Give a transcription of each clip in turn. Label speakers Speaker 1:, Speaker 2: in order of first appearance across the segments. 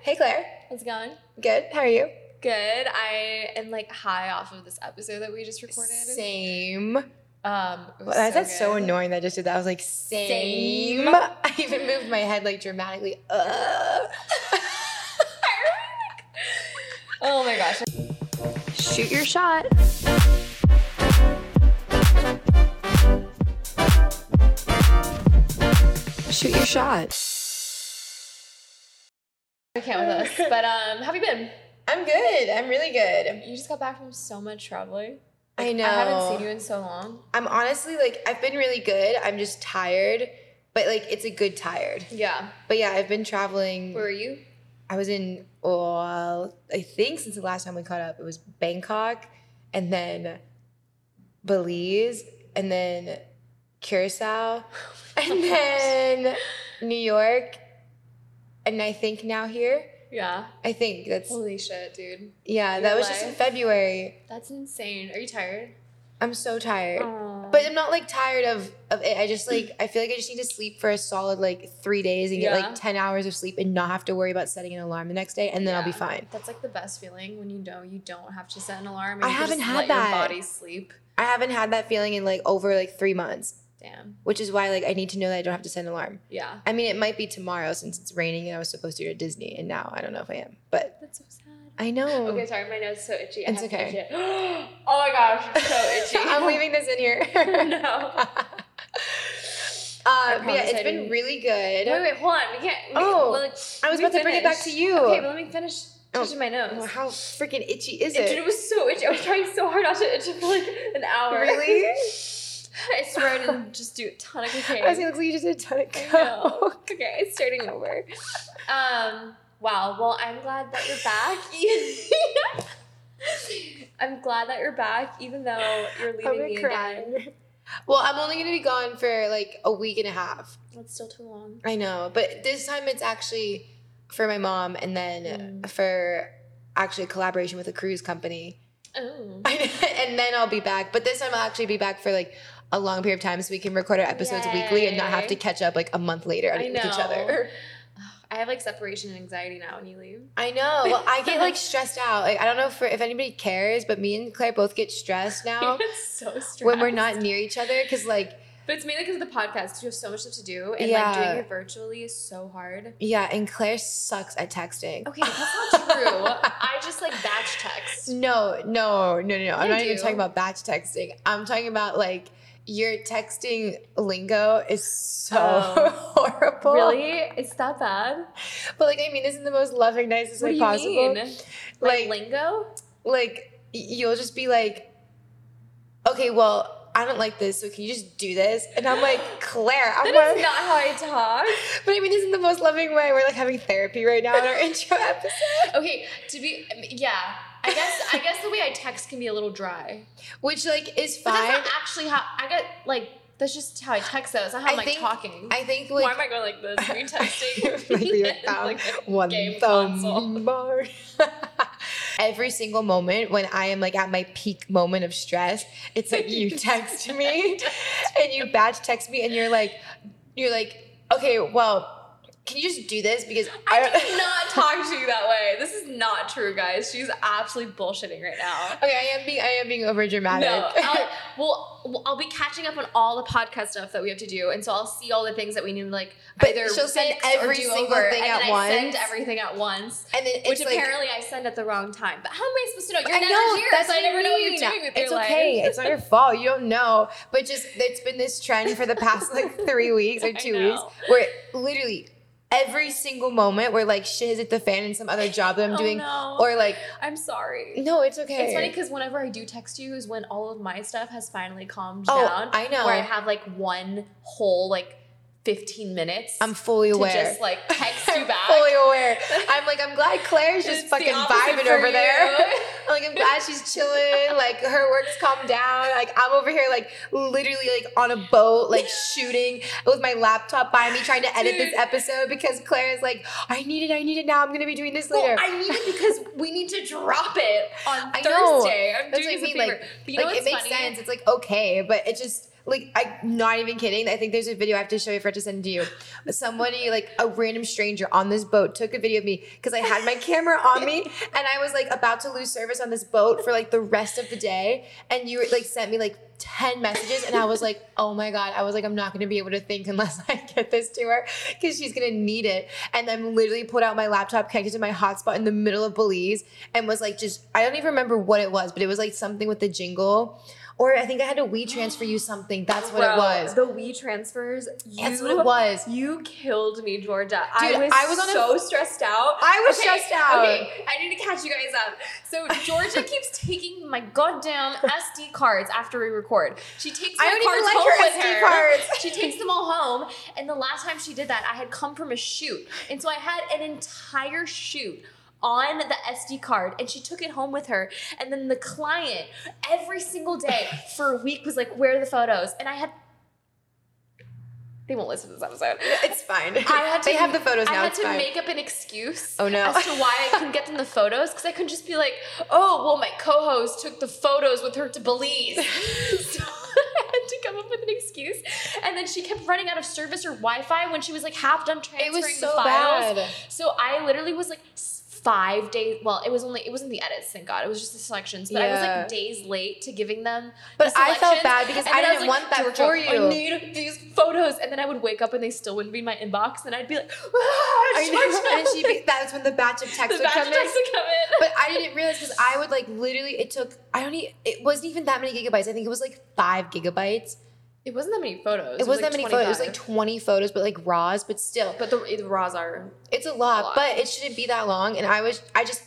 Speaker 1: Hey Claire.
Speaker 2: How's it going?
Speaker 1: Good. How are you?
Speaker 2: Good. I am like high off of this episode that we just recorded.
Speaker 1: Same.
Speaker 2: Um, it was
Speaker 1: Well, that's so, so
Speaker 2: good.
Speaker 1: annoying that I just did that. I was like, same.
Speaker 2: Same.
Speaker 1: I even moved my head like dramatically up.
Speaker 2: Oh my gosh.
Speaker 1: Shoot your shot. Shoot your shot.
Speaker 2: I can't with us. But um, how have you been?
Speaker 1: I'm good. I'm really good.
Speaker 2: You just got back from so much traveling.
Speaker 1: I know.
Speaker 2: I haven't seen you in so long.
Speaker 1: I'm honestly like, I've been really good. I'm just tired, but like, it's a good tired.
Speaker 2: Yeah.
Speaker 1: But yeah, I've been traveling.
Speaker 2: Where were you?
Speaker 1: I was in all I think since the last time we caught up, it was Bangkok and then Belize and then Curacao
Speaker 2: Oh
Speaker 1: and then New York and I think now here.
Speaker 2: Yeah.
Speaker 1: I think that's
Speaker 2: Holy shit, dude.
Speaker 1: yeah, that
Speaker 2: Your
Speaker 1: was just in
Speaker 2: life.
Speaker 1: February.
Speaker 2: That's insane. Are you tired?
Speaker 1: I'm so tired.
Speaker 2: Aw.
Speaker 1: But I'm not like tired of of it. I just like I feel like I just need to sleep for a solid like 3 days and get
Speaker 2: Yeah.
Speaker 1: like 10 hours of sleep and not have to worry about setting an alarm the next day and then I'll be
Speaker 2: Yeah.
Speaker 1: fine.
Speaker 2: That's like the best feeling when you know you don't have to set an alarm. And
Speaker 1: I
Speaker 2: you can
Speaker 1: haven't
Speaker 2: just
Speaker 1: had
Speaker 2: let
Speaker 1: that.
Speaker 2: Your body sleep.
Speaker 1: I haven't had that feeling in like over like three months,
Speaker 2: Damn.
Speaker 1: which is why like I need to know that I don't have to set an alarm.
Speaker 2: Yeah.
Speaker 1: I mean, it might be tomorrow since it's raining and I was supposed to go to Disney, and now I don't know if I am. But
Speaker 2: That's so sad.
Speaker 1: I know.
Speaker 2: Okay, sorry, my nose is so itchy. I
Speaker 1: It's
Speaker 2: have to
Speaker 1: okay.
Speaker 2: itch it. oh my gosh, it's so itchy.
Speaker 1: I'm leaving this in here.
Speaker 2: no.
Speaker 1: uh, but yeah,
Speaker 2: promise
Speaker 1: it's
Speaker 2: I
Speaker 1: been
Speaker 2: didn't-
Speaker 1: really
Speaker 2: Wait,
Speaker 1: good.
Speaker 2: wait, hold on. We can't. We
Speaker 1: Oh,
Speaker 2: can't, well, like,
Speaker 1: I was
Speaker 2: let
Speaker 1: about
Speaker 2: me
Speaker 1: to bring it back to
Speaker 2: finish.
Speaker 1: you.
Speaker 2: Okay, but let me finish
Speaker 1: Oh.
Speaker 2: touching my nose.
Speaker 1: Well, how freaking itchy is
Speaker 2: It,
Speaker 1: it?
Speaker 2: dude, it was so itchy. I was trying so hard not to itch it for like an hour.
Speaker 1: Really?
Speaker 2: I swear I didn't just do a ton of cocaine.
Speaker 1: I was gonna look like you just did a ton of
Speaker 2: I know.
Speaker 1: coke.
Speaker 2: Okay, it's starting over. Um, wow. Well, I'm glad that you're back. I'm glad that you're back, even though you're
Speaker 1: I'm
Speaker 2: leaving me
Speaker 1: gonna
Speaker 2: again.
Speaker 1: cry. Well, I'm only gonna be gone for like a week and a half.
Speaker 2: That's still too long.
Speaker 1: I know, but this time it's actually for my mom and then for actually a collaboration with a cruise company.
Speaker 2: Oh.
Speaker 1: and then I'll be back. But this time I'll actually be back for like a long period of time so we can record our episodes weekly and not have to
Speaker 2: Yay.
Speaker 1: catch up like a month later
Speaker 2: I
Speaker 1: with each
Speaker 2: know.
Speaker 1: other.
Speaker 2: I have like separation anxiety now when you leave.
Speaker 1: I know. Well, I get like stressed out. Like I don't know if if anybody cares, but me and Claire both get stressed now
Speaker 2: it's so stressed.
Speaker 1: when we're not near each other cuz like
Speaker 2: But it's mainly because of the podcast. 'cause You have so much stuff to do, and like
Speaker 1: Yeah.
Speaker 2: doing it virtually is so hard.
Speaker 1: yeah, and Claire sucks at texting.
Speaker 2: Okay, that's not true. I just like batch text.
Speaker 1: No, no, no, no, no. I'm
Speaker 2: You
Speaker 1: not even
Speaker 2: do.
Speaker 1: talking about batch texting. I'm talking about like your texting lingo is so
Speaker 2: Oh.
Speaker 1: horrible.
Speaker 2: Really? It's that bad?
Speaker 1: But like I mean this in the most loving, nicest
Speaker 2: What
Speaker 1: way
Speaker 2: do you
Speaker 1: possible.
Speaker 2: mean? Like,
Speaker 1: Like like,
Speaker 2: lingo?
Speaker 1: y- you'll just be like, Okay, well, I don't like this, so can you just do this? And I'm like, Claire, I'm
Speaker 2: That is
Speaker 1: like-
Speaker 2: not how I talk.
Speaker 1: but I mean this in the most loving way. We're like having therapy right now in our intro episode.
Speaker 2: Okay, to be yeah. I guess I guess the way I text can be a little dry.
Speaker 1: Which like is
Speaker 2: But that's
Speaker 1: fine.
Speaker 2: not actually how I get like that's just how I text though. It's not how
Speaker 1: I
Speaker 2: I'm like
Speaker 1: think-
Speaker 2: talking.
Speaker 1: I think like
Speaker 2: Why am I going like this? Are you texting?
Speaker 1: like your thumb,
Speaker 2: Like a
Speaker 1: one
Speaker 2: game
Speaker 1: thumb
Speaker 2: console.
Speaker 1: bar. Every single moment when I am like at my peak moment of stress, it's like you text me and you batch text me and you're like, you're like, okay, well, can you just do this because
Speaker 2: I did not talk to you that way. This is not true, guys. She's absolutely bullshitting right now.
Speaker 1: Okay, I am being I am being over dramatic.
Speaker 2: No, I'll, well, I'll be catching up on all the podcast stuff that we have to do, and so I'll see all the things that we need to like.
Speaker 1: But
Speaker 2: either
Speaker 1: she'll send
Speaker 2: fix or
Speaker 1: every
Speaker 2: do
Speaker 1: single
Speaker 2: over,
Speaker 1: thing
Speaker 2: and
Speaker 1: at
Speaker 2: then I
Speaker 1: once.
Speaker 2: send everything at once,
Speaker 1: and then it's
Speaker 2: which
Speaker 1: like,
Speaker 2: apparently I send at the wrong time. But how am I supposed to know? You're
Speaker 1: I
Speaker 2: never
Speaker 1: know,
Speaker 2: here,
Speaker 1: that's
Speaker 2: so I
Speaker 1: what
Speaker 2: never know what you're
Speaker 1: mean.
Speaker 2: doing with
Speaker 1: It's
Speaker 2: your
Speaker 1: okay.
Speaker 2: life.
Speaker 1: It's not your fault. You don't know. But just it's been this trend for the past like three weeks or
Speaker 2: I
Speaker 1: two
Speaker 2: know.
Speaker 1: weeks where literally every single moment where like shit has hit the fan in some other job that I'm
Speaker 2: Oh,
Speaker 1: doing
Speaker 2: no.
Speaker 1: or like
Speaker 2: I'm sorry.
Speaker 1: no, it's okay.
Speaker 2: It's funny because whenever I do text you is when all of my stuff has finally calmed
Speaker 1: Oh,
Speaker 2: down.
Speaker 1: I know.
Speaker 2: Where I have like one whole like 15 minutes.
Speaker 1: I'm fully
Speaker 2: to
Speaker 1: aware.
Speaker 2: just like text you
Speaker 1: I'm
Speaker 2: back.
Speaker 1: fully aware. I'm like, I'm glad Claire's
Speaker 2: It's
Speaker 1: just
Speaker 2: the
Speaker 1: fucking
Speaker 2: opposite
Speaker 1: vibing
Speaker 2: for
Speaker 1: over there.
Speaker 2: you.
Speaker 1: I'm like, I'm glad she's chilling. Like, her work's calmed down. Like, I'm over here, like, literally, like, on a boat, like, shooting with my laptop by me, trying to edit this
Speaker 2: Dude.
Speaker 1: episode because Claire's like, I need it, I need it now. I'm gonna be doing this
Speaker 2: Well,
Speaker 1: later.
Speaker 2: I need it because we need to drop it on
Speaker 1: I know.
Speaker 2: Thursday. I'm
Speaker 1: That's
Speaker 2: doing
Speaker 1: what I
Speaker 2: this
Speaker 1: mean,
Speaker 2: a favor.
Speaker 1: like-
Speaker 2: but you know
Speaker 1: like,
Speaker 2: what's
Speaker 1: it makes
Speaker 2: funny?
Speaker 1: sense. It's like okay, but it just like I'm not even kidding. I think there's a video I have to show you for it to send to you. Somebody, like a random stranger on this boat, took a video of me because I had my camera on me and I was like about to lose service on this boat for like the rest of the day. And you like sent me like 10 messages and I was like, oh my God. I was like, I'm not gonna be able to think unless I get this to her because she's gonna need it. And I'm literally pulled out my laptop, connected to my hotspot in the middle of Belize and was like just I don't even remember what it was, but it was like something with the jingle. Or I think I had to we transfer you something. That's what it
Speaker 2: Bro,
Speaker 1: was.
Speaker 2: The Wii transfers. You,
Speaker 1: That's what it was.
Speaker 2: You killed me, Georgia. I
Speaker 1: Dude,
Speaker 2: was,
Speaker 1: I was on a-
Speaker 2: so stressed out.
Speaker 1: I was
Speaker 2: Okay,
Speaker 1: stressed out.
Speaker 2: Okay, I need to catch you guys up. So Georgia keeps taking my goddamn SD cards after we record. She takes my
Speaker 1: I don't even
Speaker 2: cards
Speaker 1: like
Speaker 2: home
Speaker 1: your
Speaker 2: with
Speaker 1: SD
Speaker 2: her.
Speaker 1: cards.
Speaker 2: She takes them all home. And the last time she did that, I had come from a shoot, and so I had an entire shoot. On the SD card, and she took it home with her. And then the client, every single day for a week, was like, "Where are the photos?" And I had they won't listen to this episode.
Speaker 1: It's fine.
Speaker 2: I had to
Speaker 1: they have the photos
Speaker 2: I
Speaker 1: now.
Speaker 2: had
Speaker 1: It's
Speaker 2: to
Speaker 1: fine.
Speaker 2: make up an excuse
Speaker 1: Oh, no.
Speaker 2: as to why I couldn't get them the photos because I couldn't just be like, oh, well, my co-host took the photos with her to Belize. so I had to come up with an excuse. And then she kept running out of service or Wi-Fi when she was like half done transferring
Speaker 1: it was so
Speaker 2: the files.
Speaker 1: bad.
Speaker 2: So I literally was like s- five days. Well, it was only it wasn't the edits, thank God. It was just the selections. But I was
Speaker 1: Yeah.
Speaker 2: like days late to giving them.
Speaker 1: But
Speaker 2: the
Speaker 1: I felt
Speaker 2: selections.
Speaker 1: bad because
Speaker 2: And
Speaker 1: I
Speaker 2: then
Speaker 1: didn't
Speaker 2: was
Speaker 1: want that
Speaker 2: "Georgia,
Speaker 1: for
Speaker 2: I
Speaker 1: you."
Speaker 2: need these photos, and then I would wake up and they still wouldn't be in my inbox, and I'd be like, ah,
Speaker 1: I know. And she be, that's when the batch of texts would
Speaker 2: the batch
Speaker 1: come
Speaker 2: of
Speaker 1: in.
Speaker 2: texts would come in.
Speaker 1: but I didn't realize because I would like literally it took I don't e it wasn't even that many gigabytes. I think it was like five gigabytes.
Speaker 2: it wasn't that many photos.
Speaker 1: It, wasn't that
Speaker 2: like
Speaker 1: many photos. It was like
Speaker 2: 25.
Speaker 1: twenty photos, but like raws, but still.
Speaker 2: but the, the raws are
Speaker 1: It's a lot,
Speaker 2: lot.
Speaker 1: but it shouldn't be that long. And I was I just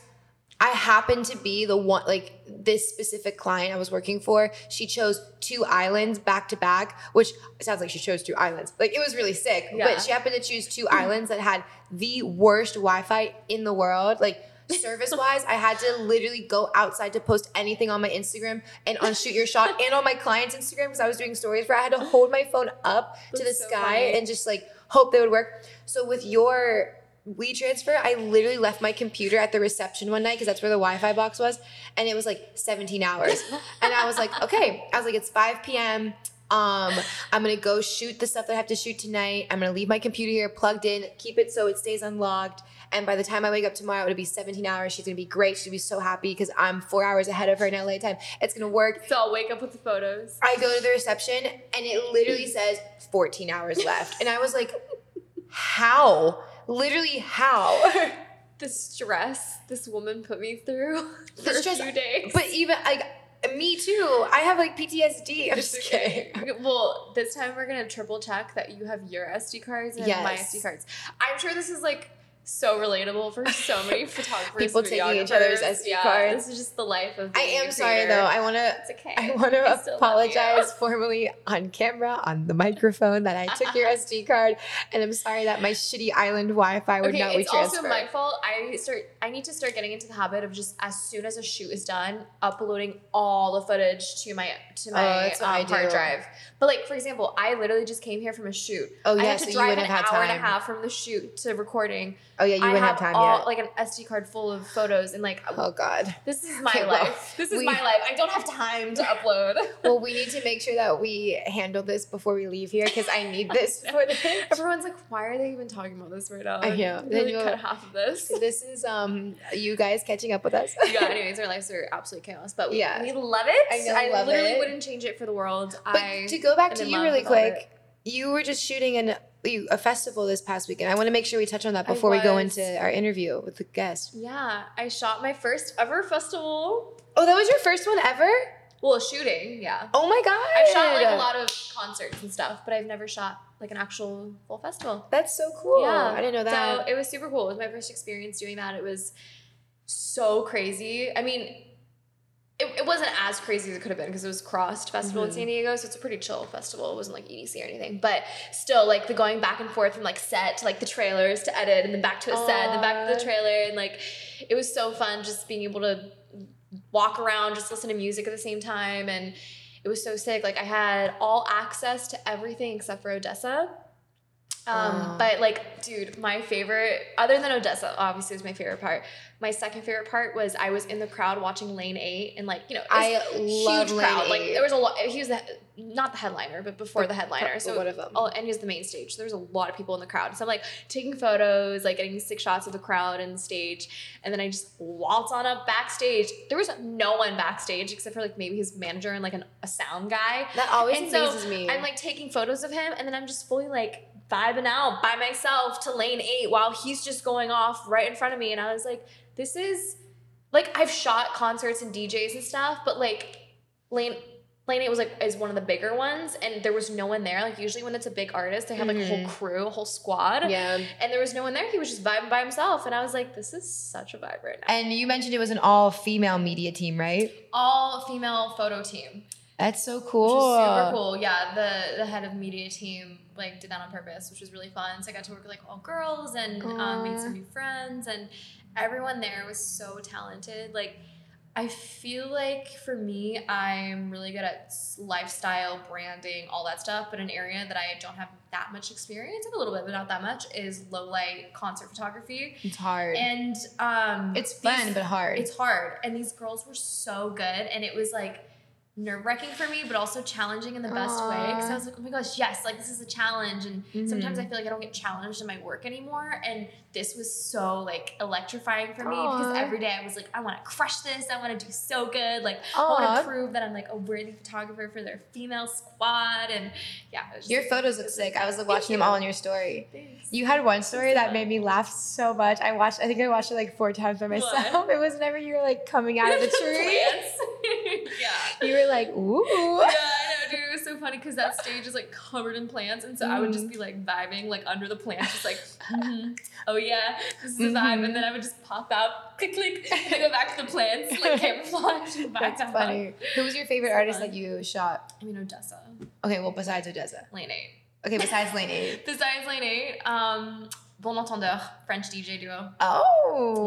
Speaker 1: I happened to be the one like this specific client I was working for. She chose two islands back to back, which sounds like she chose two islands. Like it was really sick.
Speaker 2: Yeah.
Speaker 1: But she happened to choose two islands that had the worst Wi-Fi in the world. Like service wise, I had to literally go outside to post anything on my Instagram and on Shoot Your Shot and on my client's Instagram because I was doing stories where I had to hold my phone up to the
Speaker 2: That's so
Speaker 1: sky
Speaker 2: funny.
Speaker 1: and just like hope they would work. So with your we transfer, I literally left my computer at the reception one night because that's where the Wi-Fi box was, and it was like 17 hours. and I was like, okay, I was like, it's 5 p.m. Um, I'm gonna go shoot the stuff that I have to shoot tonight. I'm gonna leave my computer here plugged in, keep it so it stays unlogged. And by the time I wake up tomorrow, it'll be 17 hours. She's gonna be great. She'll be so happy because I'm four hours ahead of her in LA time. It's gonna work.
Speaker 2: so I'll wake up with the photos.
Speaker 1: I go to the reception and it literally says 14 hours left. And I was like, how? Literally, how?
Speaker 2: The stress this woman put me through for
Speaker 1: stress-
Speaker 2: a few days.
Speaker 1: But even like me too. I have like PTSD. I'm just kidding.
Speaker 2: Okay, Well, this time we're gonna triple check that you have your SD cards and I have my
Speaker 1: Yes.
Speaker 2: SD cards. I'm sure this is like so relatable for so many photographers.
Speaker 1: People
Speaker 2: and
Speaker 1: taking each other's
Speaker 2: videographers.
Speaker 1: SD
Speaker 2: yeah,
Speaker 1: cards.
Speaker 2: This is just the life of.
Speaker 1: I
Speaker 2: being a
Speaker 1: am sorry
Speaker 2: creator.
Speaker 1: though. I want to.
Speaker 2: It's okay.
Speaker 1: I want
Speaker 2: I still
Speaker 1: to
Speaker 2: love
Speaker 1: apologize formally on camera, on the microphone, that I took your SD card, and I'm sorry that my shitty island Wi-Fi would
Speaker 2: okay,
Speaker 1: not
Speaker 2: it's
Speaker 1: we transfer.
Speaker 2: also my fault. I start. I need to start getting into the habit of just as soon as a shoot is done, uploading all the footage to my to my
Speaker 1: Oh, that's what I
Speaker 2: um, hard
Speaker 1: do.
Speaker 2: drive. But like for example, I literally just came here from a shoot.
Speaker 1: oh yeah,
Speaker 2: I had
Speaker 1: so
Speaker 2: to
Speaker 1: you
Speaker 2: drive
Speaker 1: wouldn't
Speaker 2: an
Speaker 1: have had
Speaker 2: hour
Speaker 1: time.
Speaker 2: and a half from the shoot to recording.
Speaker 1: Oh yeah, you
Speaker 2: I
Speaker 1: wouldn't have, time
Speaker 2: all,
Speaker 1: yet.
Speaker 2: like an SD card full of photos and like
Speaker 1: oh god.
Speaker 2: this is my
Speaker 1: Okay, well,
Speaker 2: life. This is
Speaker 1: we-
Speaker 2: my life. I don't have time to upload.
Speaker 1: Well, we need to make sure that we handle this before we leave here because I need this for the.
Speaker 2: Everyone's like, why are they even talking about this right now?
Speaker 1: I know. Then
Speaker 2: Like, really
Speaker 1: you'll-
Speaker 2: cut half of this.
Speaker 1: This is um you guys catching up with us.
Speaker 2: yeah. Anyways, our lives are absolute chaos, but we,
Speaker 1: Yeah.
Speaker 2: we love it.
Speaker 1: I know, love
Speaker 2: literally
Speaker 1: it.
Speaker 2: wouldn't change it for the world.
Speaker 1: But
Speaker 2: I
Speaker 1: to go back
Speaker 2: am
Speaker 1: to
Speaker 2: in
Speaker 1: you
Speaker 2: love
Speaker 1: really
Speaker 2: with all of
Speaker 1: quick, you were just shooting an you- a festival this past weekend. I want to make sure we touch on that
Speaker 2: I
Speaker 1: before we go
Speaker 2: was.
Speaker 1: into our interview with the guest.
Speaker 2: yeah, I shot my first ever festival.
Speaker 1: Oh, that was your first one ever?
Speaker 2: Well, shooting. Yeah.
Speaker 1: Oh my god!
Speaker 2: I've shot like a lot of concerts and stuff, but I've never shot like an actual full festival.
Speaker 1: That's so cool.
Speaker 2: Yeah.
Speaker 1: I didn't know that.
Speaker 2: So it was super cool. It was my first experience doing that. It was so crazy. I mean, it, it wasn't as crazy as it could have been because it was Crossed Festival in
Speaker 1: Mhm.
Speaker 2: San Diego, so it's a pretty chill festival. It wasn't like EDC or anything, but still, like the going back and forth from like set to like the trailers to edit, and then back to a set, and then back to the
Speaker 1: Aw.
Speaker 2: trailer, and like it was so fun just being able to walk around, just listen to music at the same time, and it was so sick. Like I had all access to everything except for Odessa. Um,
Speaker 1: Wow.
Speaker 2: but like, dude, my favorite, other than Odessa, obviously was my favorite part. My second favorite part was I was in the crowd watching Lane Eight, and like, you know, it was
Speaker 1: I
Speaker 2: a
Speaker 1: love
Speaker 2: huge
Speaker 1: Lane
Speaker 2: crowd. Like,
Speaker 1: 8.
Speaker 2: there was a lot. He was the not the headliner, but before the headliner. So
Speaker 1: one of them.
Speaker 2: Oh, and he was the main stage. There's a lot of people in the crowd. So I'm like taking photos, like getting six shots of the crowd and the stage. And then I just waltz on up backstage. There was no one backstage except for like maybe his manager and like an, a sound guy.
Speaker 1: That always
Speaker 2: And so
Speaker 1: amazes me.
Speaker 2: I'm like taking photos of him, and then I'm just fully like vibing out by myself to lane eight while he's just going off right in front of me. And I was like, this is like I've shot concerts and DJs and stuff, but like lane lane eight was like is one of the bigger ones, and there was no one there. Like usually when it's a big artist, they have like a whole
Speaker 1: Mhm.
Speaker 2: crew, a whole squad.
Speaker 1: yeah.
Speaker 2: And there was no one there. He was just vibing by himself. And I was like, this is such a vibe right now.
Speaker 1: And you mentioned it was an all female media team, right?
Speaker 2: All female photo team.
Speaker 1: That's so cool.
Speaker 2: Which is super cool. Yeah, the the head of media team like did that on purpose, which was really fun. So I got to work with like all girls and um, made
Speaker 1: Aw.
Speaker 2: some new friends, and everyone there was so talented. Like. I feel like for me, I'm really good at s- lifestyle, branding, all that stuff. But an area that I don't have that much experience, I have a little bit, but not that much, is low light concert photography.
Speaker 1: It's hard.
Speaker 2: And um,
Speaker 1: it's
Speaker 2: these-
Speaker 1: fun, but hard.
Speaker 2: it's hard. And these girls were so good. And it was like nerve wracking for me, but also challenging in the best way. Because
Speaker 1: Aw. Mm-hmm.
Speaker 2: I was like, oh my gosh, yes, like this is a challenge. And sometimes I feel like I don't get challenged in my work anymore. And this was so like electrifying for me because
Speaker 1: Aw.
Speaker 2: every day I was like, I want to crush this. I want to do so good. Like, I want
Speaker 1: Aw.
Speaker 2: to prove that I'm like a worthy photographer for their female squad. And yeah, it was just
Speaker 1: Your
Speaker 2: like,
Speaker 1: photos look
Speaker 2: this is
Speaker 1: sick. I was like
Speaker 2: Thank
Speaker 1: watching
Speaker 2: you.
Speaker 1: them all on your story.
Speaker 2: thanks.
Speaker 1: You had one story that
Speaker 2: fun.
Speaker 1: made me laugh so much. I watched. I think I watched it like four times by
Speaker 2: What?
Speaker 1: myself. It was whenever you were like coming out of the tree.
Speaker 2: Plants. yeah.
Speaker 1: you were like, ooh.
Speaker 2: yeah, I know, dude. It was so funny because that stage is like covered in plants, and so I would just be like vibing like under the plants, just like, mhm, oh yeah, this is a vibe, and then I would just pop out, click click, and go back to the plants, like camouflage, and back
Speaker 1: That's
Speaker 2: out.
Speaker 1: funny. Who was your favorite artist
Speaker 2: fun.
Speaker 1: that you shot?
Speaker 2: I mean, Odessa,
Speaker 1: Okay, well besides Odessa.
Speaker 2: Lane Eight.
Speaker 1: Okay, besides Lane Eight.
Speaker 2: Besides Lane Eight, um, Bon Entendeur, French DJ duo.
Speaker 1: Oh.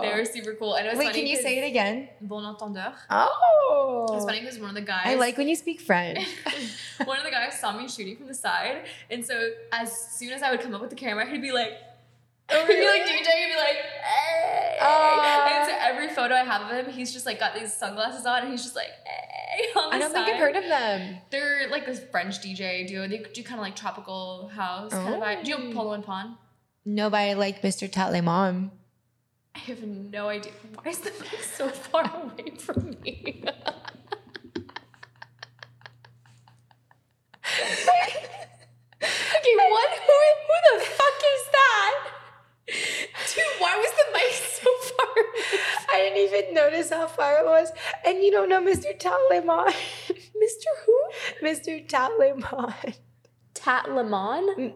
Speaker 2: They were super cool. And it was
Speaker 1: Wait,
Speaker 2: funny
Speaker 1: can you
Speaker 2: 'cause-
Speaker 1: say it again?
Speaker 2: Bon Entendeur.
Speaker 1: Oh.
Speaker 2: It was funny because one of the guys.
Speaker 1: I like when you speak French.
Speaker 2: one of the guys saw me shooting from the side, and so as soon as I would come up with the camera, he'd be like,
Speaker 1: Oh,
Speaker 2: he'd be like
Speaker 1: really?
Speaker 2: DJ, he'd be like, hey.
Speaker 1: Aw.
Speaker 2: and so every photo I have of him, he's just like got these sunglasses on, and he's just like, hey. On the
Speaker 1: I don't think
Speaker 2: side.
Speaker 1: I've heard of them.
Speaker 2: They're like this French DJ duo. They do kind of like tropical house kind of vibe. Do you know
Speaker 1: Oh.
Speaker 2: Polo and Pond?
Speaker 1: Nobody like Mr. Tatlemon.
Speaker 2: I have no idea. Why is the mic so far away from me?
Speaker 1: okay, what? Who, who the fuck is that?
Speaker 2: Dude, why was the mic so far away?
Speaker 1: I didn't even notice how far it was. And you don't know Mr. Tatlemon. Mr. Who? Mr. Tatlemon.
Speaker 2: Tatlamon?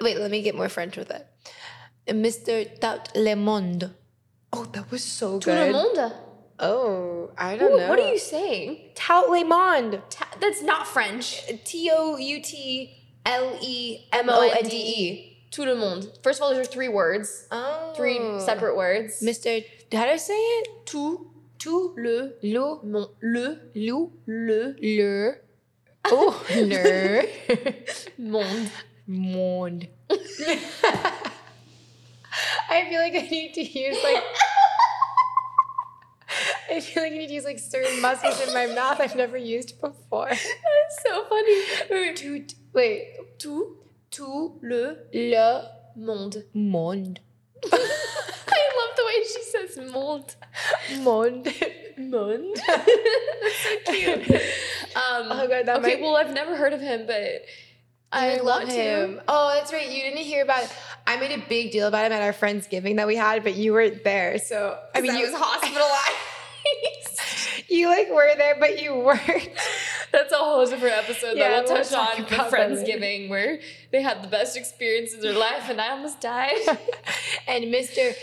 Speaker 1: Wait, let me get more French with it. Mr. Tatlemond. Oh, that was so
Speaker 2: Tout le
Speaker 1: good.
Speaker 2: monde.
Speaker 1: Oh, I don't
Speaker 2: Ooh,
Speaker 1: know.
Speaker 2: What are you saying?
Speaker 1: Tatlemond.
Speaker 2: Ta- that's not French.
Speaker 1: T O U T L E M O N D E.
Speaker 2: M-O-N-D-E. Tout le monde. First of all, those are three words.
Speaker 1: Oh.
Speaker 2: Three separate words.
Speaker 1: Mr. How do I say it?
Speaker 2: tout, tout le,
Speaker 1: Lou.
Speaker 2: mon, le,
Speaker 1: Lou.
Speaker 2: le
Speaker 1: Le. Oh, le.
Speaker 2: monde.
Speaker 1: Mond. I feel like I need to use like. I feel like I need to use like certain muscles in my mouth I've never used before.
Speaker 2: That's so funny. Wait, wait,
Speaker 1: Tout. Wait.
Speaker 2: Tout, tout le
Speaker 1: Le
Speaker 2: monde.
Speaker 1: monde.
Speaker 2: I love the way she says monde.
Speaker 1: Monde.
Speaker 2: Monde.
Speaker 1: Cute.
Speaker 2: Um,
Speaker 1: Oh god, that
Speaker 2: okay,
Speaker 1: might.
Speaker 2: well, I've never heard of him, but
Speaker 1: I
Speaker 2: I would
Speaker 1: love
Speaker 2: want
Speaker 1: him. Oh, that's right. You didn't hear about it. I made a big deal about him at our friends' giving that we had, but you weren't there. So I mean,
Speaker 2: I
Speaker 1: you
Speaker 2: was hospitalized.
Speaker 1: you like were there, but you weren't.
Speaker 2: That's a whole different episode
Speaker 1: Yeah,
Speaker 2: that
Speaker 1: we'll
Speaker 2: we'll touch
Speaker 1: talk
Speaker 2: on for
Speaker 1: about that later.
Speaker 2: Friendsgiving, where they had the best experience of their life, and I almost died.
Speaker 1: and Mr.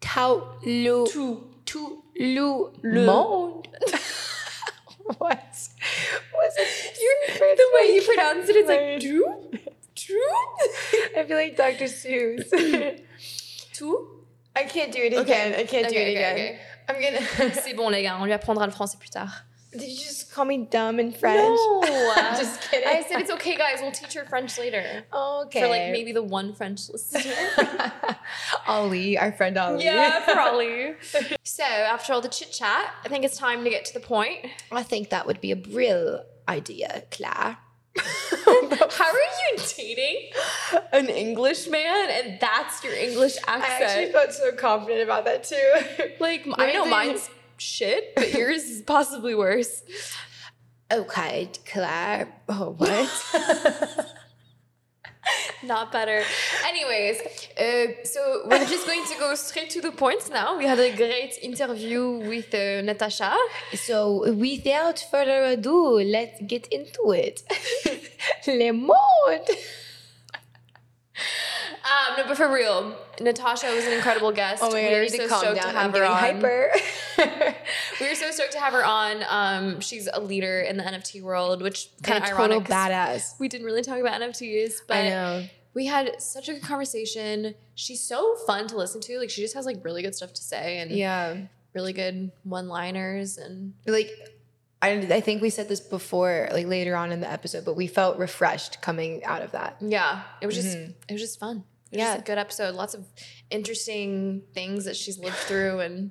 Speaker 1: Tao Lu
Speaker 2: Tout.
Speaker 1: Tu Lu
Speaker 2: Le.
Speaker 1: Monde. what was it? Your first
Speaker 2: The way you pronounce it, it's
Speaker 1: Right.
Speaker 2: like true, true,
Speaker 1: I feel like Dr. Seuss.
Speaker 2: tout.
Speaker 1: I can't do it
Speaker 2: Okay.
Speaker 1: again. I can't do
Speaker 2: Okay,
Speaker 1: it again.
Speaker 2: okay,
Speaker 1: I'm gonna.
Speaker 2: C'est bon, les gars, on lui apprendra le français plus tard.
Speaker 1: Did you just call me dumb in French?
Speaker 2: No.
Speaker 1: I'm just kidding.
Speaker 2: I said it's okay, guys. We'll teach her French later.
Speaker 1: okay.
Speaker 2: For like maybe the one French listener.
Speaker 1: Ali, our friend Ali.
Speaker 2: yeah, probably. so after all the chit chat, I think it's time to get to the point.
Speaker 1: I think that would be a brilliant idea, Claire.
Speaker 2: How are you dating an English man and that's your English accent?
Speaker 1: felt so confident about that too.
Speaker 2: like I know
Speaker 1: Amazing.
Speaker 2: mine's shit, but yours is possibly worse.
Speaker 1: okay, Oh, Claire. Oh, what?
Speaker 2: Not better. Anyways, uh, so we're just going to go straight to the point now. We had a great interview with uh, Natasha.
Speaker 1: so, without further ado, let's get into it. Le monde.
Speaker 2: Um, no, but for real, Natasha was an incredible guest. we were Oh so stoked to have her on. We were so stoked to have her on. Um, she's a leader in the NFT world, which kind
Speaker 1: kind
Speaker 2: of
Speaker 1: of
Speaker 2: ironic.
Speaker 1: total
Speaker 2: 'cause
Speaker 1: badass.
Speaker 2: We didn't really talk about NFTs, but
Speaker 1: I know.
Speaker 2: we had such a good conversation. She's so fun to listen to. Like she just has like really good stuff to say and
Speaker 1: Yeah.
Speaker 2: really good one-liners and
Speaker 1: like I, I think we said this before like later on in the episode but we felt refreshed coming out of that
Speaker 2: yeah, it was just
Speaker 1: Mhm.
Speaker 2: it was just fun. It was
Speaker 1: Yeah.
Speaker 2: just a good episode. Lots of interesting things that she's lived through and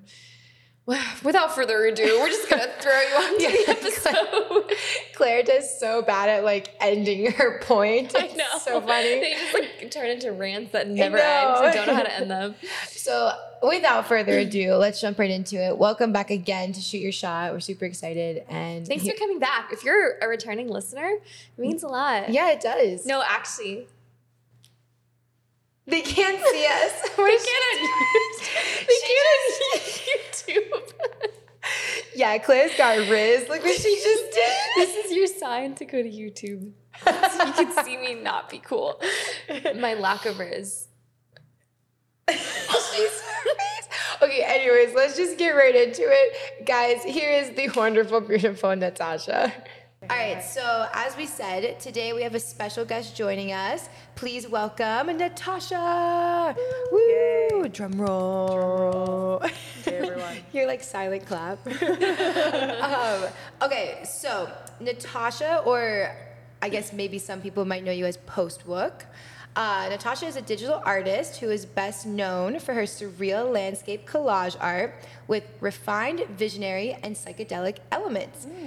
Speaker 2: without further ado, we're just going to throw you onto
Speaker 1: Yeah,
Speaker 2: the episode.
Speaker 1: claire does so bad at like ending her point
Speaker 2: I
Speaker 1: it's
Speaker 2: know.
Speaker 1: so funny
Speaker 2: They just like turn into rants that never
Speaker 1: know.
Speaker 2: end. I don't know how to end them.
Speaker 1: so without further ado let's jump right into it welcome back again to shoot your shot we're super excited and
Speaker 2: Thanks for coming back. If you're a returning listener, it means a lot.
Speaker 1: yeah it does
Speaker 2: No, actually.
Speaker 1: they can't see us
Speaker 2: They
Speaker 1: What is she
Speaker 2: can't
Speaker 1: They can't
Speaker 2: YouTube.
Speaker 1: doing? yeah claire's got riz look what she just did
Speaker 2: this is your sign to go to YouTube. So you can see me not be cool. My lack of riz.
Speaker 1: She's- okay, anyways, let's just get right into it. Guys, here is the wonderful, beautiful Natasha. All right, so as we said, today we have a special guest joining us. Please welcome Natasha. Woo! Drum roll.
Speaker 3: everyone.
Speaker 1: You're like silent clap. um, okay, so Natasha, or I guess maybe some people might know you as Post Wook. Uh, Natasha is a digital artist who is best known for her surreal landscape collage art with refined, visionary, and psychedelic elements.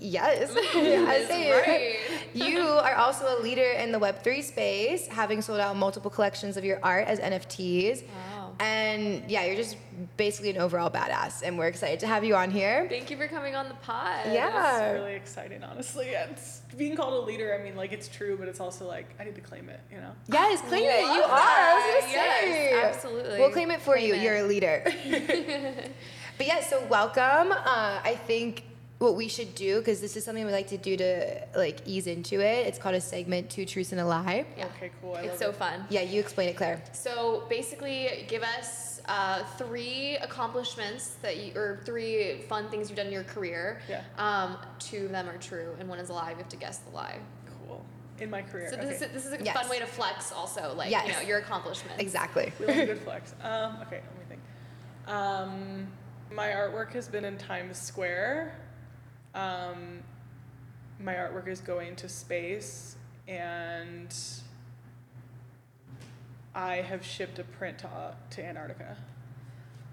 Speaker 1: Yes, I say it.
Speaker 2: Mm. right.
Speaker 1: You are also a leader in the Web3 space, having sold out multiple collections of your art as NFTs.
Speaker 2: Wow.
Speaker 1: And yeah, you're just basically an overall badass, and we're excited to have you on here.
Speaker 2: Thank you for coming on the pod.
Speaker 1: Yeah.
Speaker 3: It's really exciting, honestly. It's being called a leader. I mean, like it's true, but it's also like I need to claim it. You know.
Speaker 1: Yes, claim it. You
Speaker 2: Love
Speaker 1: are. I was
Speaker 2: that.
Speaker 1: gonna say.
Speaker 2: Yes, absolutely.
Speaker 1: We'll claim it for you.
Speaker 2: Claim it.
Speaker 1: You're a leader. but yeah, so welcome. Uh, I think what we should do, because this is something we like to do to like ease into it. It's called a segment: two truths and a lie.
Speaker 2: Yeah.
Speaker 3: Okay, cool. I
Speaker 2: It's so
Speaker 3: love
Speaker 2: fun.
Speaker 1: Yeah, you explain it, Claire.
Speaker 2: So basically, give us uh, three accomplishments that you, or three fun things you've done in your career.
Speaker 3: Yeah.
Speaker 2: Um, two of them are true, and one is a lie. You have to guess the lie.
Speaker 3: Cool. In my career.
Speaker 2: So
Speaker 3: okay.
Speaker 2: this, is, this is a
Speaker 1: Yes.
Speaker 2: fun way to flex, also, like you
Speaker 1: Yes.
Speaker 2: know your accomplishments.
Speaker 1: Exactly.
Speaker 3: we love a good flex. Um, okay, let me think. Um, my artwork has been in Times Square. Um, my artwork is going to space, and I have shipped a print to, uh, to Antarctica.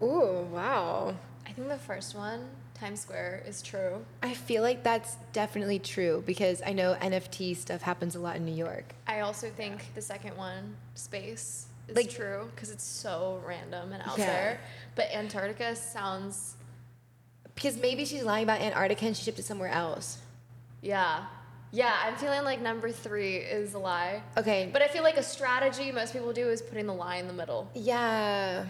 Speaker 1: Ooh, wow.
Speaker 2: I think the first one, Times Square, is true.
Speaker 1: I feel like that's definitely true because I know NFT stuff happens a lot in New York.
Speaker 2: I also think the second one, space, is
Speaker 1: Like-
Speaker 2: true because it's so random and out
Speaker 1: Yeah.
Speaker 2: there. But Antarctica sounds,
Speaker 1: Because maybe she's lying about Antarctica and she shipped it somewhere else.
Speaker 2: yeah, yeah. I'm feeling like number three is a lie.
Speaker 1: Okay.
Speaker 2: But I feel like a strategy most people do is putting the lie in the middle.
Speaker 1: yeah.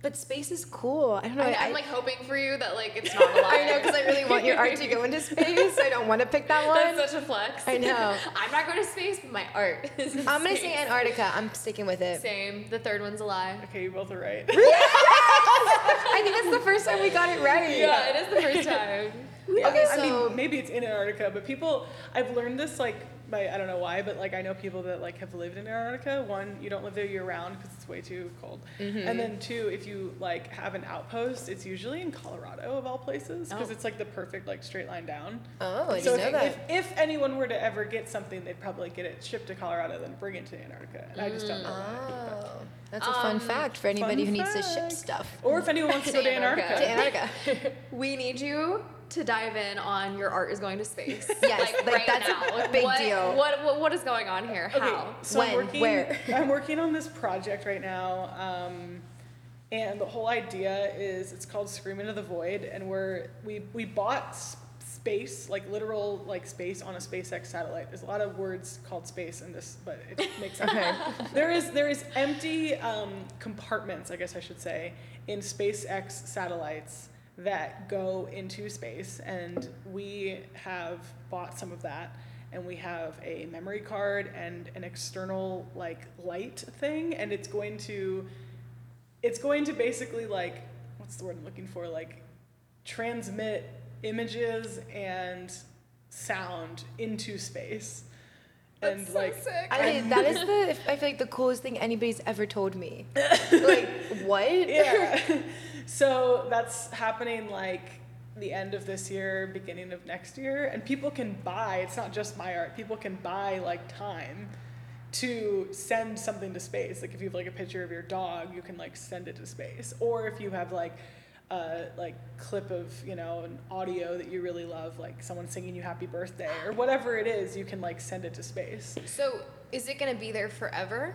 Speaker 1: But space is cool. I don't know.
Speaker 2: I, am like hoping for you that like it's not a lie.
Speaker 1: I know because I really want your art to go into space. I don't want to pick that one.
Speaker 2: That's such a flex.
Speaker 1: I know.
Speaker 2: I'm not going to space, but my art is. in
Speaker 1: I'm gonna say
Speaker 2: space.
Speaker 1: Antarctica. I'm sticking with it.
Speaker 2: Same. The third one's a lie.
Speaker 3: Okay, you both are right.
Speaker 1: I think that's the first time we got it right.
Speaker 2: Yeah, it is the first time.
Speaker 3: Yeah,
Speaker 1: Okay,
Speaker 3: I
Speaker 1: so-
Speaker 3: mean, maybe it's in Antarctica, but people, I've learned this like by I don't know why, but like I know people that like have lived in Antarctica. One, you don't live there year round because it's way too cold.
Speaker 1: Mm-hmm.
Speaker 3: And then two, if you like have an outpost, it's usually in Colorado of all places because
Speaker 1: Oh.
Speaker 3: it's like the perfect like straight line down.
Speaker 1: Oh, I didn't
Speaker 3: so
Speaker 1: know
Speaker 3: if,
Speaker 1: that.
Speaker 3: if if anyone were to ever get something, they'd probably get it shipped to Colorado, then bring it to Antarctica. And I just don't know. why.
Speaker 1: oh, that's a
Speaker 2: Um,
Speaker 1: fun fact for anybody who
Speaker 3: fun
Speaker 1: needs to ship
Speaker 3: fact.
Speaker 1: stuff.
Speaker 3: Or if anyone wants to go to Antarctica.
Speaker 4: Antarctica.
Speaker 1: To Mm. Antarctica.
Speaker 4: We need you to dive in on your art is going to space.
Speaker 1: Yes, like, that's a big
Speaker 4: what,
Speaker 1: deal.
Speaker 4: What, what what is going on here? How?
Speaker 3: so I'm
Speaker 1: When?
Speaker 3: working,
Speaker 1: Where?
Speaker 3: I'm working on this project right now, um, and the whole idea is it's called Scream into the Void, and we're we we bought s- space, like literal like space on a SpaceX satellite. There's a lot of words called space in this, but it makes sense.
Speaker 1: Okay.
Speaker 3: There is there is empty um, compartments, I guess I should say, in SpaceX satellites that go into space, and we have bought some of that, and we have a memory card and an external like light thing, and it's going to, it's going to basically like what's the word I'm looking for like transmit images and sound into space. and like
Speaker 1: I mean, that is the I feel like the coolest thing anybody's ever told me. like what?
Speaker 3: yeah. so that's happening like the end of this year, beginning of next year, and people can buy. It's not just my art. People can buy like time to send something to space. Like if you have like a picture of your dog, you can like send it to space. Or if you have like a like clip of you know an audio that you really love, like someone singing you happy birthday or whatever it is, you can like send it to space.
Speaker 2: So is it gonna be there forever?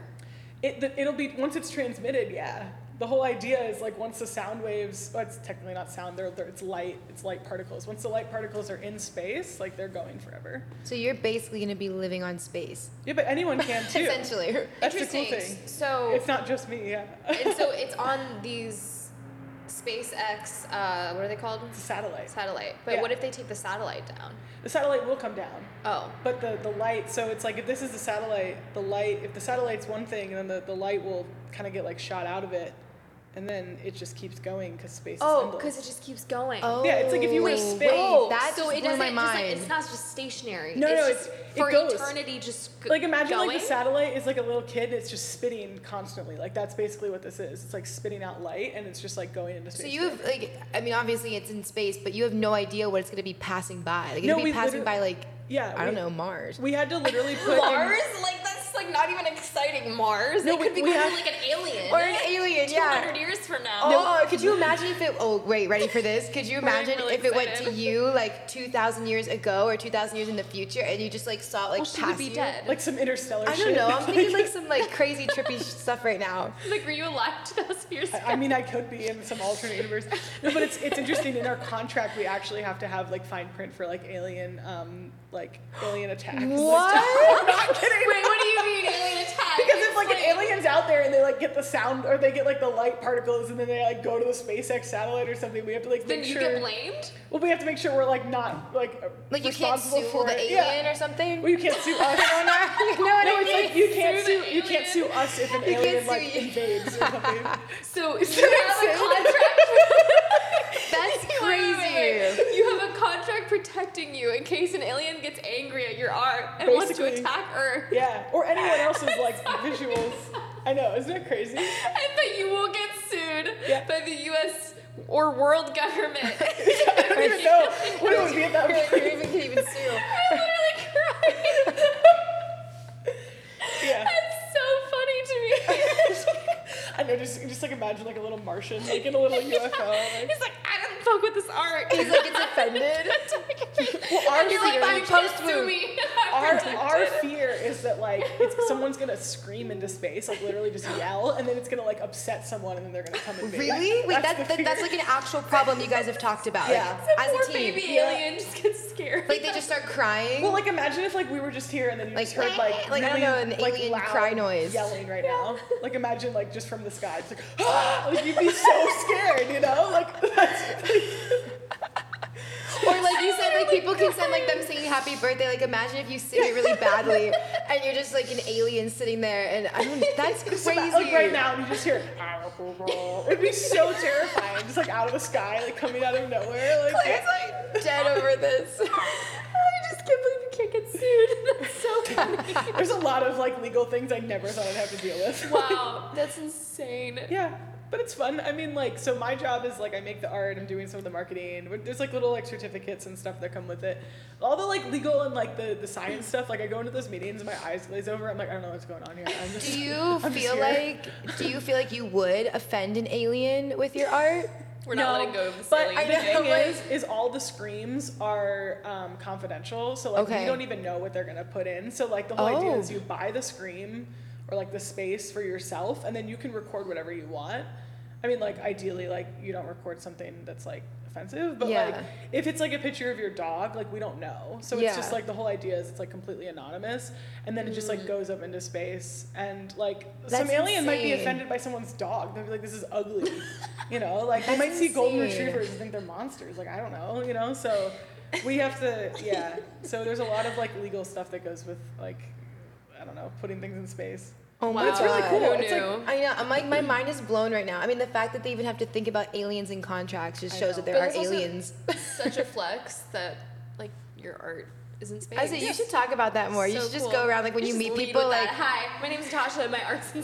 Speaker 3: It, the, it'll be once it's transmitted, yeah. The whole idea is like once the sound waves, well, it's technically not sound, they're, they're, it's light, it's light particles. Once the light particles are in space, like they're going forever.
Speaker 1: So you're basically gonna be living on space,
Speaker 3: Yeah, but anyone can too.
Speaker 1: essentially.
Speaker 3: That's the cool
Speaker 2: Interesting.
Speaker 3: thing.
Speaker 2: So
Speaker 3: It's not just me, yeah.
Speaker 2: and so it's on these SpaceX uh, what are they called?
Speaker 3: It's a satellite.
Speaker 2: Satellite. But
Speaker 3: Yeah.
Speaker 2: what if they take the satellite down?
Speaker 3: The satellite will come down,
Speaker 2: Oh.
Speaker 3: but the, the light, so it's like if this is the satellite, the light, if the satellite's one thing, then the, the light will kind of get like shot out of it, and then it just keeps going because space is
Speaker 2: Oh,
Speaker 3: endless.
Speaker 2: because it just keeps going. Oh,
Speaker 1: Oh,
Speaker 3: Yeah, it's like if you were
Speaker 1: wait,
Speaker 3: space-
Speaker 1: Wait, that
Speaker 2: so
Speaker 1: just
Speaker 2: it
Speaker 1: blew
Speaker 2: doesn't
Speaker 1: my
Speaker 2: just
Speaker 1: mind.
Speaker 2: like it's not just stationary.
Speaker 3: No,
Speaker 2: it's
Speaker 3: no,
Speaker 2: just
Speaker 3: it's- it
Speaker 2: for
Speaker 3: goes.
Speaker 2: eternity just g-
Speaker 3: like imagine
Speaker 2: going?
Speaker 3: like the satellite is like a little kid and it's just spitting constantly like that's basically what this is it's like spitting out light and it's just like going into space
Speaker 1: So you have like I mean obviously it's in space, but you have no idea what it's gonna be passing by. Like
Speaker 3: No,
Speaker 1: it'll be
Speaker 3: we
Speaker 1: passing
Speaker 3: literally-
Speaker 1: by like
Speaker 3: yeah
Speaker 1: I don't
Speaker 3: we-
Speaker 1: know Mars.
Speaker 3: we had to literally put in-
Speaker 2: Mars? Like that's like not even exciting. Mars.
Speaker 3: No,
Speaker 2: it could
Speaker 3: we-
Speaker 2: be
Speaker 3: we
Speaker 2: kind of
Speaker 3: have-
Speaker 2: like an alien.
Speaker 1: Or an alien, yeah.
Speaker 2: 200 years from now.
Speaker 1: Oh, could you imagine if it? Oh, wait, ready for this? Could you imagine
Speaker 2: really
Speaker 1: if it went to
Speaker 2: excited.
Speaker 1: you like two thousand years ago or two thousand years in the future, and you just like saw it like
Speaker 2: Well,
Speaker 1: pass
Speaker 2: she would be
Speaker 1: you?
Speaker 2: dead. Like,
Speaker 3: like some interstellar
Speaker 1: I don't
Speaker 3: shit.
Speaker 1: know. I'm thinking like some like crazy trippy stuff right now.
Speaker 2: were you alive 2,000 years ago?
Speaker 3: I I mean, I could be in some alternate universe. No, but it's it's interesting. In our contract, we actually have to have like fine print for like alien, um, like alien attacks. Like,
Speaker 1: What?
Speaker 3: I'm not kidding.
Speaker 2: Wait, what do you mean alien attack?
Speaker 3: Because if like an alien's out there and they like get the sound or they get like the light particles and then they like go to the SpaceX satellite or something, we have to like
Speaker 2: Then
Speaker 3: make
Speaker 2: you
Speaker 3: sure.
Speaker 2: get blamed?
Speaker 3: Well, we have to make sure we're like not like uh,
Speaker 1: Like you can't
Speaker 3: responsible
Speaker 1: sue
Speaker 3: for
Speaker 1: the
Speaker 3: it.
Speaker 1: alien
Speaker 3: Yeah.
Speaker 1: or something.
Speaker 3: Well, you can't sue us.
Speaker 1: I don't know. You know what
Speaker 3: no,
Speaker 1: I
Speaker 3: it's
Speaker 1: mean?
Speaker 3: like you can't
Speaker 2: Sue
Speaker 3: sue,
Speaker 2: the
Speaker 3: you can't sue
Speaker 2: alien.
Speaker 3: us if an
Speaker 1: You can't
Speaker 3: alien
Speaker 1: sue
Speaker 3: like
Speaker 1: you.
Speaker 3: invades or something.
Speaker 2: So you have a contract.
Speaker 1: That's
Speaker 2: Wait, wait, wait,
Speaker 1: crazy.
Speaker 2: wait. You have a contract protecting you in case an alien gets angry at your art and wants to
Speaker 3: Basically.
Speaker 2: attack Earth.
Speaker 3: Yeah, or anyone else's like visuals. I know, isn't that crazy?
Speaker 2: And that you will get sued
Speaker 3: Yeah.
Speaker 2: by the U.S. or world government.
Speaker 3: I don't even know what it would be at that
Speaker 1: You're,
Speaker 3: point.
Speaker 1: you're even can even sue.
Speaker 2: I literally cried.
Speaker 3: Yeah.
Speaker 2: That's so funny to me.
Speaker 3: I know, just just like imagine like a little Martian making a little UFO. Like,
Speaker 2: He's like, I didn't fuck with this art.
Speaker 1: He's like it's offended.
Speaker 3: well, our
Speaker 2: He's like,
Speaker 1: you're
Speaker 2: "Fine,
Speaker 1: in
Speaker 2: you
Speaker 1: post
Speaker 2: can't sue
Speaker 1: mood."
Speaker 2: me.
Speaker 3: our, our fear is that like it's someone's gonna scream into space, like literally just yell, and then it's gonna like upset someone, and then they're gonna come and invade.
Speaker 1: Really? Wait,
Speaker 3: That's
Speaker 1: that's
Speaker 3: the
Speaker 1: that, that's like an actual problem you guys have talked about.
Speaker 3: Yeah.
Speaker 1: like,
Speaker 2: The
Speaker 1: as
Speaker 2: poor
Speaker 1: a team.
Speaker 2: baby
Speaker 3: Yeah.
Speaker 2: alien just gets scared.
Speaker 1: Like they just start crying.
Speaker 3: Well, like imagine if like we were just here and then you
Speaker 1: Like,
Speaker 3: just heard like
Speaker 1: like, I don't
Speaker 3: really,
Speaker 1: know, an
Speaker 3: like,
Speaker 1: alien
Speaker 3: loud
Speaker 1: cry noise.
Speaker 3: yelling right now. Like imagine like just from the sky, it's like ah! like you'd be so scared, you know? Like that's,
Speaker 1: or like you said, like people can send like them singing happy birthday. Like imagine if you sing it really badly and you're just like an alien sitting there and I don't that's crazy.
Speaker 3: like right now and you just hear "Ah, it'd be so terrifying, just like out of the sky, like coming out of nowhere. Like
Speaker 1: Claire's like dead over this.
Speaker 2: I just can't believe you can't get sued. That's so funny.
Speaker 3: There's a lot of like legal things I never thought I'd have to deal with.
Speaker 2: wow, that's insane.
Speaker 3: yeah, but it's fun. I mean, like, so my job is like I make the art. I'm doing some of the marketing. but There's like little like certificates and stuff that come with it. All the like legal and like the the science stuff. Like I go into those meetings and my eyes glaze over. I'm like I don't know what's going on here. I'm just,
Speaker 1: Do you
Speaker 3: I'm just
Speaker 1: feel
Speaker 3: here.
Speaker 1: like do you feel like you would offend an alien with your art?
Speaker 2: We're
Speaker 3: No,
Speaker 2: not letting go of this.
Speaker 3: But
Speaker 2: alien
Speaker 1: know,
Speaker 3: the
Speaker 2: thing.
Speaker 3: thing
Speaker 1: like-
Speaker 3: is, is all the screams are um, confidential, so like
Speaker 1: Okay.
Speaker 3: we don't even know what they're gonna put in. So like the whole idea is
Speaker 1: Oh.
Speaker 3: you buy the scream or like the space for yourself, and then you can record whatever you want. I mean, like ideally, like you don't record something that's like offensive, but like
Speaker 1: Yeah.
Speaker 3: if it's like a picture of your dog, like we don't know. So it's
Speaker 1: Yeah.
Speaker 3: just like the whole idea is it's like completely anonymous, and then it just
Speaker 2: Mm.
Speaker 3: like goes up into space, and like some
Speaker 1: That's
Speaker 3: alien might be
Speaker 1: insane.
Speaker 3: offended by someone's dog. They'll be like, "This is ugly," you know, like I might
Speaker 1: That's
Speaker 3: see golden
Speaker 1: insane.
Speaker 3: retrievers and think they're monsters. Like I don't know, you know. So we have to, yeah. So there's a lot of like legal stuff that goes with like, I don't know, putting things in space.
Speaker 1: Oh
Speaker 2: wow.
Speaker 1: my
Speaker 3: It's really
Speaker 1: God.
Speaker 3: cool.
Speaker 2: Who
Speaker 3: It's like-
Speaker 2: knew?
Speaker 1: I know. I'm like my mind is blown right now. I mean, the fact that they even have to think about aliens in contracts just
Speaker 3: I
Speaker 1: shows
Speaker 3: know.
Speaker 1: that there
Speaker 2: But
Speaker 1: are
Speaker 2: that's also-
Speaker 1: aliens.
Speaker 2: such a flex that like your art is in space.
Speaker 1: I said you should talk about that more. you
Speaker 2: So
Speaker 1: should just
Speaker 2: cool.
Speaker 1: go around like when you
Speaker 2: just
Speaker 1: meet
Speaker 2: lead
Speaker 1: people,
Speaker 2: with that.
Speaker 1: like
Speaker 2: hi, my name's Tasha. My art's in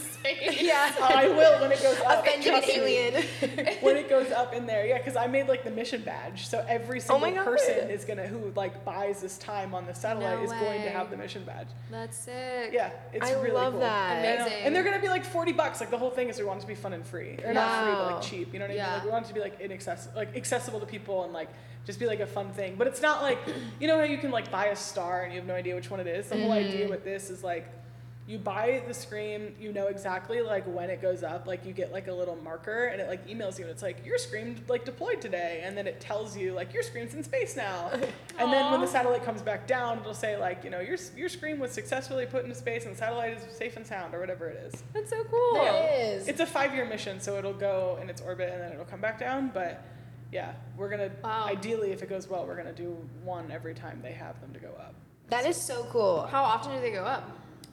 Speaker 2: space.
Speaker 1: yeah,
Speaker 3: I will when it goes up.
Speaker 1: offended an
Speaker 3: trust me.
Speaker 1: alien.
Speaker 3: when it goes up in there, yeah, because I made like the mission badge, so every single
Speaker 1: Oh my God.
Speaker 3: person is gonna who like buys this time on the satellite
Speaker 2: No
Speaker 3: is going
Speaker 2: way.
Speaker 3: to have the mission badge.
Speaker 2: That's sick.
Speaker 3: Yeah, it's
Speaker 1: I
Speaker 3: really
Speaker 1: love
Speaker 3: cool.
Speaker 1: that.
Speaker 3: I know.
Speaker 2: Amazing.
Speaker 3: And they're gonna be like forty bucks. Like the whole thing is we want it to be fun and free, or not free, but
Speaker 1: Wow.
Speaker 3: like cheap. You know what I mean?
Speaker 2: Yeah.
Speaker 3: Like we want it to be like inaccessible, like accessible to people, and like just be like a fun thing. But it's not like you know how you can like buy a star and you have no idea which one it is. The whole
Speaker 1: Mm-hmm.
Speaker 3: idea with this is like you buy the scream, you know exactly like when it goes up. Like you get like a little marker and it like emails you and it's like your scream like deployed today, and then it tells you like your scream's in space now. and then when
Speaker 2: Aw.
Speaker 3: the satellite comes back down, it'll say like you know your your scream was successfully put into space and the satellite is safe and sound or whatever it is.
Speaker 2: That's so cool.
Speaker 1: It is.
Speaker 3: It's a five year mission, so it'll go in its orbit and then it'll come back down. But yeah, we're gonna
Speaker 2: Wow.
Speaker 3: ideally if it goes well, we're gonna do one every time they have them to go up.
Speaker 1: That is so cool.
Speaker 2: How often do they go up?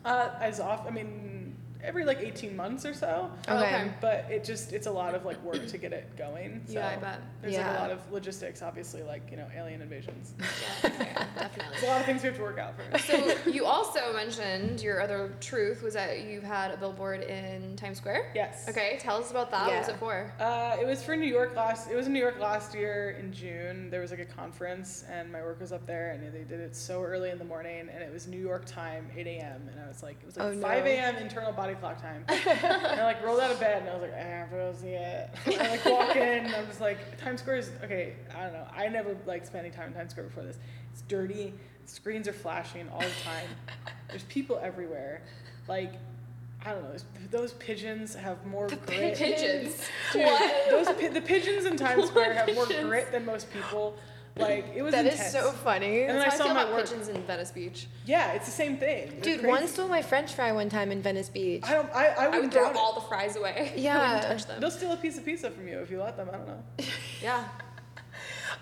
Speaker 3: Uh, as off, I mean every like eighteen months or so.
Speaker 1: Okay.
Speaker 2: Okay.
Speaker 3: But it just it's a lot of like work to get it going. So
Speaker 2: Yeah, I bet.
Speaker 3: There's like
Speaker 1: Yeah.
Speaker 3: a lot of logistics, obviously, like you know alien invasions.
Speaker 2: Yeah, definitely.
Speaker 3: There's a lot of things we have to work out first.
Speaker 2: So you also mentioned your other truth was that you had a billboard in Times Square.
Speaker 3: Yes.
Speaker 2: Okay, tell us about that. What was
Speaker 1: Yeah.
Speaker 2: it for?
Speaker 3: Uh, it was for New York last. It was in New York last year in June. There was like a conference, and my work was up there, and they did it so early in the morning, and it was New York time, 8 a.m. And I was like, it was like
Speaker 1: Oh, no.
Speaker 3: 5 a.m. internal body clock time. and I like rolled out of bed, and I was like, "Ah, I have to see it. And I like walk in, and I'm just like, Times Square is okay. I don't know. I never like spent any time in Times Square before this. It's dirty. Screens are flashing all the time. There's people everywhere. Like, I don't know. Those pigeons have more grit.
Speaker 2: Pigeons.
Speaker 3: Dude, those pi- the pigeons in Times Square have more grit than most people. Like it was
Speaker 1: That is
Speaker 3: intense.
Speaker 1: so funny.
Speaker 3: And then
Speaker 2: That's how
Speaker 3: I
Speaker 2: I
Speaker 3: saw
Speaker 2: feel
Speaker 3: my
Speaker 2: about
Speaker 3: work.
Speaker 2: pigeons in Venice Beach.
Speaker 3: Yeah, it's the same thing. It's
Speaker 1: Dude,
Speaker 3: crazy.
Speaker 1: one stole my French fry one time in Venice Beach.
Speaker 3: I don't. I, I
Speaker 2: I would
Speaker 3: wouldn't
Speaker 2: throw
Speaker 3: doubt
Speaker 2: all the fries away. I
Speaker 1: Yeah.
Speaker 2: wouldn't touch them.
Speaker 3: it. They'll steal a piece of pizza from you if you let them. I don't know.
Speaker 2: Yeah.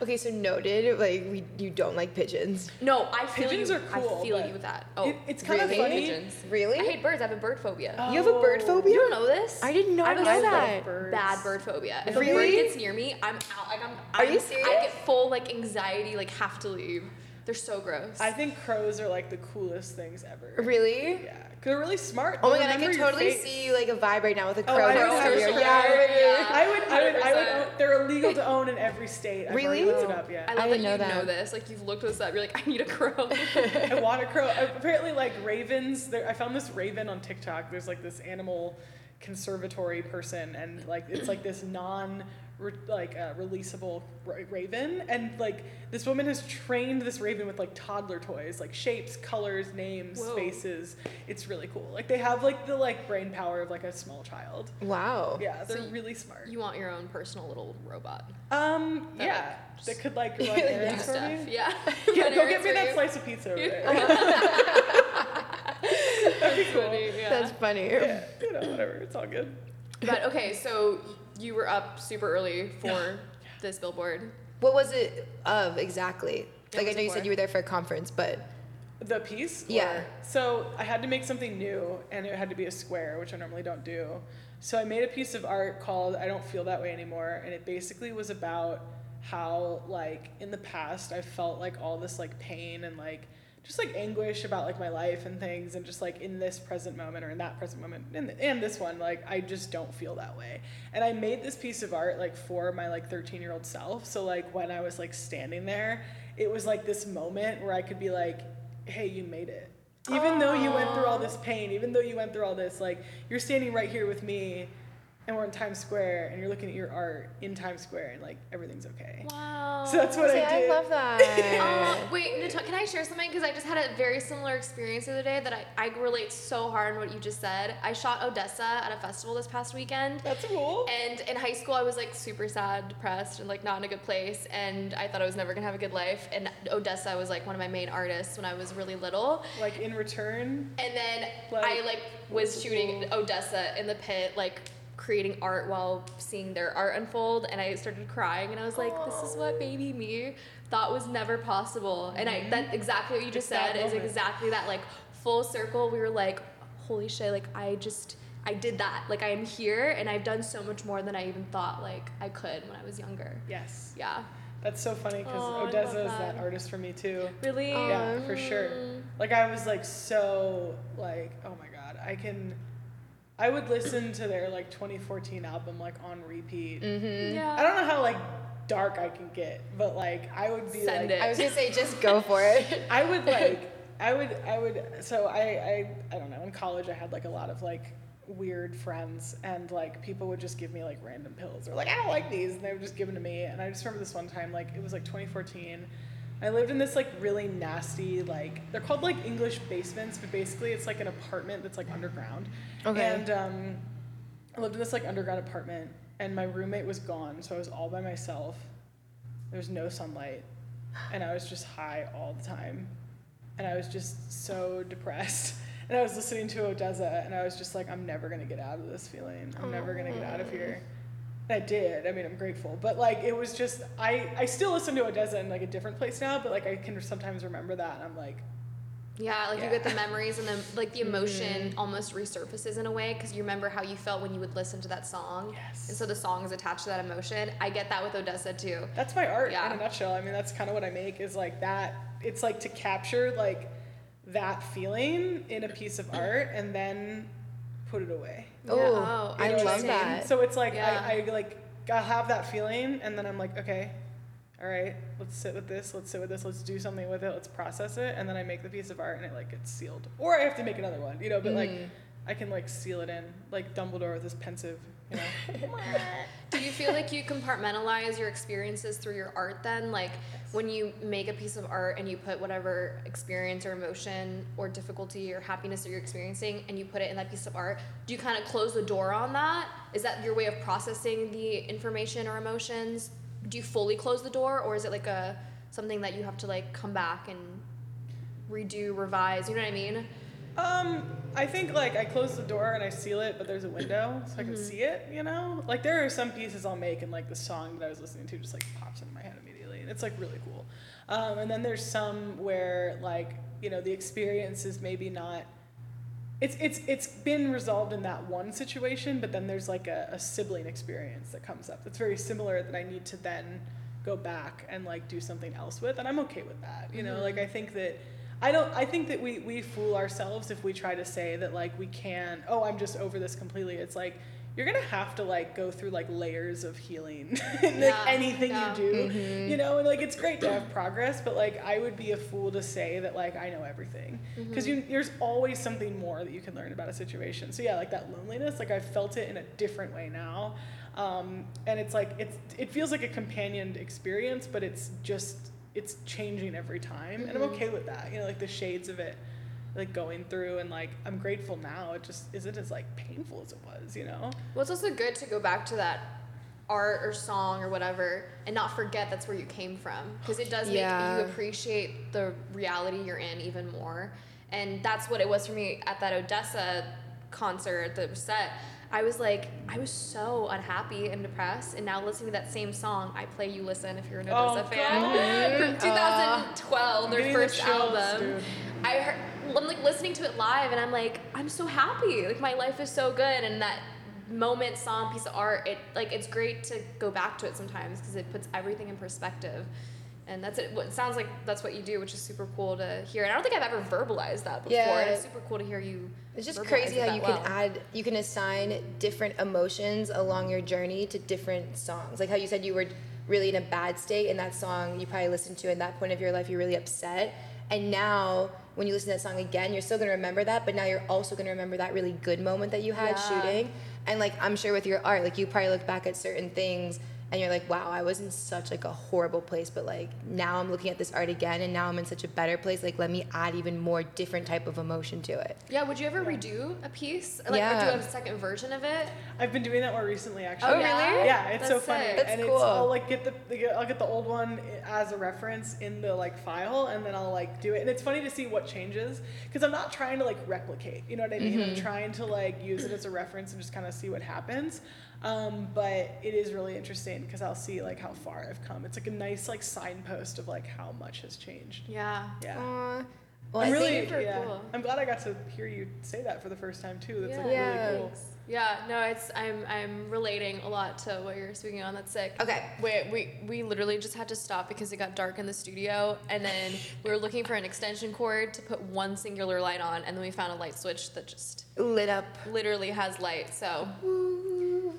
Speaker 1: Okay, so noted. Like we, you don't like pigeons.
Speaker 2: No, I feel
Speaker 3: Pigeons
Speaker 2: you.
Speaker 3: are cool,
Speaker 2: I feel
Speaker 3: but
Speaker 2: you with that. Oh,
Speaker 3: it- it's kinda
Speaker 2: really?
Speaker 3: funny.
Speaker 2: Pigeons.
Speaker 1: Really?
Speaker 2: I hate birds. I have a bird phobia.
Speaker 1: You have a bird
Speaker 3: Oh.
Speaker 1: phobia?
Speaker 2: You don't know this?
Speaker 1: I didn't know
Speaker 2: I
Speaker 1: about
Speaker 2: have
Speaker 1: that.
Speaker 3: birds.
Speaker 2: Bad bird phobia. If a bird
Speaker 1: Really?
Speaker 2: gets near me, I'm out. Like I'm.
Speaker 1: Are
Speaker 2: I'm-
Speaker 1: you serious?
Speaker 2: I get full like anxiety. Like have to leave. They're so gross.
Speaker 3: I think crows are like the coolest things ever.
Speaker 1: Really?
Speaker 3: Yeah, 'Cause they're really smart.
Speaker 1: Oh my
Speaker 3: They
Speaker 1: god, I
Speaker 3: remember
Speaker 1: can
Speaker 3: your
Speaker 1: totally
Speaker 3: face.
Speaker 1: see you like a vibe right now with a
Speaker 3: Oh,
Speaker 1: crow.
Speaker 3: I
Speaker 1: neck
Speaker 3: would have
Speaker 1: over your-
Speaker 3: a
Speaker 1: yeah, I would
Speaker 2: crow.
Speaker 1: be-
Speaker 2: Yeah.
Speaker 3: I would, I would, I would.
Speaker 2: 100%.
Speaker 3: own- They're illegal to own in every state. I've already
Speaker 1: Really?
Speaker 3: looked it up. Yeah.
Speaker 2: I love
Speaker 1: I
Speaker 2: that
Speaker 1: didn't
Speaker 2: you
Speaker 1: know that.
Speaker 2: know this. Like you've looked this up. You're like, I need a crow.
Speaker 3: I want a crow. Apparently, like ravens. There, I found this raven on TikTok. There's like this animal conservatory person, and like it's like this non re- like uh, releasable ra- raven, and like this woman has trained this raven with like toddler toys, like shapes, colors, names,
Speaker 2: Whoa.
Speaker 3: faces. It's really cool. Like they have like the like brain power of like a small child.
Speaker 1: Wow.
Speaker 3: Yeah, they're
Speaker 2: So you-
Speaker 3: really smart.
Speaker 2: you want your own personal little robot.
Speaker 3: um,
Speaker 2: That,
Speaker 3: yeah,
Speaker 2: like,
Speaker 3: that could like run errands for
Speaker 2: Stuff.
Speaker 3: me.
Speaker 2: Yeah.
Speaker 3: Yeah,
Speaker 2: Run
Speaker 3: go get
Speaker 2: errands
Speaker 3: me
Speaker 2: for
Speaker 3: that
Speaker 2: you.
Speaker 3: slice of pizza over there.
Speaker 2: That's funny. Yeah.
Speaker 1: That's funny.
Speaker 3: yeah, you know, whatever. It's all good.
Speaker 2: But okay, so you were up super early for this billboard.
Speaker 1: What was it of exactly?
Speaker 2: Yeah,
Speaker 1: Like I
Speaker 2: what's
Speaker 1: know
Speaker 2: it
Speaker 1: you
Speaker 2: for?
Speaker 1: said you were there for a conference, but
Speaker 3: The piece?
Speaker 1: Yeah.
Speaker 3: Or- so I had to make something new, and it had to be a square, which I normally don't do. So I made a piece of art called I Don't Feel That Way Anymore, and it basically was about how, like, in the past, I felt like all this, like, pain and, like, just like anguish about like my life and things and just like in this present moment or in that present moment and, and this one like i just don't feel that way and i made this piece of art like for my like 13 year old self so like when i was like standing there it was like this moment where i could be like hey you made it even though you went through all this pain even though you went through all this like you're standing right here with me and we're in times square and you're looking at your art in times square and like everything's okay
Speaker 2: Wow.
Speaker 3: so that's what
Speaker 1: See,
Speaker 3: i
Speaker 1: I
Speaker 3: did
Speaker 1: love that.
Speaker 2: Uh, wait, Nata- can I share something? Because I just had a very similar experience the other day that I, I relate so hard on what you just said. I shot Odessa at a festival this past weekend.
Speaker 3: that's cool
Speaker 2: And in high school, I was like super sad, depressed, and like not in a good place. And I thought I was never gonna have a good life. And Odessa was like one of my main artists when I was really little.
Speaker 3: like in return
Speaker 2: And then
Speaker 3: Like-
Speaker 2: I like was shooting Odessa in the pit, like creating art while seeing their art unfold. And I started crying, and I was like, "This is what baby me thought was never possible." And I that exactly what you just
Speaker 3: Mm-hmm. It's that
Speaker 2: said is
Speaker 3: moment.
Speaker 2: exactly that, like full circle. We were like, "Holy shit!" Like I just. I did that. Like I am here and I've done so much more than I even thought like I could when I was younger.
Speaker 3: yes
Speaker 2: Yeah.
Speaker 3: that's so funny because
Speaker 2: Aw, I love
Speaker 3: odessa is that
Speaker 2: that.
Speaker 3: artist for me too
Speaker 2: Really?
Speaker 3: yeah for sure like i was like so like oh my god i can i would listen to their like 2014 album like on repeat
Speaker 2: Yeah.
Speaker 3: i don't know how like dark i can get but like i would be
Speaker 2: Send
Speaker 3: like
Speaker 2: it.
Speaker 1: I was gonna say, just go for it.
Speaker 3: I would like I would I would so I, I I don't know in college I had like a lot of like weird friends and like people would just give me like random pills or like I don't like these and they would just give them to me and I just remember this one time like it was like 2014 I lived in this like really nasty like they're called like English basements but basically it's like an apartment that's like underground
Speaker 1: Okay.
Speaker 3: and um I lived in this like underground apartment and my roommate was gone so I was all by myself there was no sunlight and I was just high all the time. And I was just so depressed. And I was listening to Odessa and I was just like, I'm never gonna get out of this feeling. I'm never gonna get out of here. And I did. I mean, I'm grateful. But like, it was just, I, I still listen to Odessa in like a different place now, but like, I can sometimes remember that and I'm like,
Speaker 2: Yeah, like
Speaker 3: Yeah. Mm-hmm.
Speaker 2: you get the memories and the like the emotion almost resurfaces in a way because you remember how you felt when you would listen to that song.
Speaker 3: Yes.
Speaker 2: And so the song is attached to that emotion. I get that with Odessa too.
Speaker 3: that's my art
Speaker 2: Yeah.
Speaker 3: in a nutshell. I mean, that's kind of what I make is like that. It's like to capture like that feeling in a piece of art and then put it away.
Speaker 2: Yeah,
Speaker 1: Ooh,
Speaker 2: oh,
Speaker 1: I love
Speaker 2: interesting.
Speaker 1: that.
Speaker 3: So it's like
Speaker 2: Yeah.
Speaker 3: I, I like I have that feeling, and then I'm like, okay, all right, let's sit with this, let's sit with this, let's do something with it, let's process it, and then I make the piece of art, and it like gets sealed, or I have to make another one, you know. But like
Speaker 1: Mm-hmm.
Speaker 3: I can like seal it in, like Dumbledore with his pensive, you know.
Speaker 2: Do you feel like you compartmentalize your experiences through your art then? Like when you make a piece of art and you put whatever experience or emotion or difficulty or happiness that you're experiencing and you put it in that piece of art, do you kind of close the door on that? Is that your way of processing the information or emotions? Do you fully close the door or is it like a something that you have to like come back and redo, revise, you know what I mean?
Speaker 3: um, I think like I close the door and I seal it, but there's a window so I can see it, you know. Like there are some pieces I'll make, and like the song that I was listening to just like pops into my head immediately, and it's like really cool. Um, and then there's some where like you know the experience is maybe not. It's it's it's been resolved in that one situation, but then there's like a, a sibling experience that comes up that's very similar that I need to then go back and like do something else with, and I'm okay with that. You know, like I think that. I don't. I think that we we fool ourselves if we try to say that like we can. Oh, I'm just over this completely. It's like you're gonna have to like go through like layers of healing. like
Speaker 2: Yeah,
Speaker 3: anything
Speaker 2: yeah.
Speaker 3: you do, you know. And like it's great to have progress, but like I would be a fool to say that like I know everything
Speaker 2: Mm-hmm.
Speaker 3: because you there's always something more that you can learn about a situation. So yeah, like that loneliness. Like I felt it in a different way now, um, and it's like it's it feels like a companioned experience, but it's just it's changing every time and
Speaker 2: Mm-hmm.
Speaker 3: i'm okay with that you know like the shades of it like going through and like i'm grateful now it just isn't as like painful as it was you know
Speaker 2: Well, it's also good to go back to that art or song or whatever and not forget that's where you came from because it does make
Speaker 1: Yeah.
Speaker 2: you appreciate the reality you're in even more. And that's what it was for me at that Odessa concert, the set. I was like, I was so unhappy and depressed, and now listening to that same song, I play you listen if you're an
Speaker 3: Oh,
Speaker 2: Odessa fan from 2012,
Speaker 3: Give me
Speaker 2: their
Speaker 3: the
Speaker 2: first
Speaker 3: chills,
Speaker 2: album.
Speaker 3: dude.
Speaker 2: I heard, I'm like listening to it live, and I'm like, I'm so happy. Like my life is so good, and that moment, song, piece of art, it like it's great to go back to it sometimes because it puts everything in perspective. and that's it. What it sounds like that's what you do, which is super cool to hear. And I don't think I've ever verbalized that before.
Speaker 1: Yeah.
Speaker 2: And it's super cool to hear you.
Speaker 1: It's just
Speaker 2: verbalize
Speaker 1: crazy
Speaker 2: it
Speaker 1: how
Speaker 2: that
Speaker 1: you
Speaker 2: well.
Speaker 1: can add, you can assign different emotions along your journey to different songs. Like how you said you were really in a bad state, and that song you probably listened to in that point of your life, you're really upset. And now, when you listen to that song again, you're still gonna remember that, but now you're also gonna remember that really good moment that you had
Speaker 2: Yeah.
Speaker 1: shooting. And like I'm sure with your art, like you probably look back at certain things and you're like, wow, I was in such like a horrible place, but like now I'm looking at this art again, and now I'm in such a better place. Like let me add even more different type of emotion to it.
Speaker 2: Yeah. Would you ever redo a piece? Like,
Speaker 1: Yeah.
Speaker 2: or do a second version of it?
Speaker 3: I've been doing that more recently, actually.
Speaker 2: Oh, yeah? really?
Speaker 3: Yeah, it's so
Speaker 2: That's
Speaker 3: funny.
Speaker 2: sick.
Speaker 1: That's
Speaker 3: and
Speaker 1: cool.
Speaker 3: it's, I'll like get the the- get- I'll get the old one as a reference in the like file, and then I'll like do it. And it's funny to see what changes because I'm not trying to like replicate. You know what I mean?
Speaker 1: Mm-hmm.
Speaker 3: I'm trying to like use it as a reference and just kind of see what happens. Um, but it is really interesting because I'll see like how far I've come. It's like a nice like signpost of like how much has changed.
Speaker 2: Yeah.
Speaker 3: Yeah.
Speaker 1: Aw. Well,
Speaker 3: I'm
Speaker 1: I
Speaker 3: really
Speaker 1: think
Speaker 2: super
Speaker 3: yeah.
Speaker 2: cool.
Speaker 3: I'm glad I got to hear you say that for the first time too. That's like
Speaker 1: Yeah.
Speaker 3: really cool.
Speaker 2: Yeah, no, it's I'm I'm relating a lot to what you're speaking on. That's sick.
Speaker 1: Okay.
Speaker 2: Wait, we we literally just had to stop because it got dark in the studio, and then we were looking for an extension cord to put one singular light on, and then we found a light switch that just
Speaker 1: lit up.
Speaker 2: literally has light. So,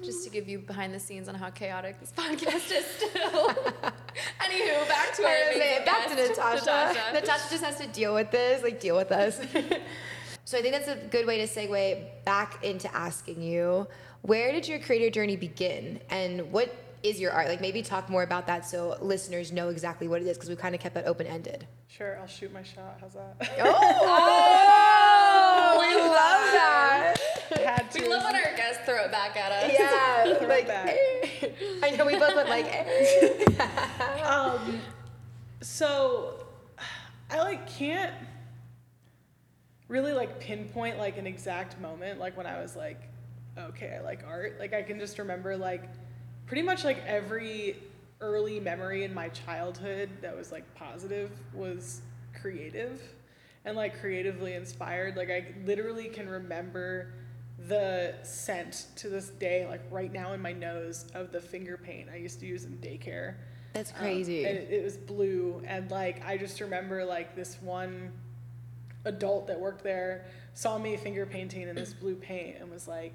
Speaker 2: just to give you behind the scenes on how chaotic this podcast is still. Anywho, back to our amazing
Speaker 1: back to
Speaker 2: guest,
Speaker 1: Natasha.
Speaker 2: Natasha.
Speaker 1: Natasha just has to deal with this, like deal with us. so I think that's a good way to segue back into asking you, where did your creator journey begin, and what is your art? Like maybe talk more about that so listeners know exactly what it is because we kind of kept that open ended.
Speaker 3: Sure, I'll shoot my shot. How's that?
Speaker 1: Oh,
Speaker 2: Oh,
Speaker 1: we love that.
Speaker 3: Had to.
Speaker 2: We love when our guests throw it back at us.
Speaker 1: Yeah, like
Speaker 3: Throwback.
Speaker 1: I know we both went like. eh.
Speaker 3: um, so I like can't really like pinpoint like an exact moment like when I was like okay I like art like I can just remember like pretty much like every early memory in my childhood that was like positive was creative and like creatively inspired like I literally can remember the scent to this day like right now in my nose of the finger paint I used to use in daycare
Speaker 1: That's
Speaker 3: um, and it, it was blue, and like I just remember like this one adult that worked there saw me finger painting in this blue paint and was like,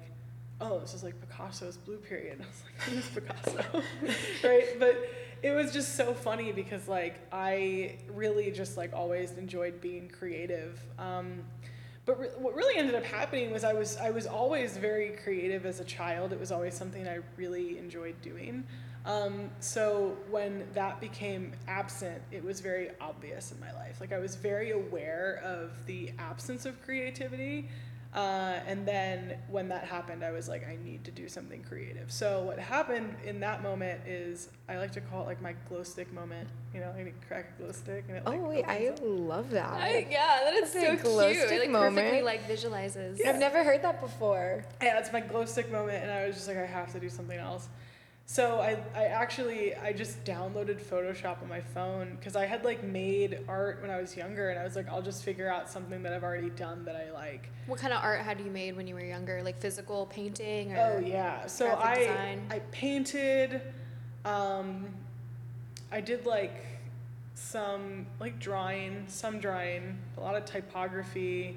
Speaker 3: "Oh, this is like Picasso's blue period." And I was like, "What is Picasso?" right? But it was just so funny because like I really just like always enjoyed being creative. Um, but re- what really ended up happening was I was I was always very creative as a child. It was always something I really enjoyed doing. Um, so when that became absent, it was very obvious in my life. Like I was very aware of the absence of creativity. Uh, and then when that happened, I was like, I need to do something creative. So what happened in that moment is I like to call it like my glow stick moment. You know, I crack a glow stick and it
Speaker 1: Oh
Speaker 3: like
Speaker 1: wait, I
Speaker 3: opens up.
Speaker 1: love that.
Speaker 2: I, yeah, that is
Speaker 1: That's a
Speaker 2: so
Speaker 1: glow
Speaker 2: cute.
Speaker 1: stick
Speaker 2: It like perfectly
Speaker 1: moment.
Speaker 2: like visualizes.
Speaker 1: I've never heard that before.
Speaker 3: yeah, it's my glow stick moment, and I was just like, I have to do something else. So I, I actually I just downloaded Photoshop on my phone because I had like made art when I was younger, and I was like, I'll just figure out something that I've already done that I like.
Speaker 2: What kind of art had you made when you were younger? Like physical painting or
Speaker 3: Oh yeah. So I
Speaker 2: graphic design.
Speaker 3: I painted, um, I did like some like drawing, some drawing, a lot of typography,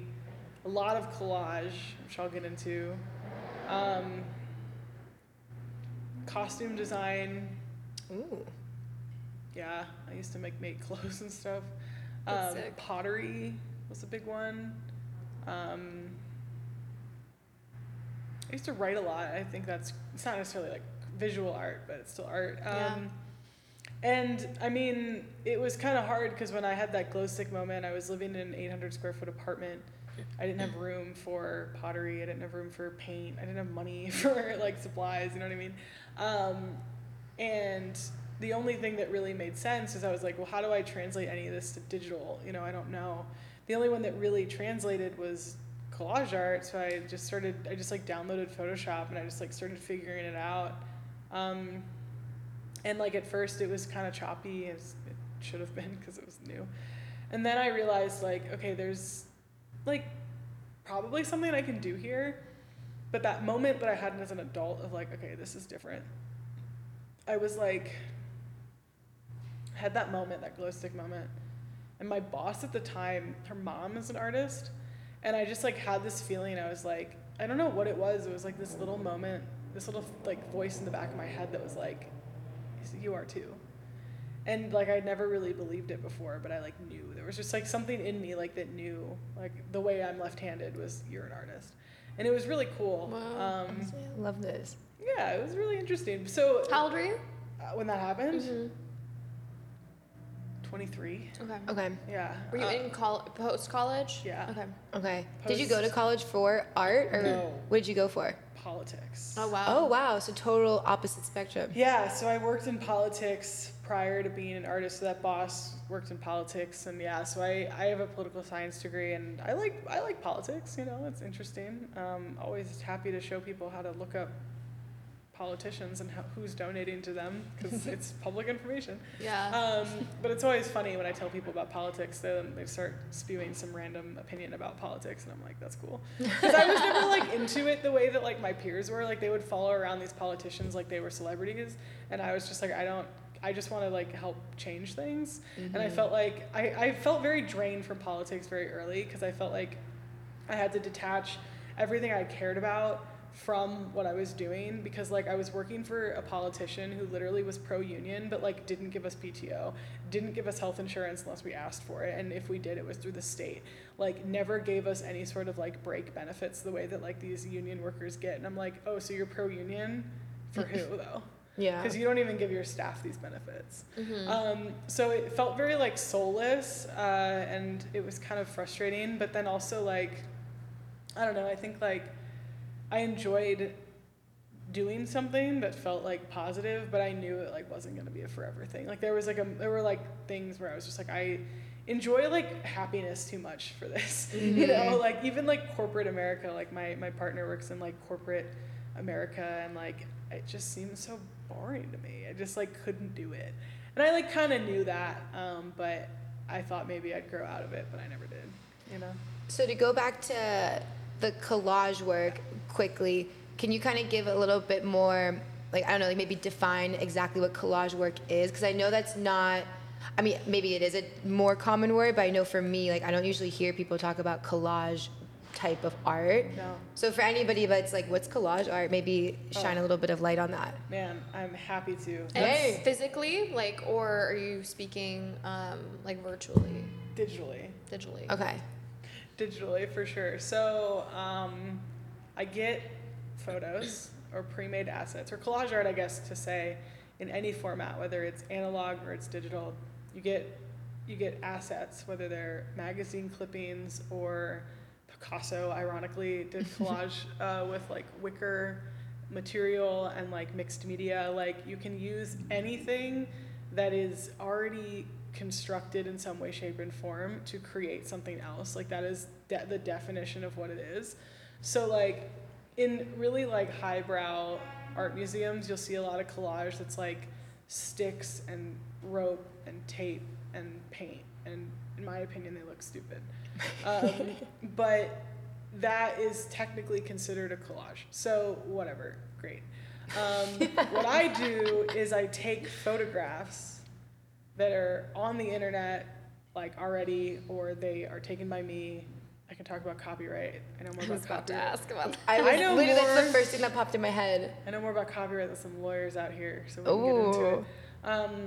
Speaker 3: a lot of collage, which I'll get into. Um, costume design.
Speaker 1: Ooh.
Speaker 3: Yeah, I used to make make clothes and stuff.
Speaker 2: That's
Speaker 3: Um,
Speaker 2: sick.
Speaker 3: pottery was a big one. Um, I used to write a lot. I think that's it's not necessarily like visual art, but it's still art. Um,
Speaker 2: Yeah.
Speaker 3: And I mean, it was kind of hard because when I had that glow stick moment, I was living in an 800 square foot apartment. I didn't have room for pottery. I didn't have room for paint. I didn't have money for like supplies. You know what I mean? Um, and the only thing that really made sense is I was like, well, how do I translate any of this to digital? You know, I don't know. The only one that really translated was collage art. So I just started, I just like downloaded Photoshop and I just like started figuring it out. Um, and like at first it was kind of choppy as it should have been because it was new. And then I realized like, okay, there's like probably something I can do here. But that moment that I had as an adult of like, okay, this is different. I was like, had that moment, that glow stick moment. And my boss at the time, her mom is an artist, and I just like had this feeling. I was like, I don't know what it was. It was like this little moment, this little like voice in the back of my head that was like, "You are too." And like I never really believed it before, but I like knew there was just like something in me like that knew like the way I'm left-handed was you're an artist, and it was really cool.
Speaker 2: Wow.
Speaker 3: Um,
Speaker 1: I Mm-hmm. love this.
Speaker 3: yeah, it was really interesting. So
Speaker 2: How old were you?
Speaker 3: uh, when that happened,
Speaker 1: Mm-hmm.
Speaker 3: 23.
Speaker 2: Okay.
Speaker 1: Okay.
Speaker 3: Yeah.
Speaker 2: Were you
Speaker 3: uh,
Speaker 2: in col- post college?
Speaker 3: Yeah.
Speaker 2: Okay.
Speaker 1: Okay. Did you go to
Speaker 3: Post-
Speaker 1: college for art or
Speaker 3: No.
Speaker 1: what did you go for?
Speaker 3: politics?
Speaker 2: Oh wow.
Speaker 1: Oh wow, so total opposite spectrum.
Speaker 3: Yeah, so I worked in politics prior to being an artist. So that boss worked in politics, and yeah, so I, I have a political science degree, and I like I like politics. You know, it's interesting. Um, always happy to show people how to look up politicians and how, who's donating to them because it's public information.
Speaker 2: Yeah.
Speaker 3: Um, but it's always funny when I tell people about politics, then they start spewing some random opinion about politics, and I'm like, that's cool. Because I was never like into it the way that like my peers were. Like they would follow around these politicians like they were celebrities, and I was just like, I don't. I just want to like help change things, and I felt like I, I felt very drained from politics very early because I felt like I had to detach everything I cared about from what I was doing because like I was working for a politician who literally was pro union but like didn't give us PTO, didn't give us health insurance unless we asked for it and if we did it was through the state. Like never gave us any sort of like break benefits the way that like these union workers get and I'm like, "Oh, so you're pro union for who though?"
Speaker 1: Yeah.
Speaker 3: because you don't even give your staff these benefits. Um, so it felt very like soulless, uh, and it was kind of frustrating. But then also like, I don't know. I think like I enjoyed doing something that felt like positive, but I knew it like wasn't gonna be a forever thing. Like there was like a there were like things where I was just like I enjoy like happiness too much for this. You know, like even like corporate America, like my my partner works in like corporate America and like it just seemed so boring to me. I just like couldn't do it. And I like kind of knew that, um, but I thought maybe I'd grow out of it, but I never did. You know?
Speaker 1: So to go back to the collage work quickly, can you kind of give a little bit more, like I don't know, like maybe define exactly what collage work is? Because I know that's not. I mean, maybe it is a more common word, but I know for me, like I don't usually hear people talk about collage type of art.
Speaker 3: No.
Speaker 1: So for anybody that's like, what's collage art? Maybe shine a
Speaker 3: Oh.
Speaker 1: little bit of light on that.
Speaker 3: Man, I'm happy to.
Speaker 2: And
Speaker 1: Hey.
Speaker 2: physically, like, or are you speaking um, like virtually,
Speaker 3: Digitally.
Speaker 2: digitally?
Speaker 1: Okay.
Speaker 3: digitally for sure. So um, I get photos or pre-made assets or collage art, I guess to say, in any format, whether it's analog or it's digital. You get you get assets, whether they're magazine clippings or Picasso. Ironically, did collage uh, with like wicker material and like mixed media. Like you can use anything that is already constructed in some way, shape, and form to create something else. Like that is de- the definition of what it is. So like in really like highbrow art museums, you'll see a lot of collage that's like sticks and rope and tape and paint. And in my opinion, they look stupid. Um, but that is technically considered a collage. So whatever, great. Um, what I do is I take photographs that are on the internet, like already, or they are taken by me. I can talk about copyright. I know more
Speaker 2: I
Speaker 3: about
Speaker 2: was about to
Speaker 3: copyright.
Speaker 2: ask about that.
Speaker 1: I was
Speaker 3: know
Speaker 1: literally that's the
Speaker 3: more-
Speaker 1: first thing that popped in my head.
Speaker 3: I know more about copyright than some lawyers out here, so we can get into it. Um,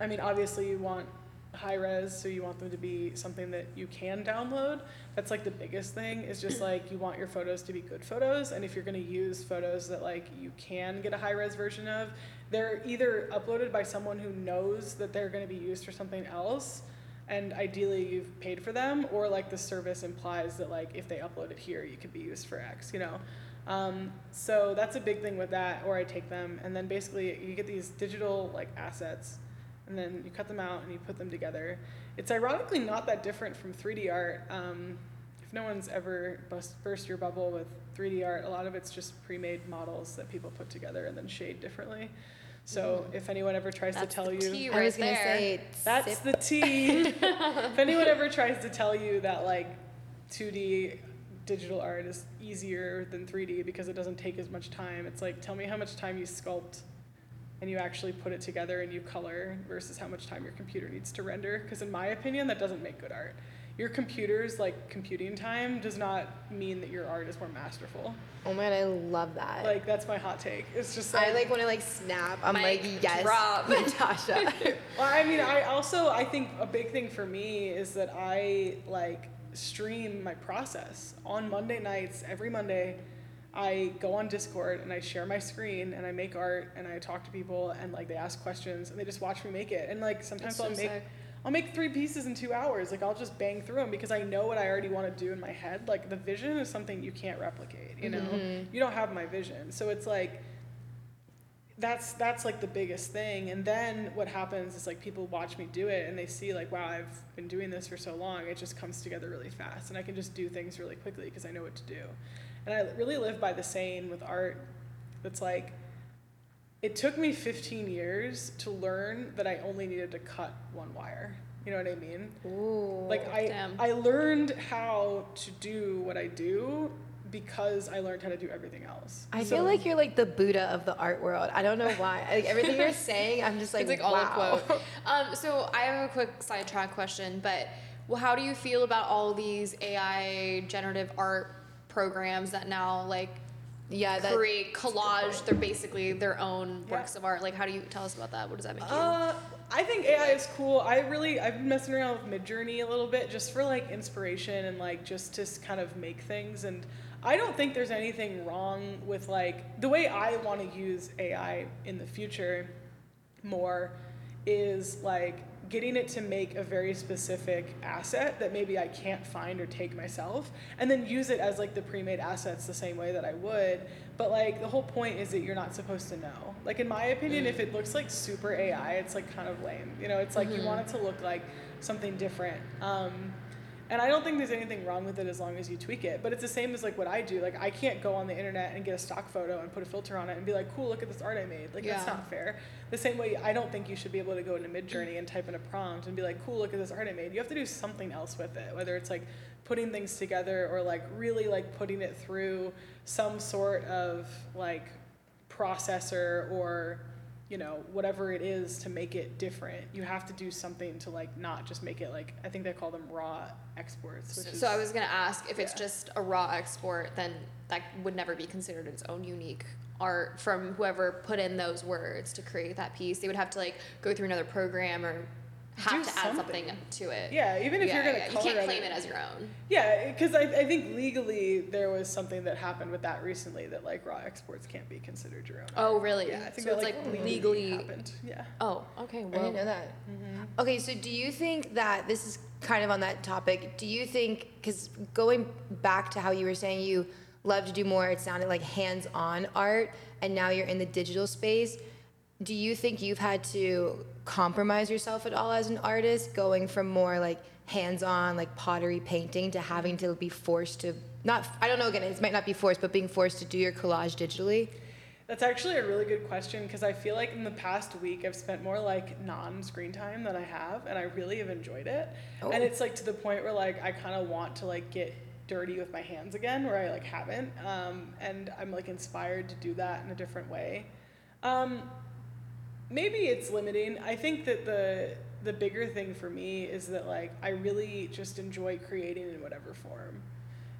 Speaker 3: I mean, obviously, you want high res, so you want them to be something that you can download. That's like the biggest thing is just like you want your photos to be good photos, and if you're going to use photos that like you can get a high res version of, they're either uploaded by someone who knows that they're going to be used for something else. And ideally, you've paid for them, or like the service implies that like if they upload it here, you could be used for X, you know. Um, so that's a big thing with that, or I take them, and then basically you get these digital like assets, and then you cut them out and you put them together. It's ironically not that different from 3D art. Um, if no one's ever bust, burst your bubble with 3D art, a lot of it's just pre-made models that people put together and then shade differently. So if anyone ever tries
Speaker 2: Mm-hmm. That's
Speaker 3: to tell
Speaker 2: the
Speaker 3: you,
Speaker 2: tea
Speaker 1: I
Speaker 2: right
Speaker 1: was gonna
Speaker 2: there.
Speaker 1: say
Speaker 3: that's
Speaker 1: sip-
Speaker 3: the T. if anyone ever tries to tell you that like 2D digital art is easier than 3D because it doesn't take as much time, it's like tell me how much time you sculpt and you actually put it together and you color versus how much time your computer needs to render. Because in my opinion, that doesn't make good art. Your computer's like computing time does not mean that your art is more masterful.
Speaker 1: Oh my god, I love that.
Speaker 3: Like that's my hot take. It's just like,
Speaker 1: I like want to like snap. I'm
Speaker 2: Mic
Speaker 1: like yes,
Speaker 2: drop.
Speaker 1: Natasha.
Speaker 3: Well, I mean, I also I think a big thing for me is that I like stream my process on Monday nights. Every Monday, I go on Discord and I share my screen and I make art and I talk to people and like they ask questions and they just watch me make it. And like sometimes
Speaker 2: That's so
Speaker 3: I'll make
Speaker 2: sick.
Speaker 3: I'll make three pieces in two hours. Like I'll just bang through them because I know what I already want to do in my head. Like the vision is something you can't replicate. You know, you don't have my vision, so it's like that's that's like the biggest thing and then what happens is like people watch me do it and they see like wow i've been doing this for so long it just comes together really fast and i can just do things really quickly because i know what to do and i really live by the saying with art that's like it took me 15 years to learn that i only needed to cut one wire you know what i mean
Speaker 1: Ooh.
Speaker 3: like I
Speaker 2: Oh, damn.
Speaker 3: I learned how to do what I do because I learned how to do everything else.
Speaker 1: I
Speaker 3: So-
Speaker 1: feel like you're like the Buddha of the art world. I don't know why. Like, everything you're saying, I'm just like,
Speaker 2: it's like all
Speaker 1: wow.
Speaker 2: a quote. Um, so I have a quick sidetrack question, but well, how do you feel about all these AI generative art programs that now like
Speaker 1: Yeah, that
Speaker 2: create collage? They're basically their own
Speaker 3: Yeah.
Speaker 2: works of art. Like, how do you tell us about that? What does that make you?
Speaker 3: Uh, I think AI is cool. I really I've been messing around with Midjourney a little bit just for like inspiration and like just to s- kind of make things. And I don't think there's anything wrong with like the way I want to use AI in the future more is like getting it to make a very specific asset that maybe I can't find or take myself and then use it as like the pre-made assets the same way that I would but like the whole point is that you're not supposed to know like in my opinion if it looks like super AI it's like kind of lame you know it's like you want it to look like something different um and I don't think there's anything wrong with it as long as you tweak it. But it's the same as like what I do. Like I can't go on the internet and get a stock photo and put a filter on it and be like, "Cool, look at this art I made." Like that's
Speaker 2: Yeah.
Speaker 3: not fair. The same way I don't think you should be able to go into Midjourney and type in a prompt and be like, "Cool, look at this art I made." You have to do something else with it, whether it's like putting things together or like really like putting it through some sort of like processor or you know whatever it is to make it different you have to do something to like not just make it like i think they call them raw exports which is,
Speaker 2: So I was gonna ask if it's
Speaker 3: Yeah.
Speaker 2: just a raw export, then that would never be considered its own unique art from whoever put in those words to create that piece. They would have to like go through another program or have
Speaker 3: Do
Speaker 2: to add something
Speaker 3: something.
Speaker 2: to it.
Speaker 3: yeah even if
Speaker 2: Yeah,
Speaker 3: you're gonna
Speaker 2: yeah. you
Speaker 3: color
Speaker 2: can't
Speaker 3: on
Speaker 2: claim it as your own.
Speaker 3: yeah because I, I think legally there was something that happened with that recently that like raw exports can't be considered your own
Speaker 2: Oh, really?
Speaker 3: yeah i think
Speaker 2: so
Speaker 3: that
Speaker 2: it's
Speaker 3: like, legally happened yeah
Speaker 2: Oh, okay.
Speaker 1: I didn't know
Speaker 2: Well,
Speaker 1: that. Okay, so do you think that this is kind of on that topic? Do you think because going back to how you were saying you love to do more, it sounded like hands-on art, and now you're in the digital space. Do you think you've had to compromise yourself at all as an artist, going from more like hands-on, like pottery painting, to having to be forced to not? I don't know. Again, it might not be forced, but being forced to do your collage digitally.
Speaker 3: That's actually a really good question because I feel like in the past week I've spent more like non screen time than I have, and I really have enjoyed it. And
Speaker 1: Oh.
Speaker 3: it's like to the point where like I kind of want to like get dirty with my hands again, where I like haven't, um, and I'm like inspired to do that in a different way. Um, maybe it's limiting. I think that the the bigger thing for me is that like I really just enjoy creating in whatever form.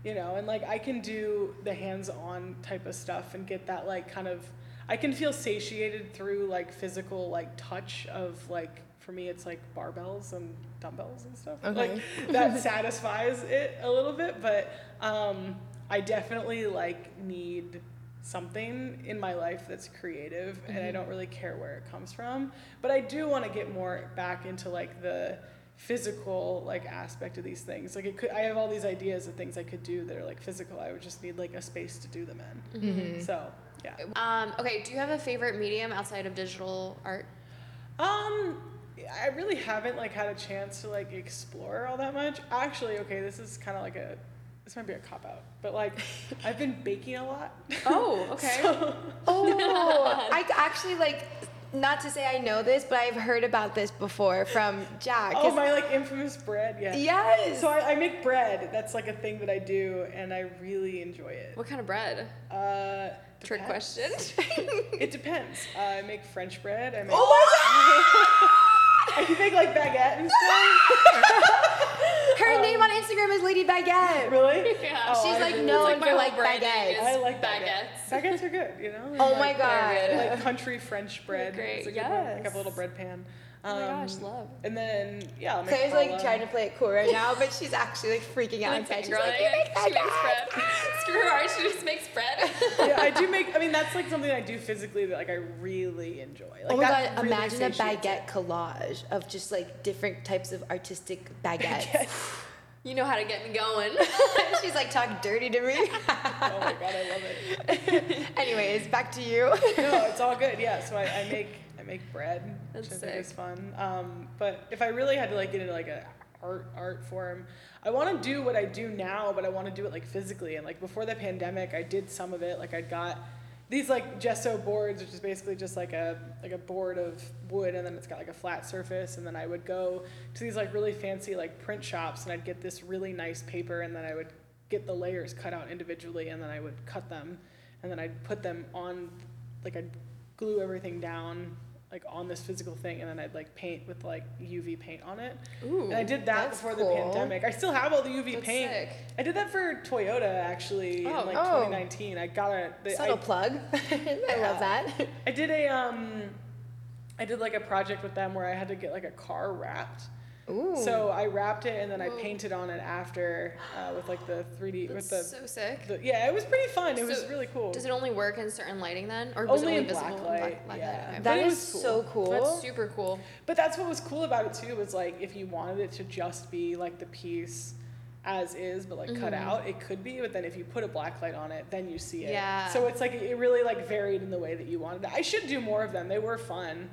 Speaker 3: You know, and like I can do the hands-on type of stuff and get that like kind of I can feel satiated through like physical like touch of like for me it's like barbells and dumbbells and stuff.
Speaker 1: Okay.
Speaker 3: Like that satisfies it a little bit, but um I definitely like need something in my life that's creative and I don't really care where it comes from. But I do want to get more back into like the physical like aspect of these things. Like it could I have all these ideas of things I could do that are like physical. I would just need like a space to do them in. So yeah.
Speaker 2: um, okay. Do you have a favorite medium outside of digital art?
Speaker 3: Um, I really haven't like had a chance to like explore all that much. Actually, okay, this is kind of like a this might be a cop out, but like I've been baking a lot.
Speaker 2: Oh, okay.
Speaker 3: So-
Speaker 1: Oh, I actually like. Not to say I know this, but I've heard about this before from Jack.
Speaker 3: oh my like infamous bread, yeah.
Speaker 1: Yes.
Speaker 3: So I, I make bread. That's like a thing that I do, and I really enjoy it.
Speaker 2: What kind of bread?
Speaker 3: Uh,
Speaker 2: Trick question.
Speaker 3: It depends. Uh, I make French bread. I make,
Speaker 1: Oh
Speaker 3: I make like baguette and stuff.
Speaker 1: Her name on Instagram is Lady Baguette.
Speaker 3: Um, Really?
Speaker 2: Yeah.
Speaker 3: Oh,
Speaker 1: She's
Speaker 3: I
Speaker 1: like
Speaker 3: really
Speaker 1: known
Speaker 2: my
Speaker 1: for
Speaker 2: whole
Speaker 1: like
Speaker 2: brand
Speaker 1: baguettes.
Speaker 2: is-
Speaker 3: I like
Speaker 2: baguettes.
Speaker 3: baguettes. Baguettes are good, you know.
Speaker 1: Oh my
Speaker 3: Like- uh,
Speaker 1: god.
Speaker 3: Like country French bread.
Speaker 2: Great,
Speaker 3: It's a good one. Like
Speaker 2: yes.
Speaker 3: a little bread pan.
Speaker 2: Oh
Speaker 3: Um,
Speaker 2: my gosh, love.
Speaker 3: And then yeah, I'll make
Speaker 1: Claire's like
Speaker 3: challah.
Speaker 1: trying to play it cool right now, but she's actually like freaking out
Speaker 2: Like,
Speaker 1: inside. She's
Speaker 2: girl,
Speaker 1: like, you
Speaker 2: yeah,
Speaker 1: make
Speaker 2: she makes
Speaker 1: baguettes.
Speaker 2: bread. Screw her, she just makes bread.
Speaker 3: yeah, I do make. I mean, that's like something I do physically that like I really enjoy. Like,
Speaker 1: Oh my
Speaker 3: that
Speaker 1: god,
Speaker 3: really
Speaker 1: imagine a
Speaker 3: satiates
Speaker 1: baguette
Speaker 3: it.
Speaker 1: collage of just like different types of artistic baguettes.
Speaker 2: You know how to get me going.
Speaker 1: She's like, talk dirty to me.
Speaker 3: Oh my god, I love it.
Speaker 1: Anyways, back to you.
Speaker 3: No, it's all good. Yeah, so I, I make I make bread,
Speaker 2: That's
Speaker 3: which I think is fun. Um, but if I really had to like get into like a art art form, I want to do what I do now, but I want to do it like physically. And like before the pandemic, I did some of it. Like I got these like gesso boards, which is basically just like a like a board of wood, and then it's got like a flat surface. And then I would go to these like really fancy like print shops, and I'd get this really nice paper, and then I would get the layers cut out individually, and then I would cut them, and then I'd put them on, like I'd glue everything down like on this physical thing and then I'd like paint with like UV paint on it.
Speaker 2: Ooh.
Speaker 3: and I did that
Speaker 1: that's
Speaker 3: before
Speaker 1: cool.
Speaker 3: the pandemic. I still have all the UV
Speaker 2: That's
Speaker 3: paint.
Speaker 2: sick.
Speaker 3: I did that for Toyota actually
Speaker 2: Oh.
Speaker 3: in like
Speaker 1: Oh.
Speaker 3: 2019. I got a they,
Speaker 1: Subtle
Speaker 3: I,
Speaker 1: plug. I love that.
Speaker 3: I did a um I did like a project with them where I had to get like a car wrapped.
Speaker 1: Ooh.
Speaker 3: So I wrapped it and then I
Speaker 2: Whoa.
Speaker 3: painted on it after uh, with like the 3D
Speaker 2: That's
Speaker 3: with the,
Speaker 2: so sick.
Speaker 3: the yeah, it was pretty fun. It was
Speaker 2: So,
Speaker 3: really cool.
Speaker 2: Does it only work in certain lighting then, or was it
Speaker 3: Only
Speaker 2: only
Speaker 3: in
Speaker 2: visible in
Speaker 3: black light, yeah.
Speaker 2: okay.
Speaker 1: that
Speaker 3: it
Speaker 1: is
Speaker 3: was cool.
Speaker 1: so cool.
Speaker 2: That's super cool.
Speaker 3: But that's what was cool about it too was like if you wanted it to just be like the piece as is but like cut
Speaker 2: Mm-hmm.
Speaker 3: out, it could be. But then if you put a black light on it, then you see it.
Speaker 2: Yeah.
Speaker 3: So it's like it really like varied in the way that you wanted. it. I should do more of them. They were fun.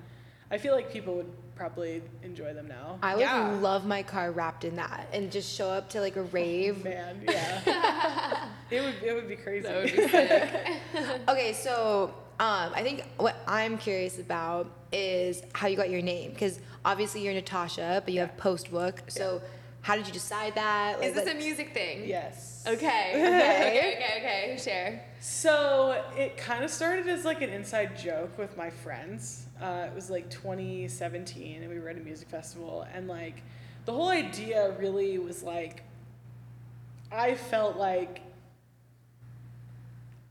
Speaker 3: I feel like people would probably enjoy them now.
Speaker 1: I would
Speaker 2: Yeah.
Speaker 1: love my car wrapped in that and just show up to like a rave.
Speaker 3: Man, yeah. it would it would be crazy.
Speaker 2: That would be sick.
Speaker 1: Okay, so um, I think what I'm curious about is how you got your name because obviously you're Natasha, but you have Post Book. So how did you decide that?
Speaker 2: Is this
Speaker 1: what-
Speaker 2: a music thing?
Speaker 3: yes.
Speaker 2: Okay. Okay. okay. Okay. Okay. Share.
Speaker 3: So it kind of started as like an inside joke with my friends. Uh, it was like 2017, and we were at a music festival, and like the whole idea really was like I felt like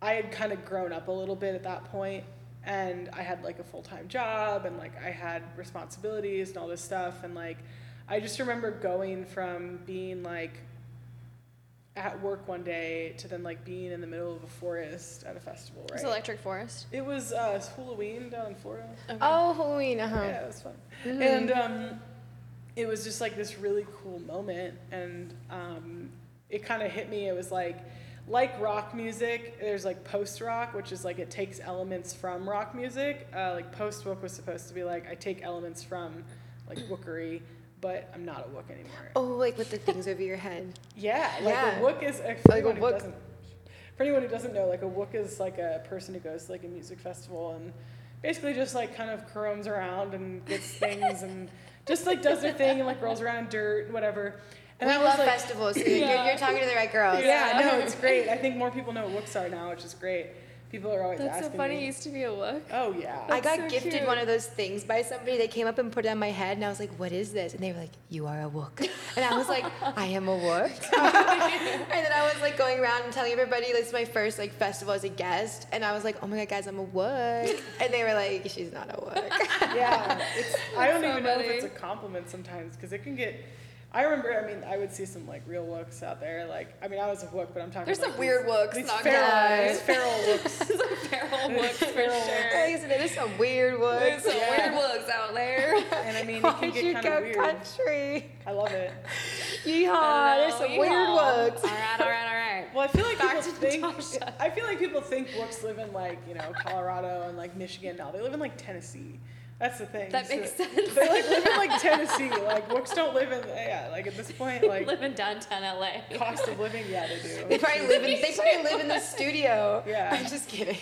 Speaker 3: I had kind of grown up a little bit at that point, and I had like a full time job, and like I had responsibilities and all this stuff, and like I just remember going from being like at work one day to then like being in the middle of a forest at a festival, right?
Speaker 2: It's Electric Forest.
Speaker 3: It was uh, Halloween down in Florida.
Speaker 1: Oh, Halloween. Uh-huh.
Speaker 3: Yeah, it was fun. And um, it was just like this really cool moment, and um, it kind of hit me. It was like, like rock music, there's like post rock, which is like it takes elements from rock music. Uh, like post wook was supposed to be like I take elements from like wookery, but I'm not a wook anymore.
Speaker 1: Oh, like with the things over your head.
Speaker 3: Yeah, like
Speaker 1: Yeah.
Speaker 3: a wook is uh, for
Speaker 1: a
Speaker 3: anyone who
Speaker 1: wook.
Speaker 3: doesn't for anyone who doesn't know, like a wook is like a person who goes to like a music festival and basically just like kind of caroms around and gets things and just like does their thing and like rolls around in dirt and whatever. And
Speaker 1: we
Speaker 3: I
Speaker 1: love
Speaker 3: was like,
Speaker 1: festivals. So you're,
Speaker 3: Yeah.
Speaker 1: you're, you're talking to the right girls.
Speaker 3: yeah, no, it's great. I think more people know what wooks are now, which is great. People are always
Speaker 2: That's so
Speaker 3: asking
Speaker 2: funny.
Speaker 3: me.
Speaker 2: It used to be a look.
Speaker 3: Oh yeah.
Speaker 1: I got
Speaker 2: so
Speaker 1: gifted
Speaker 2: cute.
Speaker 1: one of those things by somebody. They came up and put it on my head, and I was like, "What is this?" And they were like, "You are a wook," and I was like, "I am a wook." and then I was like going around and telling everybody, "This is my first like festival as a guest," and I was like, "Oh my god, guys, I'm a wook," and they were like, "She's not a wook."
Speaker 3: yeah, it's, I don't
Speaker 2: so
Speaker 3: even know if
Speaker 2: funny.
Speaker 3: it's a compliment sometimes because it can get. I remember, I mean, I would see some like real looks out there. Like, I mean, I was a wook, but I'm talking.
Speaker 2: There's
Speaker 3: like,
Speaker 2: some weird looks,
Speaker 3: These
Speaker 2: not
Speaker 3: feral,
Speaker 1: gonna lie.
Speaker 3: these feral looks.
Speaker 2: Some feral looks for
Speaker 3: Feral looks.
Speaker 2: sure.
Speaker 1: Like, There's some weird
Speaker 2: There's
Speaker 1: wooks.
Speaker 2: some
Speaker 3: Yeah.
Speaker 2: weird looks out there.
Speaker 3: And I mean, it can
Speaker 1: Why'd you
Speaker 3: get kind
Speaker 1: go
Speaker 3: of weird.
Speaker 1: country?
Speaker 3: I love it.
Speaker 1: Yeehaw! Ah, There's some weird
Speaker 2: looks.
Speaker 1: wooks.
Speaker 2: All right. All right. All right.
Speaker 3: Well, I feel like
Speaker 2: Back
Speaker 3: people
Speaker 2: to
Speaker 3: think.
Speaker 2: Natasha.
Speaker 3: I feel like people think wooks live in like you know Colorado and like Michigan. No, they live in like Tennessee. That's the thing.
Speaker 2: That
Speaker 3: So
Speaker 2: makes sense.
Speaker 3: They like live in like Tennessee. Like wooks don't live in yeah. Like at this point, like
Speaker 2: Live in downtown LA.
Speaker 3: cost of living, yeah, they do.
Speaker 1: They probably live in. They probably live in the studio.
Speaker 3: Yeah.
Speaker 1: I'm just kidding.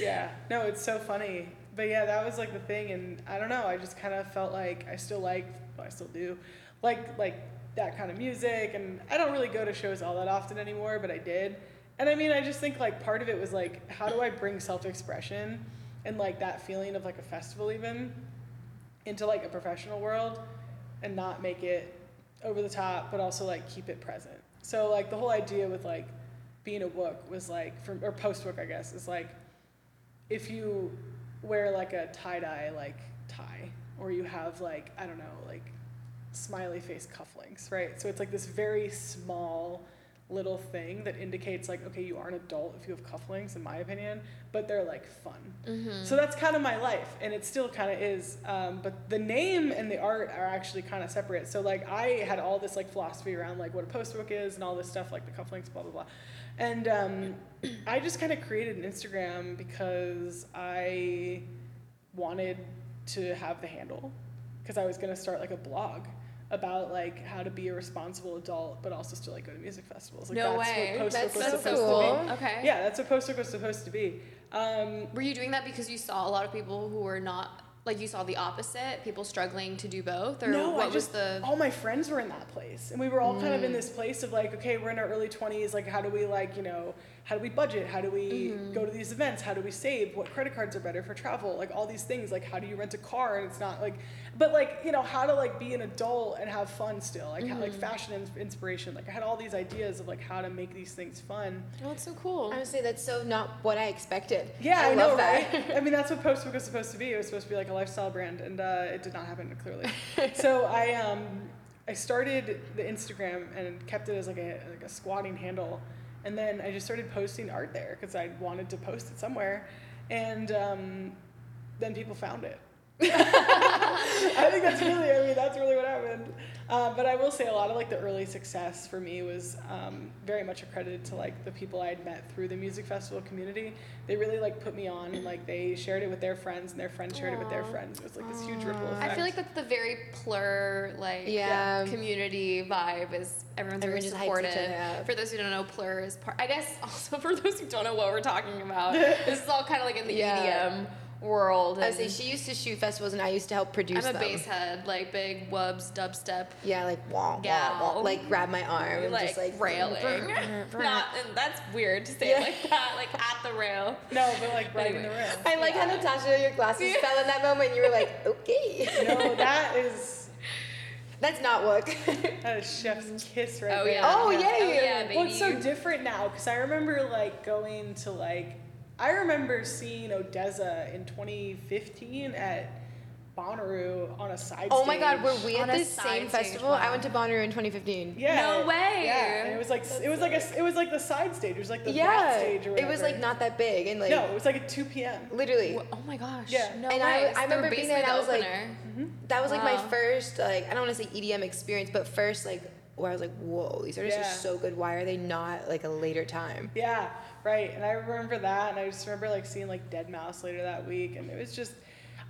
Speaker 3: Yeah. No, it's so funny. But yeah, that was like the thing and I don't know, I just kind of felt like I still liked, well, I still do, like like that kind of music and I don't really go to shows all that often anymore, but I did. And I mean, I just think like part of it was like, how do I bring self expression and like that feeling of like a festival even into like a professional world and not make it over the top, but also like keep it present. So like the whole idea with like being a wook was like from or post wook I guess is like if you wear like a tie dye like tie or you have like I don't know like smiley face cufflinks, right? So it's like this very small little thing that indicates like okay you are an adult if you have cufflinks in my opinion but they're like fun
Speaker 2: Mm-hmm.
Speaker 3: so that's kind of my life and it still kind of is um, but the name and the art are actually kind of separate so like i had all this like philosophy around like what a post book is and all this stuff like the cufflinks blah blah blah and um, i just kind of created an instagram because i wanted to have the handle because i was going to start like a blog about like how to be a responsible adult but also still like go to music festivals like
Speaker 2: No
Speaker 3: that's
Speaker 2: way.
Speaker 3: what post
Speaker 2: That's
Speaker 3: book was
Speaker 2: so
Speaker 3: supposed
Speaker 2: cool.
Speaker 3: to be
Speaker 2: Okay.
Speaker 3: yeah that's what post book was supposed to be um,
Speaker 2: Were you doing that because you saw a lot of people who were not like you saw the opposite, people struggling to do both, or
Speaker 3: no,
Speaker 2: what
Speaker 3: I just,
Speaker 2: was the? Mm.
Speaker 3: all my friends were in that place, and we were all kind of in this place of like, okay, we're in our early twenties. Like, how do we like, you know, how do we budget? How do we
Speaker 2: Mm-hmm.
Speaker 3: go to these events? How do we save? What credit cards are better for travel? Like all these things. Like, how do you rent a car? And it's not like, but like, you know, how to like be an adult and have fun still. Like, how, like
Speaker 2: Mm-hmm.
Speaker 3: fashion ins- inspiration. Like, I had all these ideas of like how to make these things fun.
Speaker 2: Oh, it's so cool.
Speaker 1: Honestly, that's so not what I expected.
Speaker 3: Yeah, I,
Speaker 1: love
Speaker 3: know,
Speaker 1: that.
Speaker 3: right? I mean, that's what Postbook was supposed to be. It was supposed to be like a lifestyle brand, and uh, it did not happen clearly. so I um, I started the Instagram and kept it as like a like a squatting handle, and then I just started posting art there because I wanted to post it somewhere, and um, then people found it. I think that's really, I mean, that's really what happened. Uh, but I will say a lot of like the early success for me was um, very much accredited to like the people I had met through the music festival community. They really like put me on and like they shared it with their friends and their friends shared it with their
Speaker 2: Aw.
Speaker 3: friends. It was like this huge ripple effect.
Speaker 2: I feel like that's the very plur like
Speaker 1: Yeah.
Speaker 2: community vibe is everyone's
Speaker 1: Everyone
Speaker 2: very
Speaker 1: just hypes each
Speaker 2: supportive.
Speaker 1: other up.
Speaker 2: For those who don't know, plur is part. I guess also for those who don't know what we're talking about, this is all kind of like in the
Speaker 1: Yeah.
Speaker 2: EDM world.
Speaker 1: I say
Speaker 2: and
Speaker 1: she used to shoot festivals, and I used to help produce
Speaker 2: I'm a
Speaker 1: them.
Speaker 2: bass head, like big wubs, dubstep,
Speaker 1: Yeah, like wah, wah, wah,
Speaker 2: Gal.
Speaker 1: like grab my arm and
Speaker 2: like,
Speaker 1: just like
Speaker 2: railing. Not, and that's weird to say it
Speaker 1: Yeah.
Speaker 2: like that, like at the rail. Oh,
Speaker 3: no, but like right in the
Speaker 2: Anyway.
Speaker 3: room.
Speaker 1: I like how
Speaker 2: Yeah.
Speaker 1: Natasha, your glasses fell in that moment. And you were like, okay,
Speaker 3: No, that is,
Speaker 1: that's not work.
Speaker 3: that is chef's kiss right
Speaker 2: Oh
Speaker 3: there.
Speaker 2: yeah.
Speaker 1: Oh,
Speaker 2: yeah.
Speaker 1: yeah,
Speaker 2: Oh
Speaker 1: yeah.
Speaker 2: yeah, baby.
Speaker 3: Well, it's so different now because I remember like going to like I remember seeing Odessa in 2015 at Bonnaroo on a side.
Speaker 1: oh my God,
Speaker 3: stage.
Speaker 1: were we
Speaker 2: On
Speaker 1: at
Speaker 2: a
Speaker 1: this
Speaker 2: side
Speaker 1: same
Speaker 2: stage,
Speaker 1: festival?
Speaker 2: wow.
Speaker 1: I went to Bonnaroo in 2015.
Speaker 3: Yeah.
Speaker 2: No way.
Speaker 3: Yeah, and it was like it was like a it was like the side stage. It was like the
Speaker 1: Yeah,
Speaker 3: rat stage
Speaker 1: it
Speaker 3: or whatever.
Speaker 1: was like not that big, and like
Speaker 3: no, it was like at 2 p.m.
Speaker 1: literally,
Speaker 2: Wha- Oh my gosh.
Speaker 3: Yeah.
Speaker 2: No
Speaker 1: And I-
Speaker 2: way.
Speaker 1: I
Speaker 2: So
Speaker 1: remember being there and I was
Speaker 2: basically
Speaker 1: like,
Speaker 2: the opener.
Speaker 1: that was like my
Speaker 2: Wow.
Speaker 1: first like I don't want to say EDM experience, but first like where I was like, whoa, these artists
Speaker 3: Yeah.
Speaker 1: are so good. Why are they not like a later time?
Speaker 3: Yeah, right. And I remember that, and I just remember like seeing like Dead Mouse later that week, and it was just,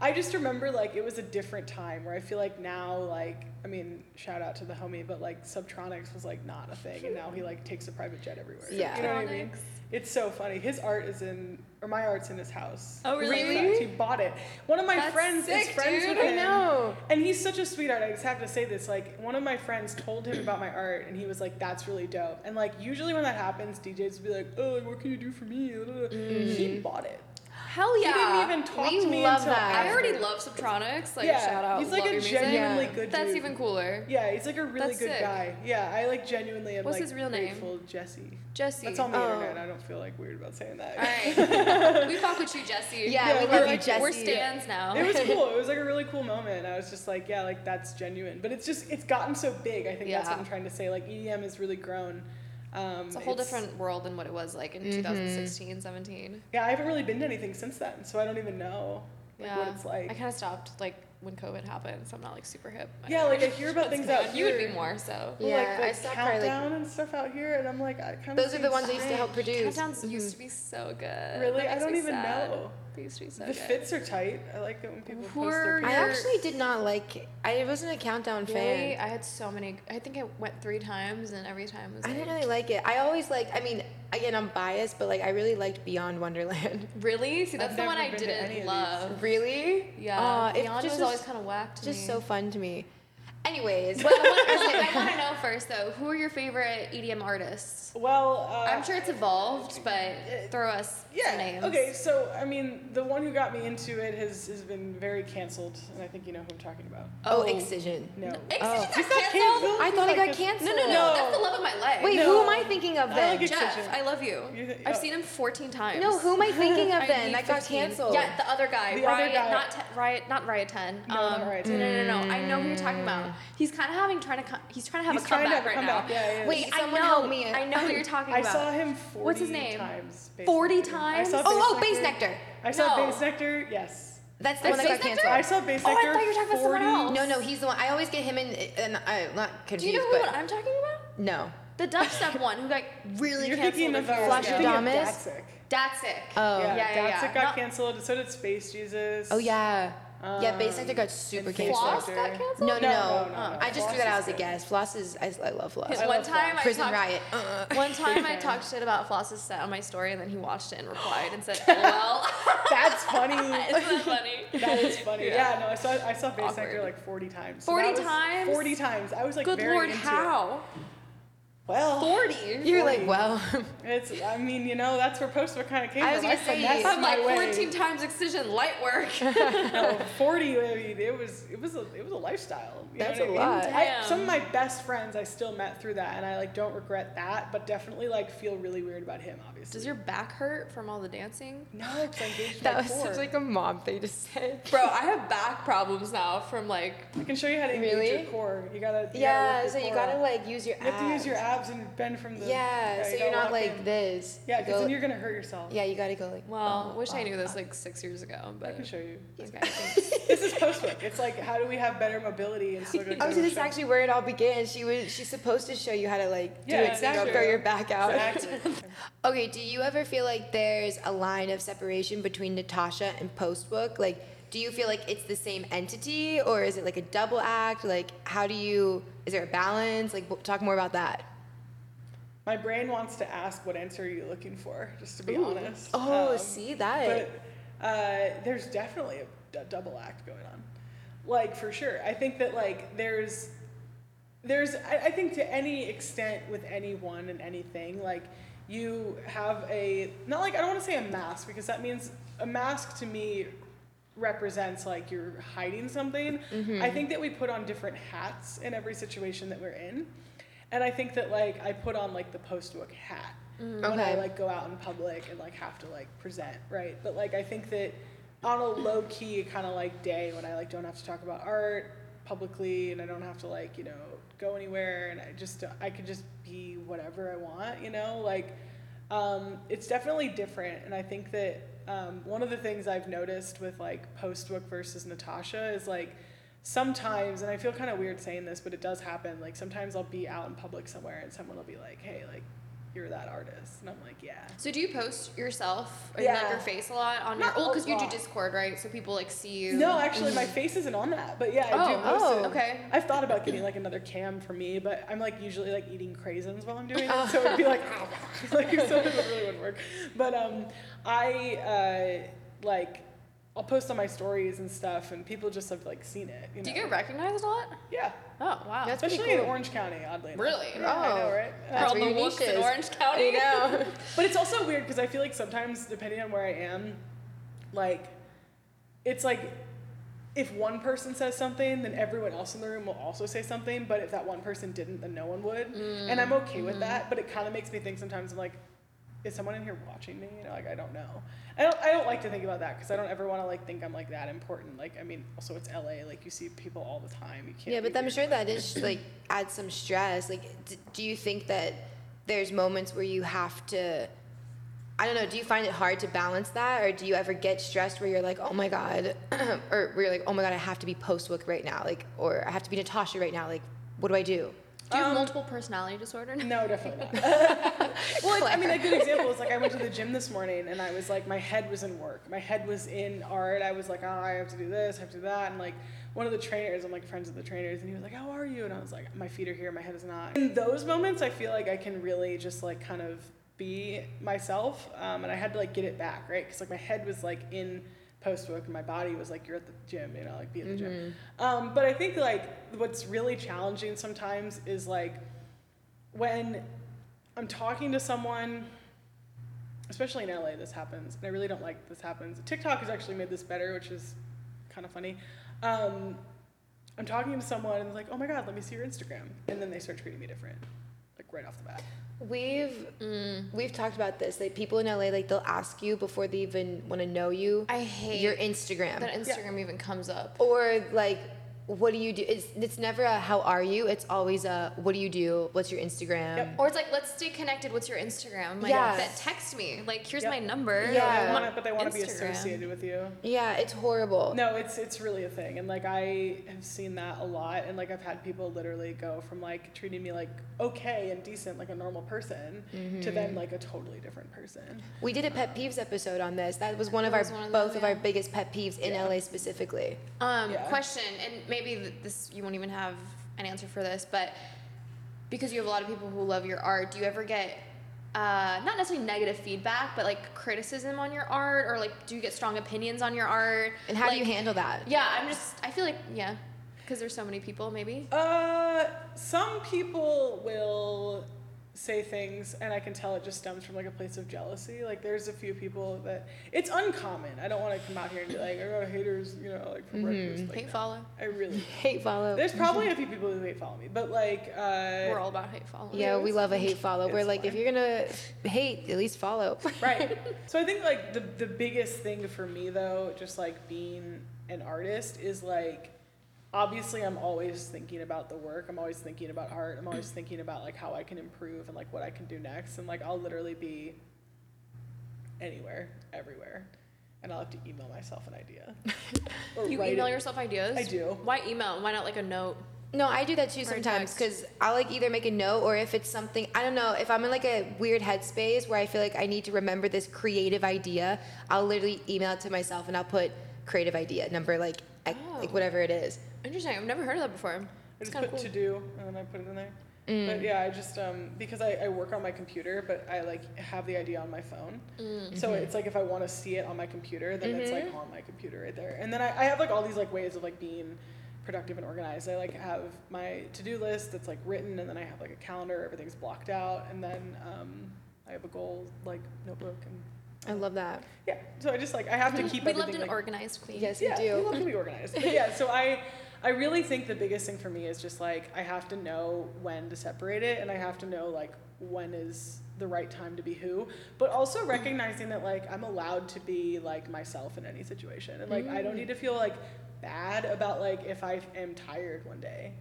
Speaker 3: I just remember like it was a different time where I feel like now like I mean shout out to the homie, but like Subtronics was like not a thing, and now he like takes a private jet everywhere.
Speaker 1: Yeah.
Speaker 3: you know what I mean.
Speaker 2: Subtronics.
Speaker 3: It's so funny. His art is in, or my art's in his house.
Speaker 2: Oh, really?
Speaker 3: In fact, He bought it. One of my
Speaker 2: That's
Speaker 3: friends is
Speaker 2: sick,
Speaker 3: friends
Speaker 2: dude.
Speaker 3: with
Speaker 2: I
Speaker 3: him.
Speaker 1: know.
Speaker 3: And he's such a sweetheart. I just have to say this. Like, one of my friends told him about my art, and he was like, "That's really dope." And like, usually when that happens, DJs will be like, "Oh, what can you do for me?"
Speaker 1: Mm.
Speaker 3: He bought it.
Speaker 2: Hell Oh, yeah.
Speaker 3: He didn't even talk
Speaker 1: we
Speaker 3: to me
Speaker 1: love
Speaker 3: until
Speaker 1: that.
Speaker 2: I
Speaker 3: after.
Speaker 2: already love Subtronics. Like
Speaker 3: yeah,
Speaker 2: shout out.
Speaker 3: he's like
Speaker 2: love
Speaker 3: a
Speaker 2: your music.
Speaker 3: genuinely
Speaker 1: Yeah.
Speaker 3: good.
Speaker 2: That's
Speaker 3: dude.
Speaker 2: even cooler.
Speaker 3: Yeah, he's like a really
Speaker 2: That's
Speaker 3: good
Speaker 2: sick.
Speaker 3: guy. Yeah, I like genuinely am
Speaker 2: What's
Speaker 3: like
Speaker 2: his real name?
Speaker 3: grateful, Jesse.
Speaker 2: Jesse.
Speaker 3: That's on the
Speaker 1: Oh.
Speaker 3: internet. I don't feel like weird about saying that.
Speaker 2: All right. we fuck with you, Jesse.
Speaker 1: Yeah,
Speaker 3: Yeah,
Speaker 1: we
Speaker 3: we're
Speaker 1: love you,
Speaker 3: like-
Speaker 1: Jesse.
Speaker 2: We're stands now.
Speaker 3: It was cool. It was like a really cool moment. I was just like, yeah, like that's genuine. But it's just it's gotten so big. I think that's what
Speaker 2: Yeah.
Speaker 3: I'm trying to say. Like EDM has really grown. Um,
Speaker 2: It's a whole different world than what it was like in
Speaker 1: Mm-hmm.
Speaker 2: 2016, 17.
Speaker 3: Yeah, I haven't really been to anything since then, so I don't even know like
Speaker 2: yeah.
Speaker 3: what it's like.
Speaker 2: I kind of stopped like when COVID happened, so I'm not like super hip. I
Speaker 3: Yeah,
Speaker 2: don't
Speaker 3: like,
Speaker 2: know
Speaker 3: I hear about
Speaker 2: what's
Speaker 3: things
Speaker 2: going
Speaker 3: out
Speaker 2: on. You would be
Speaker 3: here.
Speaker 2: more so.
Speaker 3: Well,
Speaker 1: Yeah,
Speaker 3: like the
Speaker 1: I stopped probably, like-
Speaker 3: countdown and stuff out here, and I'm like, I kind of.
Speaker 1: Those are the ones I used to help produce. Mm-hmm.
Speaker 2: Countdowns used to be so good.
Speaker 3: Really?
Speaker 2: That
Speaker 3: I
Speaker 2: makes
Speaker 3: don't
Speaker 2: me
Speaker 3: even
Speaker 2: sad.
Speaker 3: know.
Speaker 2: They used to be so
Speaker 3: The
Speaker 2: good.
Speaker 3: fits are tight. I like it when people
Speaker 2: Who
Speaker 3: post their
Speaker 2: are
Speaker 1: I
Speaker 3: pictures.
Speaker 2: You're-
Speaker 1: actually did not like. it. I wasn't a countdown fan.
Speaker 2: Really? I had so many. I think I went three times, and every time was
Speaker 1: I
Speaker 2: like,
Speaker 1: didn't really like it. I always liked. I mean, again, I'm biased, but like I really liked Beyond Wonderland.
Speaker 2: really. See, that's
Speaker 3: I've
Speaker 2: the one
Speaker 3: never
Speaker 2: I
Speaker 3: been to any of
Speaker 2: didn't
Speaker 3: these.
Speaker 2: love.
Speaker 1: really?
Speaker 2: Yeah,
Speaker 1: Aw, Uh, it
Speaker 2: Beyond
Speaker 1: just
Speaker 2: was
Speaker 1: was
Speaker 2: always kind of whack to
Speaker 1: just
Speaker 2: me.
Speaker 1: so fun to me.
Speaker 2: Anyways, what, what are some- I want to know first though, who are your favorite EDM artists?
Speaker 3: Well, uh,
Speaker 2: I'm sure it's evolved, but throw us some
Speaker 3: Yeah.
Speaker 2: names.
Speaker 3: Okay. So I mean, the one who got me into it has has been very canceled, and I think you know who I'm talking about.
Speaker 1: Oh, excision.
Speaker 3: No.
Speaker 1: Oh.
Speaker 2: Excision got canceled.
Speaker 1: I thought it got canceled.
Speaker 2: No, no, no,
Speaker 3: No.
Speaker 2: That's the love of my life.
Speaker 1: Wait, who
Speaker 3: No.
Speaker 1: am I thinking of
Speaker 3: I
Speaker 1: then?
Speaker 3: like
Speaker 2: Jeff,
Speaker 3: Excision.
Speaker 2: I love you.
Speaker 3: You think-
Speaker 2: I've
Speaker 3: oh.
Speaker 2: seen him 14 times.
Speaker 1: no, who am I thinking of
Speaker 2: I
Speaker 1: then?
Speaker 2: need
Speaker 1: That got
Speaker 2: 15.
Speaker 1: canceled.
Speaker 2: Yeah, the other guy.
Speaker 3: The other
Speaker 2: Riot,
Speaker 3: guy.
Speaker 2: not te- Riot, not Riot 10.
Speaker 3: No, not Riot 10.
Speaker 2: No, no, no, no. I know who you're talking about. He's kind of having trying to co- he's trying to have
Speaker 3: He's
Speaker 2: a
Speaker 3: trying to
Speaker 2: comeback right
Speaker 3: have a comeback,
Speaker 2: now.
Speaker 3: yeah, yeah, yeah.
Speaker 2: Wait, I
Speaker 1: Someone
Speaker 2: know.
Speaker 1: help me.
Speaker 2: I know who you're talking
Speaker 3: I
Speaker 2: about.
Speaker 3: saw him 40
Speaker 2: What's his name?
Speaker 3: times. Bass
Speaker 2: 40
Speaker 3: Nectar. I saw
Speaker 2: times?
Speaker 3: Bass
Speaker 1: oh, oh,
Speaker 3: Nectar.
Speaker 1: Base Nectar.
Speaker 3: I saw
Speaker 2: No.
Speaker 3: Bass Nectar. Yes.
Speaker 1: That's the
Speaker 2: Is
Speaker 1: one that got
Speaker 2: Bass Nectar?
Speaker 1: canceled.
Speaker 3: I saw Bass
Speaker 2: Oh, I
Speaker 3: Nector
Speaker 2: thought you were talking about someone
Speaker 3: 40.
Speaker 2: else.
Speaker 1: No, no, he's the one. I always get him in, and I'm not confused.
Speaker 2: Do you know who
Speaker 1: but
Speaker 2: I'm talking about?
Speaker 1: no.
Speaker 2: The dubstep one who got really
Speaker 3: You're
Speaker 2: canceled.
Speaker 3: thinking
Speaker 2: a
Speaker 3: of
Speaker 2: few years
Speaker 1: Flash
Speaker 3: Flash
Speaker 2: ago.
Speaker 1: of Adamus?
Speaker 3: Datsic.
Speaker 2: Datsik.
Speaker 1: Oh.
Speaker 2: yeah,
Speaker 3: Yeah,
Speaker 2: yeah, yeah.
Speaker 3: Datsic got
Speaker 2: Not-
Speaker 3: canceled. So did Space Jesus.
Speaker 1: Oh yeah. yeah, Base Nectar got
Speaker 3: Um,
Speaker 1: super
Speaker 3: and
Speaker 1: canceled.
Speaker 2: Floss
Speaker 3: Floss
Speaker 2: got
Speaker 3: or-
Speaker 2: canceled?
Speaker 1: No, no, no.
Speaker 3: No, no, no, no.
Speaker 1: I just
Speaker 3: Floss
Speaker 1: threw that out
Speaker 3: is
Speaker 1: as a
Speaker 3: good.
Speaker 1: guess. Floss is. I, I love Floss.
Speaker 2: Because
Speaker 3: I
Speaker 2: one
Speaker 3: love
Speaker 2: time
Speaker 3: Floss.
Speaker 2: I
Speaker 1: Prison
Speaker 2: talked,
Speaker 1: Riot. Uh.
Speaker 2: One time I talked shit about Floss's set on my story, and then he watched it and replied and said, "LOL."
Speaker 3: That's funny.
Speaker 2: Isn't that funny?
Speaker 3: That is funny.
Speaker 2: Yeah.
Speaker 3: Yeah, no, I saw I saw Bass Nectar
Speaker 2: Awkward.
Speaker 3: like 40 times. So
Speaker 2: 40
Speaker 3: that was-
Speaker 2: times?
Speaker 3: 40 times. I was like
Speaker 2: Good
Speaker 3: very
Speaker 2: lord,
Speaker 3: into it.
Speaker 2: how?
Speaker 3: Well,
Speaker 2: Forty.
Speaker 1: You're like, well,
Speaker 3: It's. I mean, you know, that's where post punk kind of came
Speaker 1: I was
Speaker 3: from.
Speaker 1: gonna
Speaker 3: I
Speaker 1: say,
Speaker 3: finessed
Speaker 1: I'm
Speaker 2: I'm
Speaker 3: my
Speaker 2: like
Speaker 3: way.
Speaker 2: fourteen times excision, light work.
Speaker 3: no, 40. I mean, it was it was a it was a lifestyle. You
Speaker 1: That's
Speaker 3: know
Speaker 1: a
Speaker 3: what I
Speaker 1: lot.
Speaker 3: mean? I,
Speaker 2: Damn.
Speaker 3: some of my best friends I still met through that, and I like don't regret that, but definitely like feel really weird about him. Obviously.
Speaker 2: Does your back hurt from all the dancing?
Speaker 3: no? 'cause I engaged
Speaker 1: that
Speaker 3: my
Speaker 1: was
Speaker 3: core.
Speaker 1: such like a mom thing to say.
Speaker 2: Bro, I have back problems now from like.
Speaker 3: I can show you how to engage
Speaker 1: Really?
Speaker 3: your core. You gotta. You gotta
Speaker 1: Yeah,
Speaker 3: work
Speaker 1: so
Speaker 3: your
Speaker 1: you
Speaker 3: core
Speaker 1: gotta
Speaker 3: up.
Speaker 1: like use your.
Speaker 3: You have to use your abs and bend from the.
Speaker 1: Yeah, so
Speaker 3: you
Speaker 1: you're
Speaker 3: gotta
Speaker 1: not
Speaker 3: lock
Speaker 1: like
Speaker 3: in.
Speaker 1: this.
Speaker 3: Yeah,
Speaker 1: You
Speaker 3: because
Speaker 1: go-
Speaker 3: then you're gonna hurt yourself.
Speaker 1: Yeah, you gotta go like.
Speaker 2: Well,
Speaker 1: oh,
Speaker 2: wish I
Speaker 1: oh.
Speaker 2: knew this like six years ago,
Speaker 3: I
Speaker 2: but.
Speaker 3: can show you.
Speaker 2: Okay, thanks.
Speaker 3: This is post work. It's like how do we have better mobility and still go to
Speaker 1: Oh, so
Speaker 3: the
Speaker 1: this is
Speaker 3: show?
Speaker 1: actually where it all began. She was she's supposed to show you how to like do
Speaker 3: Yeah,
Speaker 1: it, so you don't
Speaker 3: exactly.
Speaker 1: throw your back out.
Speaker 3: Exactly.
Speaker 1: Okay, do you ever feel like there's a line of separation between Natasha and Postbook? Like, do you feel like it's the same entity or is it like a double act? Like, how do you, is there a balance? Like, w- talk more about that.
Speaker 3: My brain wants to ask what answer are you looking for, just to be honest.
Speaker 1: Oh,
Speaker 3: Um,
Speaker 1: see that?
Speaker 3: But uh, there's definitely a d- double act going on, like for sure. I think that like there's there's I, I think to any extent with anyone and anything like you have a not like I don't want to say a mask because that means a mask to me represents like you're hiding something. I think that we put on different hats in every situation that we're in. And I think that like I put on like the post book hat when I
Speaker 1: Okay.
Speaker 3: like go out in public and like have to like present, right? But like I think that on a low key kind of like day when I like don't have to talk about art publicly and I don't have to like, you know, go anywhere and I just I could just be whatever I want, you know? Like um, it's definitely different and i think that um, one of the things i've noticed with like postbook versus natasha is like sometimes and i feel kind of weird saying this but it does happen like sometimes i'll be out in public somewhere and someone will be like hey like you're that artist and i'm like yeah
Speaker 2: So do you post yourself or you like
Speaker 3: Yeah.
Speaker 2: your face a lot on
Speaker 3: Not
Speaker 2: your? Oh,
Speaker 3: a
Speaker 2: because you do
Speaker 3: lot.
Speaker 2: Discord, right? So people like see you.
Speaker 3: no actually my face isn't on that but yeah i do
Speaker 2: Oh,
Speaker 3: post
Speaker 1: oh,
Speaker 3: it.
Speaker 2: okay.
Speaker 3: i've thought about getting like another cam for me but i'm like usually like eating craisins while i'm doing it so it'd be like like so it really wouldn't work but um i uh like i'll post on my stories and stuff and people just have like seen it you
Speaker 2: Do you
Speaker 3: know?
Speaker 2: get recognized a lot?
Speaker 3: yeah
Speaker 2: Oh wow.
Speaker 1: That's pretty
Speaker 3: especially in
Speaker 1: cool.
Speaker 3: orange county oddly enough.
Speaker 2: Really?
Speaker 3: yeah, i know
Speaker 1: Oh.
Speaker 3: right Uh,
Speaker 1: That's
Speaker 2: From
Speaker 1: where
Speaker 2: the
Speaker 1: your
Speaker 2: wolves
Speaker 1: niche
Speaker 2: in
Speaker 1: is.
Speaker 2: Orange
Speaker 1: I
Speaker 2: County.
Speaker 1: know.
Speaker 3: But it's also weird because I feel like sometimes, depending on where I am, like, it's like if one person says something, then everyone else in the room will also say something. But if that one person didn't, then no one would. And I'm okay
Speaker 1: Mm-hmm.
Speaker 3: with that. But it kind of makes me think sometimes, I'm like, is someone in here watching me? You know, like I don't know. I don't. I don't like to think about that because I don't ever want to like think I'm like that important. Like I mean, also it's LA. Like you see people all the time. You can't.
Speaker 1: Yeah,
Speaker 3: be
Speaker 1: but I'm
Speaker 3: weird
Speaker 1: sure
Speaker 3: about
Speaker 1: that is like adds some stress. Like, d- do you think that there's moments where you have to? I don't know. Do you find it hard to balance that, or do you ever get stressed where you're like, "Oh my god," or where you're like, "Oh my god, I have to be postbook right now," like, or I have to be Natasha right now. Like, what do I do?
Speaker 2: Do you have
Speaker 3: Um,
Speaker 2: multiple personality disorder?
Speaker 3: it. No, definitely not. Well, like, I mean, a good example is like I went to the gym this morning and I was like, my head was in work. My head was in art. I was like, oh, I have to do this, I have to do that. And like one of the trainers, I'm like friends with the trainers, and he was like, how are you? And I was like, my feet are here, my head is not. In those moments, I feel like I can really just like kind of be myself. Um, and I had to like get it back, right? Because like my head was like in post work and my body was like, you're at the gym, you know, like be at the gym. Um, but I think like what's really challenging sometimes is like when I'm talking to someone, especially in LA, this happens, and I really don't like this happens. TikTok has actually made this better, which is kind of funny. Um, I'm talking to someone and they're like, oh my God, let me see your Instagram. And then they start treating me different, like right off the bat.
Speaker 1: We've mm, we've talked about this. Like people in LA, like they'll ask you before they even want to know you.
Speaker 2: I hate
Speaker 1: your Instagram.
Speaker 2: that Instagram even comes up.
Speaker 1: or like what do you do it's, it's never a how are you it's always a what do you do what's your instagram
Speaker 3: Yep.
Speaker 2: Or it's like, let's stay connected. What's your Instagram? I'm Like,
Speaker 1: Yes.
Speaker 2: that text me. Like, here's
Speaker 3: Yep.
Speaker 2: my number.
Speaker 1: Yeah.
Speaker 3: No,
Speaker 1: Yeah.
Speaker 3: they want it, but they want to be
Speaker 2: Instagram.
Speaker 3: associated with you.
Speaker 1: yeah it's horrible
Speaker 3: No, it's it's really a thing, and like I have seen that a lot, and like I've had people literally go from like treating me like okay and decent, like a normal person, to then like a totally different person.
Speaker 1: we did a pet peeves episode on this that was one of
Speaker 2: That
Speaker 1: our
Speaker 2: was one of
Speaker 1: both
Speaker 2: them,
Speaker 1: of our
Speaker 2: yeah.
Speaker 1: biggest pet peeves in la specifically
Speaker 2: Um,
Speaker 3: Yeah.
Speaker 2: question, and maybe th- this you won't even have an answer for this, but because you have a lot of people who love your art, do you ever get uh, not necessarily negative feedback, but like criticism on your art, or like do you get strong opinions on your art?
Speaker 1: and how do you
Speaker 2: Like,
Speaker 1: handle that
Speaker 2: Yeah, I'm just. I feel like yeah, because there's so many people. Maybe
Speaker 3: Uh, some people will say things, and I can tell it just stems from like a place of jealousy. Like there's a few people that it's uncommon. I don't want to come out here and be like I got haters, you know, like for breakfast. Like,
Speaker 2: Mm-hmm. hate
Speaker 3: no.
Speaker 2: follow.
Speaker 3: I really.
Speaker 1: hate follow
Speaker 3: There's probably a few people who hate follow me, but like uh,
Speaker 2: We're all about hate follow.
Speaker 1: yeah we love a hate follow we're
Speaker 3: It's
Speaker 1: like if
Speaker 3: fine.
Speaker 1: you're gonna hate at least follow
Speaker 3: right so i think like the, the biggest thing for me though just like being an artist is like obviously i'm always thinking about the work i'm always thinking about art i'm always thinking about like how i can improve and like what i can do next and like i'll literally be anywhere everywhere and i'll have to email myself an idea Or
Speaker 2: You
Speaker 3: write
Speaker 2: email
Speaker 3: it-
Speaker 2: yourself ideas.
Speaker 3: I do.
Speaker 2: Why email? Why not like a note?
Speaker 1: No, I do that too
Speaker 2: a
Speaker 1: sometimes
Speaker 2: text.
Speaker 1: because I'll like either make a note or if it's something I don't know if I'm in like a weird headspace where I feel like I need to remember this creative idea, I'll literally email it to myself and I'll put creative idea number like X- like
Speaker 2: Oh.
Speaker 1: whatever it is.
Speaker 2: Interesting. I've never heard of that before.
Speaker 3: I
Speaker 2: It's
Speaker 3: just
Speaker 2: kind
Speaker 3: put
Speaker 2: of cool.
Speaker 3: to do and then I put it in there.
Speaker 1: Mm.
Speaker 3: But yeah, I just um because I, I work on my computer, but I like have the idea on my phone.
Speaker 1: Mm.
Speaker 3: So
Speaker 1: Mm-hmm.
Speaker 3: it's like if I want to see it on my computer, then it's like on my computer right there. And then I, I have like all these like ways of like being productive and organized. I like have my to do list that's like written, and then I have like a calendar. Everything's blocked out, and then um I have a goal like notebook
Speaker 1: I
Speaker 3: and
Speaker 1: love that.
Speaker 3: yeah. So I just like I have to keep
Speaker 2: We
Speaker 3: everything
Speaker 2: loved an
Speaker 3: like,
Speaker 2: organized queen.
Speaker 1: Yes,
Speaker 3: yeah,
Speaker 1: you
Speaker 3: we
Speaker 1: do.
Speaker 3: love to be organized. But yeah, so I, I really think the biggest thing for me is just like I have to know when to separate it, and I have to know like when is the right time to be who, but also recognizing that like I'm allowed to be like myself in any situation, and like I
Speaker 1: Mm.
Speaker 3: don't need to feel like bad about like if I am tired one day,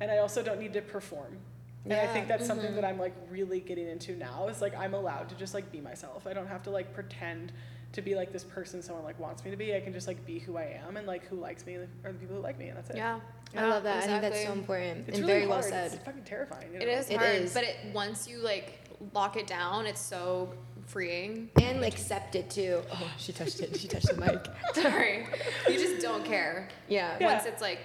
Speaker 3: and I also don't need to perform. And I
Speaker 1: Yeah.
Speaker 3: think that's something that I'm like really getting into now is like I'm allowed to just like be myself. I don't have to like pretend to be like this person someone like wants me to be. I can just like be who I am and like who likes me are the people who like me and that's it.
Speaker 2: Yeah.
Speaker 1: I love that. I think that's so
Speaker 2: exactly.
Speaker 1: important
Speaker 3: It's
Speaker 1: and
Speaker 3: really
Speaker 1: very
Speaker 3: hard.
Speaker 1: well said.
Speaker 3: It's fucking terrifying. you
Speaker 2: It
Speaker 3: know?
Speaker 2: is
Speaker 1: It
Speaker 2: hard,
Speaker 1: is.
Speaker 2: but it once you like lock it down, it's so freeing.
Speaker 1: And accept it too. Oh, she touched it. She touched the mic.
Speaker 2: Sorry, you just don't care
Speaker 1: Yeah.
Speaker 3: Yeah.
Speaker 2: once it's like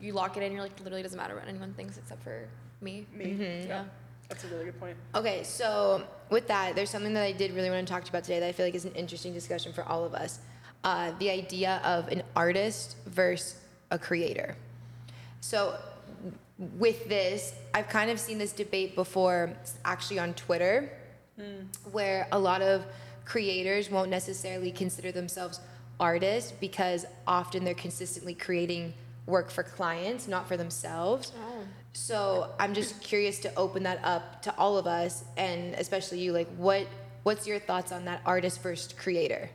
Speaker 2: you lock it in. You're like literally doesn't matter what anyone thinks except for me.
Speaker 3: me. Yeah.
Speaker 2: Yeah.
Speaker 3: That's a really good point.
Speaker 1: Okay, so with that, there's something that I did really want to talk to you about today that I feel like is an interesting discussion for all of us. Uh, the idea of an artist versus a creator. So, w- with this, I've kind of seen this debate before, s- actually on Twitter, where a lot of creators won't necessarily consider themselves artists because often they're consistently creating work for clients, not for themselves. So I'm just curious to open that up to all of us, and especially you. Like, what what's your thoughts on that artist first creator?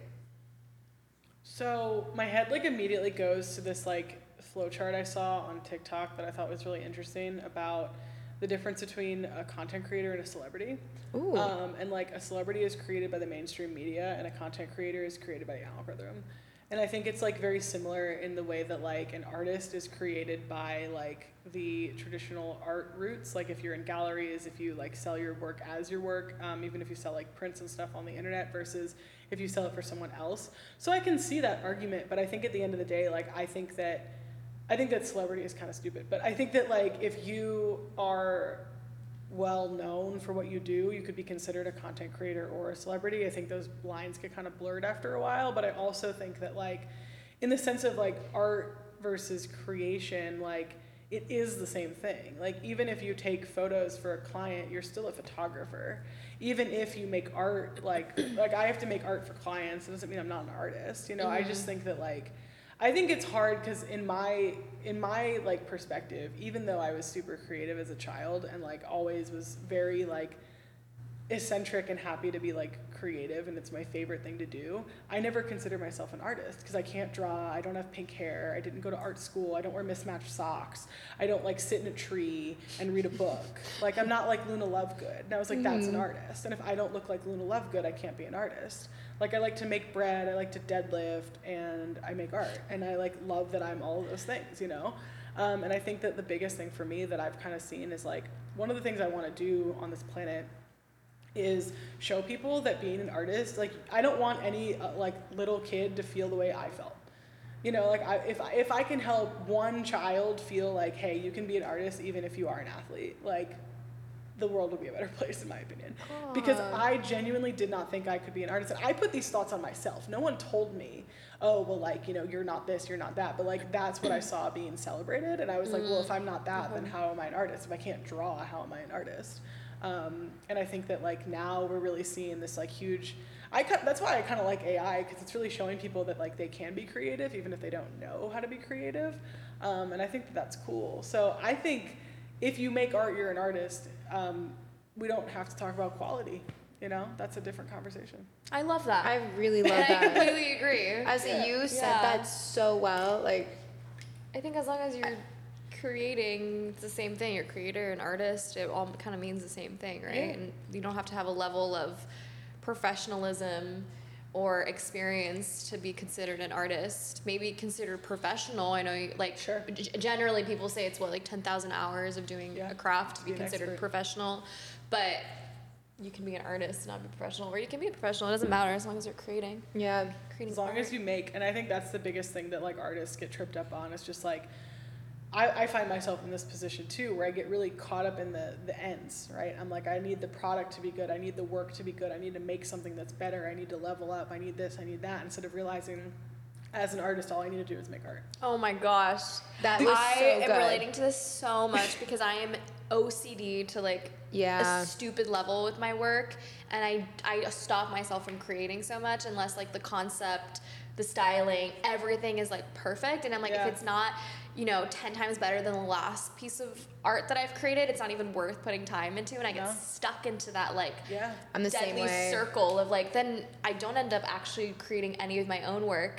Speaker 3: So my head like immediately goes to this like flowchart I saw on TikTok that I thought was really interesting about the difference between a content creator and a celebrity.
Speaker 1: Ooh.
Speaker 3: Um, and like a celebrity is created by the mainstream media and a content creator is created by the algorithm. And I think it's like very similar in the way that like an artist is created by like the traditional art routes. Like if you're in galleries, if you like sell your work as your work, um, even if you sell like prints and stuff on the internet versus if you sell it for someone else. So I can see that argument, but I think at the end of the day, like I think that I think that celebrity is kind of stupid, but I think that like if you are well known for what you do, you could be considered a content creator or a celebrity. I think those lines get kind of blurred after a while, but I also think that like in the sense of like art versus creation, like it is the same thing. Like even if you take photos for a client, you're still a photographer. Even if you make art, like like I have to make art for clients, it doesn't mean I'm not an artist. You know, I just think that like I think it's hard because in my in my like perspective, even though I was super creative as a child and like always was very like eccentric and happy to be like creative and it's my favorite thing to do. I never consider myself an artist because I can't draw, I don't have pink hair, I didn't go to art school, I don't wear mismatched socks, I don't like sit in a tree and read a book. like I'm not like Luna Lovegood. And I was like, that's an artist. And if I don't look like Luna Lovegood, I can't be an artist. Like I like to make bread, I like to deadlift and I make art. And I like love that I'm all of those things, you know? Um, and I think that the biggest thing for me that I've kind of seen is like one of the things I want to do on this planet is show people that being an artist like i don't want any uh, like little kid to feel the way i felt you know like I, if, I, if i can help one child feel like hey you can be an artist even if you are an athlete like the world would be a better place in my opinion because
Speaker 2: God.
Speaker 3: i genuinely did not think i could be an artist and i put these thoughts on myself no one told me oh well like you know you're not this you're not that but like that's what i saw being celebrated and i was like well if i'm not that then how am i an artist if i can't draw how am i an artist um, and I think that like now we're really seeing this like huge. I ki- that's why I kind of like AI because it's really showing people that like they can be creative even if they don't know how to be creative, um, and I think that that's cool. So I think if you make art, you're an artist. Um, we don't have to talk about quality. You know, that's a different conversation.
Speaker 2: I love that.
Speaker 1: I really love
Speaker 2: I
Speaker 1: that.
Speaker 2: completely agree.
Speaker 1: As you said
Speaker 2: Yeah.
Speaker 1: that so well, like
Speaker 2: I think as long as you're creating, it's the same thing. You're a creator and artist. It all kind of means the same thing, right?
Speaker 3: Yeah.
Speaker 2: And you don't have to have a level of professionalism or experience to be considered an artist. Maybe considered professional. I know, you, like,
Speaker 3: Sure.
Speaker 2: g- generally people say it's what like ten thousand hours of doing
Speaker 3: Yeah.
Speaker 2: a craft to be
Speaker 3: Be an
Speaker 2: considered
Speaker 3: expert.
Speaker 2: professional, but you can be an artist and not be professional, or you can be a professional. It doesn't matter as long as you're creating.
Speaker 1: yeah.
Speaker 2: Creating
Speaker 3: as long
Speaker 2: art.
Speaker 3: as you make and i think that's the biggest thing that like artists get tripped up on is just like I, I find myself in this position too where i get really caught up in the the ends right i'm like i need the product to be good i need the work to be good i need to make something that's better i need to level up i need this i need that instead of realizing as an artist all i need to do is make art
Speaker 2: Oh my gosh, that
Speaker 1: was
Speaker 2: I
Speaker 1: so
Speaker 2: am
Speaker 1: good.
Speaker 2: relating to this so much because I am OCD to like
Speaker 1: Yeah.
Speaker 2: a stupid level with my work, and I I stop myself from creating so much unless like the concept, the styling, everything is like perfect, and I'm like
Speaker 3: Yeah.
Speaker 2: if it's not. You know, 10 times better than the last piece of art that I've created. It's not even worth putting time into, and I get
Speaker 3: No.
Speaker 2: stuck into that, like,
Speaker 3: yeah
Speaker 1: I'm the
Speaker 2: deadly
Speaker 1: same way.
Speaker 2: circle of like then I don't end up actually creating any of my own work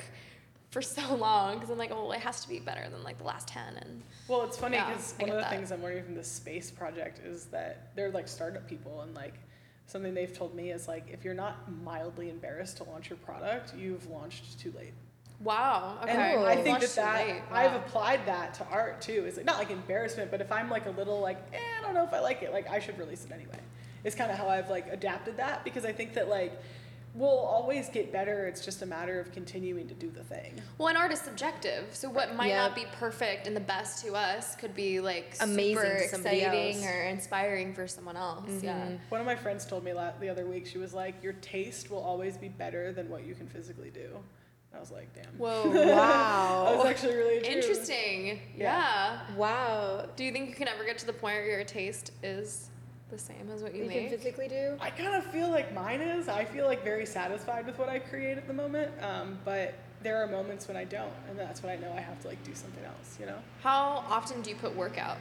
Speaker 2: for so long because I'm like, oh, well, it has to be better than like the last ten and
Speaker 3: Well, it's funny
Speaker 2: Yeah,
Speaker 3: because
Speaker 2: I
Speaker 3: one
Speaker 2: get
Speaker 3: of the
Speaker 2: that.
Speaker 3: things I'm learning from this space project is that they're like startup people, and like something they've told me is like if you're not mildly embarrassed to launch your product, you've launched too late.
Speaker 2: wow. Okay,
Speaker 3: And
Speaker 1: Oh.
Speaker 3: I think that
Speaker 2: Launched
Speaker 3: that
Speaker 2: late,
Speaker 3: I've
Speaker 2: wow.
Speaker 3: applied that to art too. Is not like embarrassment, but if I'm like a little like eh, I don't know if I like it, like I should release it anyway. It's kind of how I've like adapted that because I think that like we'll always get better. It's just a matter of continuing to do the thing.
Speaker 2: well, an art is subjective, so what might
Speaker 1: Yeah.
Speaker 2: not be perfect and the best to us could be like
Speaker 1: Amazing
Speaker 2: super
Speaker 1: to somebody
Speaker 2: exciting
Speaker 1: else. Mm-hmm.
Speaker 2: or inspiring for someone else. Yeah.
Speaker 3: One of my friends told me la- the other week, she was like, Your taste will always be better than what you can physically do. I was like, Damn.
Speaker 2: Whoa.
Speaker 3: That
Speaker 1: Wow.
Speaker 3: was actually really true.
Speaker 2: Interesting. Yeah.
Speaker 3: Yeah.
Speaker 1: wow.
Speaker 2: Do you think you can ever get to the point where your taste is the same as what you,
Speaker 1: You
Speaker 2: make?
Speaker 1: can physically do?
Speaker 3: I kind of feel like mine is. I feel like very satisfied with what I create at the moment, um, but there are moments when I don't, and that's when I know I have to like do something else, you know?
Speaker 2: How often do you put work out?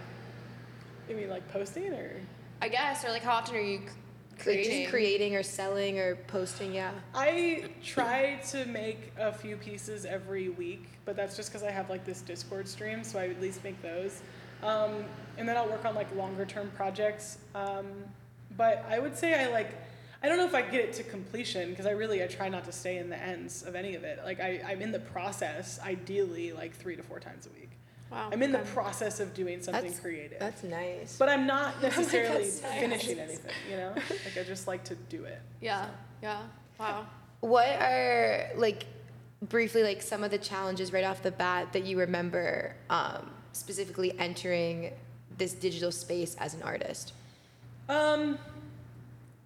Speaker 3: You mean like posting or?
Speaker 2: I guess, or like how often are you c-
Speaker 1: Like
Speaker 2: creating?
Speaker 1: just creating or selling or posting, yeah.
Speaker 3: I try to make a few pieces every week, but that's just because I have like this Discord stream, so I at least make those. Um, and then I'll work on like longer term projects. Um, but I would say I like, I don't know if I get it to completion because I really I try not to stay in the ends of any of it. Like I, I'm in the process ideally like three to four times a week.
Speaker 2: Wow.
Speaker 3: I'm in the
Speaker 2: okay.
Speaker 3: process of doing something
Speaker 1: That's-
Speaker 3: creative.
Speaker 1: That's Oh nice.
Speaker 3: but I'm not necessarily
Speaker 2: so
Speaker 3: finishing
Speaker 2: nice.
Speaker 3: anything, you know? Like I just like to do it.
Speaker 2: Yeah. Yeah. Wow.
Speaker 1: What are like briefly like some of the challenges right off the bat that you remember um, specifically entering this digital space as an artist?
Speaker 3: Um,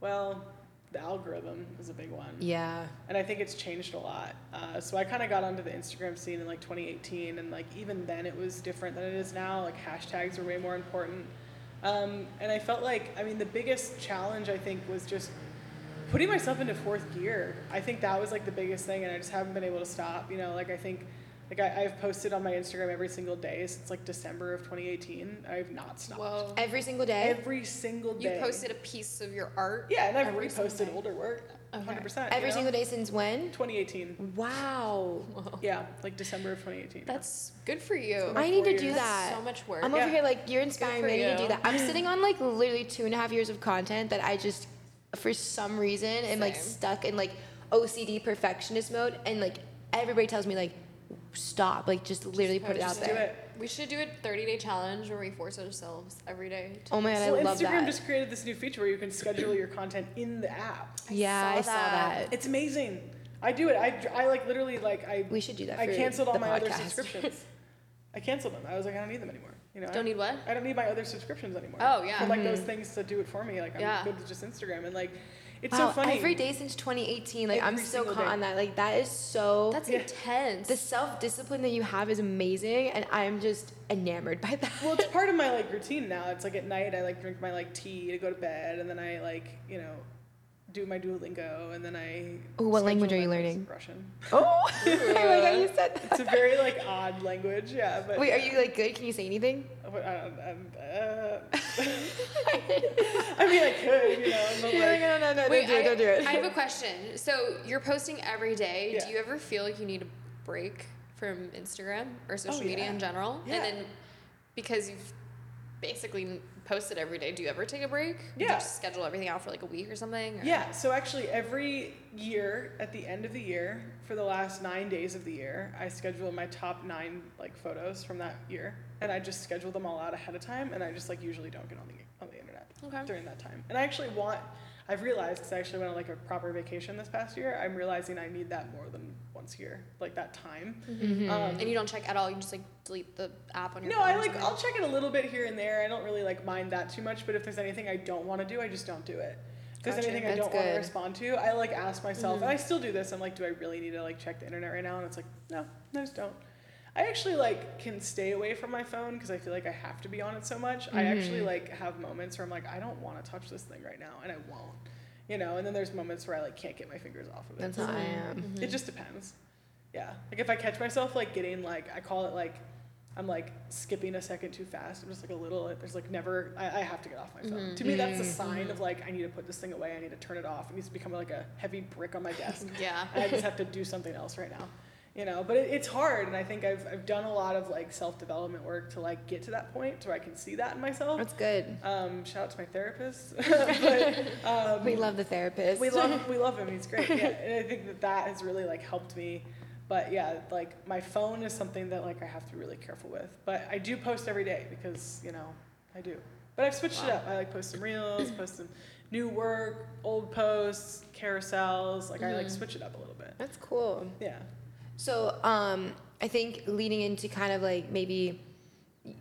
Speaker 3: well, the algorithm is a big one.
Speaker 1: Yeah.
Speaker 3: and I think it's changed a lot. Uh, so I kind of got onto the Instagram scene in like 2018, and like even then it was different than it is now. Like hashtags were way more important, um, and I felt like I mean the biggest challenge I think was just putting myself into fourth gear. I think that was like the biggest thing, and I just haven't been able to stop. You know, like I think. Like I, I've posted on my Instagram every single day since like December of 2018. I've not stopped.
Speaker 2: Whoa.
Speaker 1: Every single day.
Speaker 3: Every single
Speaker 2: You
Speaker 3: day.
Speaker 2: posted a piece of your art.
Speaker 3: Yeah, and I've
Speaker 2: every single
Speaker 3: reposted
Speaker 2: day.
Speaker 3: older work. 100%. you
Speaker 1: Every
Speaker 3: know?
Speaker 1: single day since when?
Speaker 3: 2018.
Speaker 1: Wow.
Speaker 3: Yeah, like December of 2018.
Speaker 2: That's good for you.
Speaker 1: I need to
Speaker 3: four
Speaker 1: do
Speaker 3: years.
Speaker 1: that.
Speaker 2: That's so much work.
Speaker 1: I'm over
Speaker 3: Yeah.
Speaker 1: here like you're inspiring
Speaker 2: for
Speaker 1: me. I need to do
Speaker 2: you.
Speaker 1: that. I'm sitting on like literally two and a half years of content that I just, for some reason, am like
Speaker 2: Same.
Speaker 1: stuck in like OCD perfectionist mode, and like everybody tells me like, stop, like just literally put it out
Speaker 2: post
Speaker 3: Just
Speaker 1: there.
Speaker 3: do it.
Speaker 2: we should do a 30 day challenge where we force ourselves every day. To
Speaker 1: Oh my god,
Speaker 3: Well,
Speaker 1: I love
Speaker 3: Instagram
Speaker 1: that.
Speaker 3: just created this new feature where you can schedule your content in the app.
Speaker 1: yeah,
Speaker 2: saw
Speaker 1: I saw that.
Speaker 2: that.
Speaker 3: It's amazing. I do it. I, I like literally like I.
Speaker 1: We should do that.
Speaker 3: I
Speaker 1: for
Speaker 3: canceled
Speaker 1: the
Speaker 3: all my other
Speaker 1: podcast.
Speaker 3: subscriptions. I canceled them. I was like, I don't need them anymore. You know. I-
Speaker 2: Don't need what?
Speaker 3: I don't need my other subscriptions anymore.
Speaker 2: Oh, yeah.
Speaker 3: But like
Speaker 1: Mm-hmm.
Speaker 3: those things to do it for me. Like I'm
Speaker 2: Yeah.
Speaker 3: good with just Instagram and like, it's
Speaker 1: wow,
Speaker 3: so funny.
Speaker 1: every day since 2018, like I'm
Speaker 3: Every
Speaker 1: so
Speaker 3: single
Speaker 1: caught
Speaker 3: day.
Speaker 1: on that. Like that is so.
Speaker 2: That's
Speaker 3: Yeah.
Speaker 2: intense.
Speaker 1: the self discipline that you have is amazing, and I'm just enamored by that.
Speaker 3: Well, it's part of my like routine now. It's like at night I like drink my like tea to go to bed, and then I like you know do my Duolingo, and then I.
Speaker 1: Ooh, what
Speaker 3: schedule
Speaker 1: language are
Speaker 3: my
Speaker 1: you
Speaker 3: first
Speaker 1: learning?
Speaker 3: Russian.
Speaker 1: Oh, I like how you said that.
Speaker 3: It's a very like odd language, yeah. But uh,
Speaker 1: Wait, are you like good? Can you say anything?
Speaker 3: But I don't. I'm, uh, I mean, I could, you know. But
Speaker 1: You're like,
Speaker 3: like,
Speaker 1: no, no, no, don't
Speaker 2: Wait,
Speaker 1: do it,
Speaker 2: I,
Speaker 1: don't do it.
Speaker 2: I have a question. So you're posting every day.
Speaker 3: Yeah.
Speaker 2: Do you ever feel like you need a break from Instagram or social
Speaker 3: Oh,
Speaker 2: media
Speaker 3: yeah.
Speaker 2: in general?
Speaker 3: Yeah.
Speaker 2: And then because you've basically posted every day, do you ever take a break? Do you
Speaker 3: Yeah.
Speaker 2: just schedule everything out for like a week or something? or-
Speaker 3: yeah. So actually, every year at the end of the year, for the last nine days of the year, I schedule my top nine like photos from that year, and I just schedule them all out ahead of time, and I just like usually don't get on the on the internet
Speaker 2: Okay.
Speaker 3: during that time. And I actually want. I've realized 'cause I actually went on like a proper vacation this past year. I'm realizing I need that more than once a year, like that time.
Speaker 1: Mm-hmm.
Speaker 3: Um,
Speaker 2: And you don't check at all. You just like delete the app on your
Speaker 3: No,
Speaker 2: phone.
Speaker 3: I
Speaker 2: or
Speaker 3: like
Speaker 2: something?
Speaker 3: I'll check it a little bit here and there. I don't really like mind that too much, but if there's anything I don't want to do, I just don't do it. If there's
Speaker 2: Gotcha.
Speaker 3: anything I
Speaker 1: That's
Speaker 3: don't want to
Speaker 1: good.
Speaker 3: respond to, I like ask myself, and I still do this. I'm like, do I really need to like check the internet right now? And it's like, no, I just don't. I actually like can stay away from my phone because I feel like I have to be on it so much. I actually like have moments where I'm like, I don't want to touch this thing right now, and I won't. You know, and then there's moments where I like can't get my fingers off of it.
Speaker 1: That's how I am.
Speaker 3: It just depends. Yeah. Like if I catch myself like getting like I call it like I'm like skipping a second too fast. I'm just like a little there's like never I, I have to get off my phone. To me that's a sign of like I need to put this thing away, I need to turn it off. It needs to become like a heavy brick on my desk.
Speaker 2: Yeah.
Speaker 3: and I just have to do something else right now. You know, but it, it's hard and I think I've I've done a lot of like self development work to like get to that point to where I can see that in myself.
Speaker 1: That's good.
Speaker 3: Um, shout out to my therapist. but, um,
Speaker 1: We love the therapist.
Speaker 3: we love we love him. He's great. Yeah, and I think that that has really like helped me. But yeah, like my phone is something that like I have to be really careful with. But I do post every day because you know I do. But I've switched it up. I like post some reels, post some new work, old posts, carousels. Like I like switch it up a little bit.
Speaker 1: That's cool.
Speaker 3: Yeah.
Speaker 1: So, um, I think leading into kind of like maybe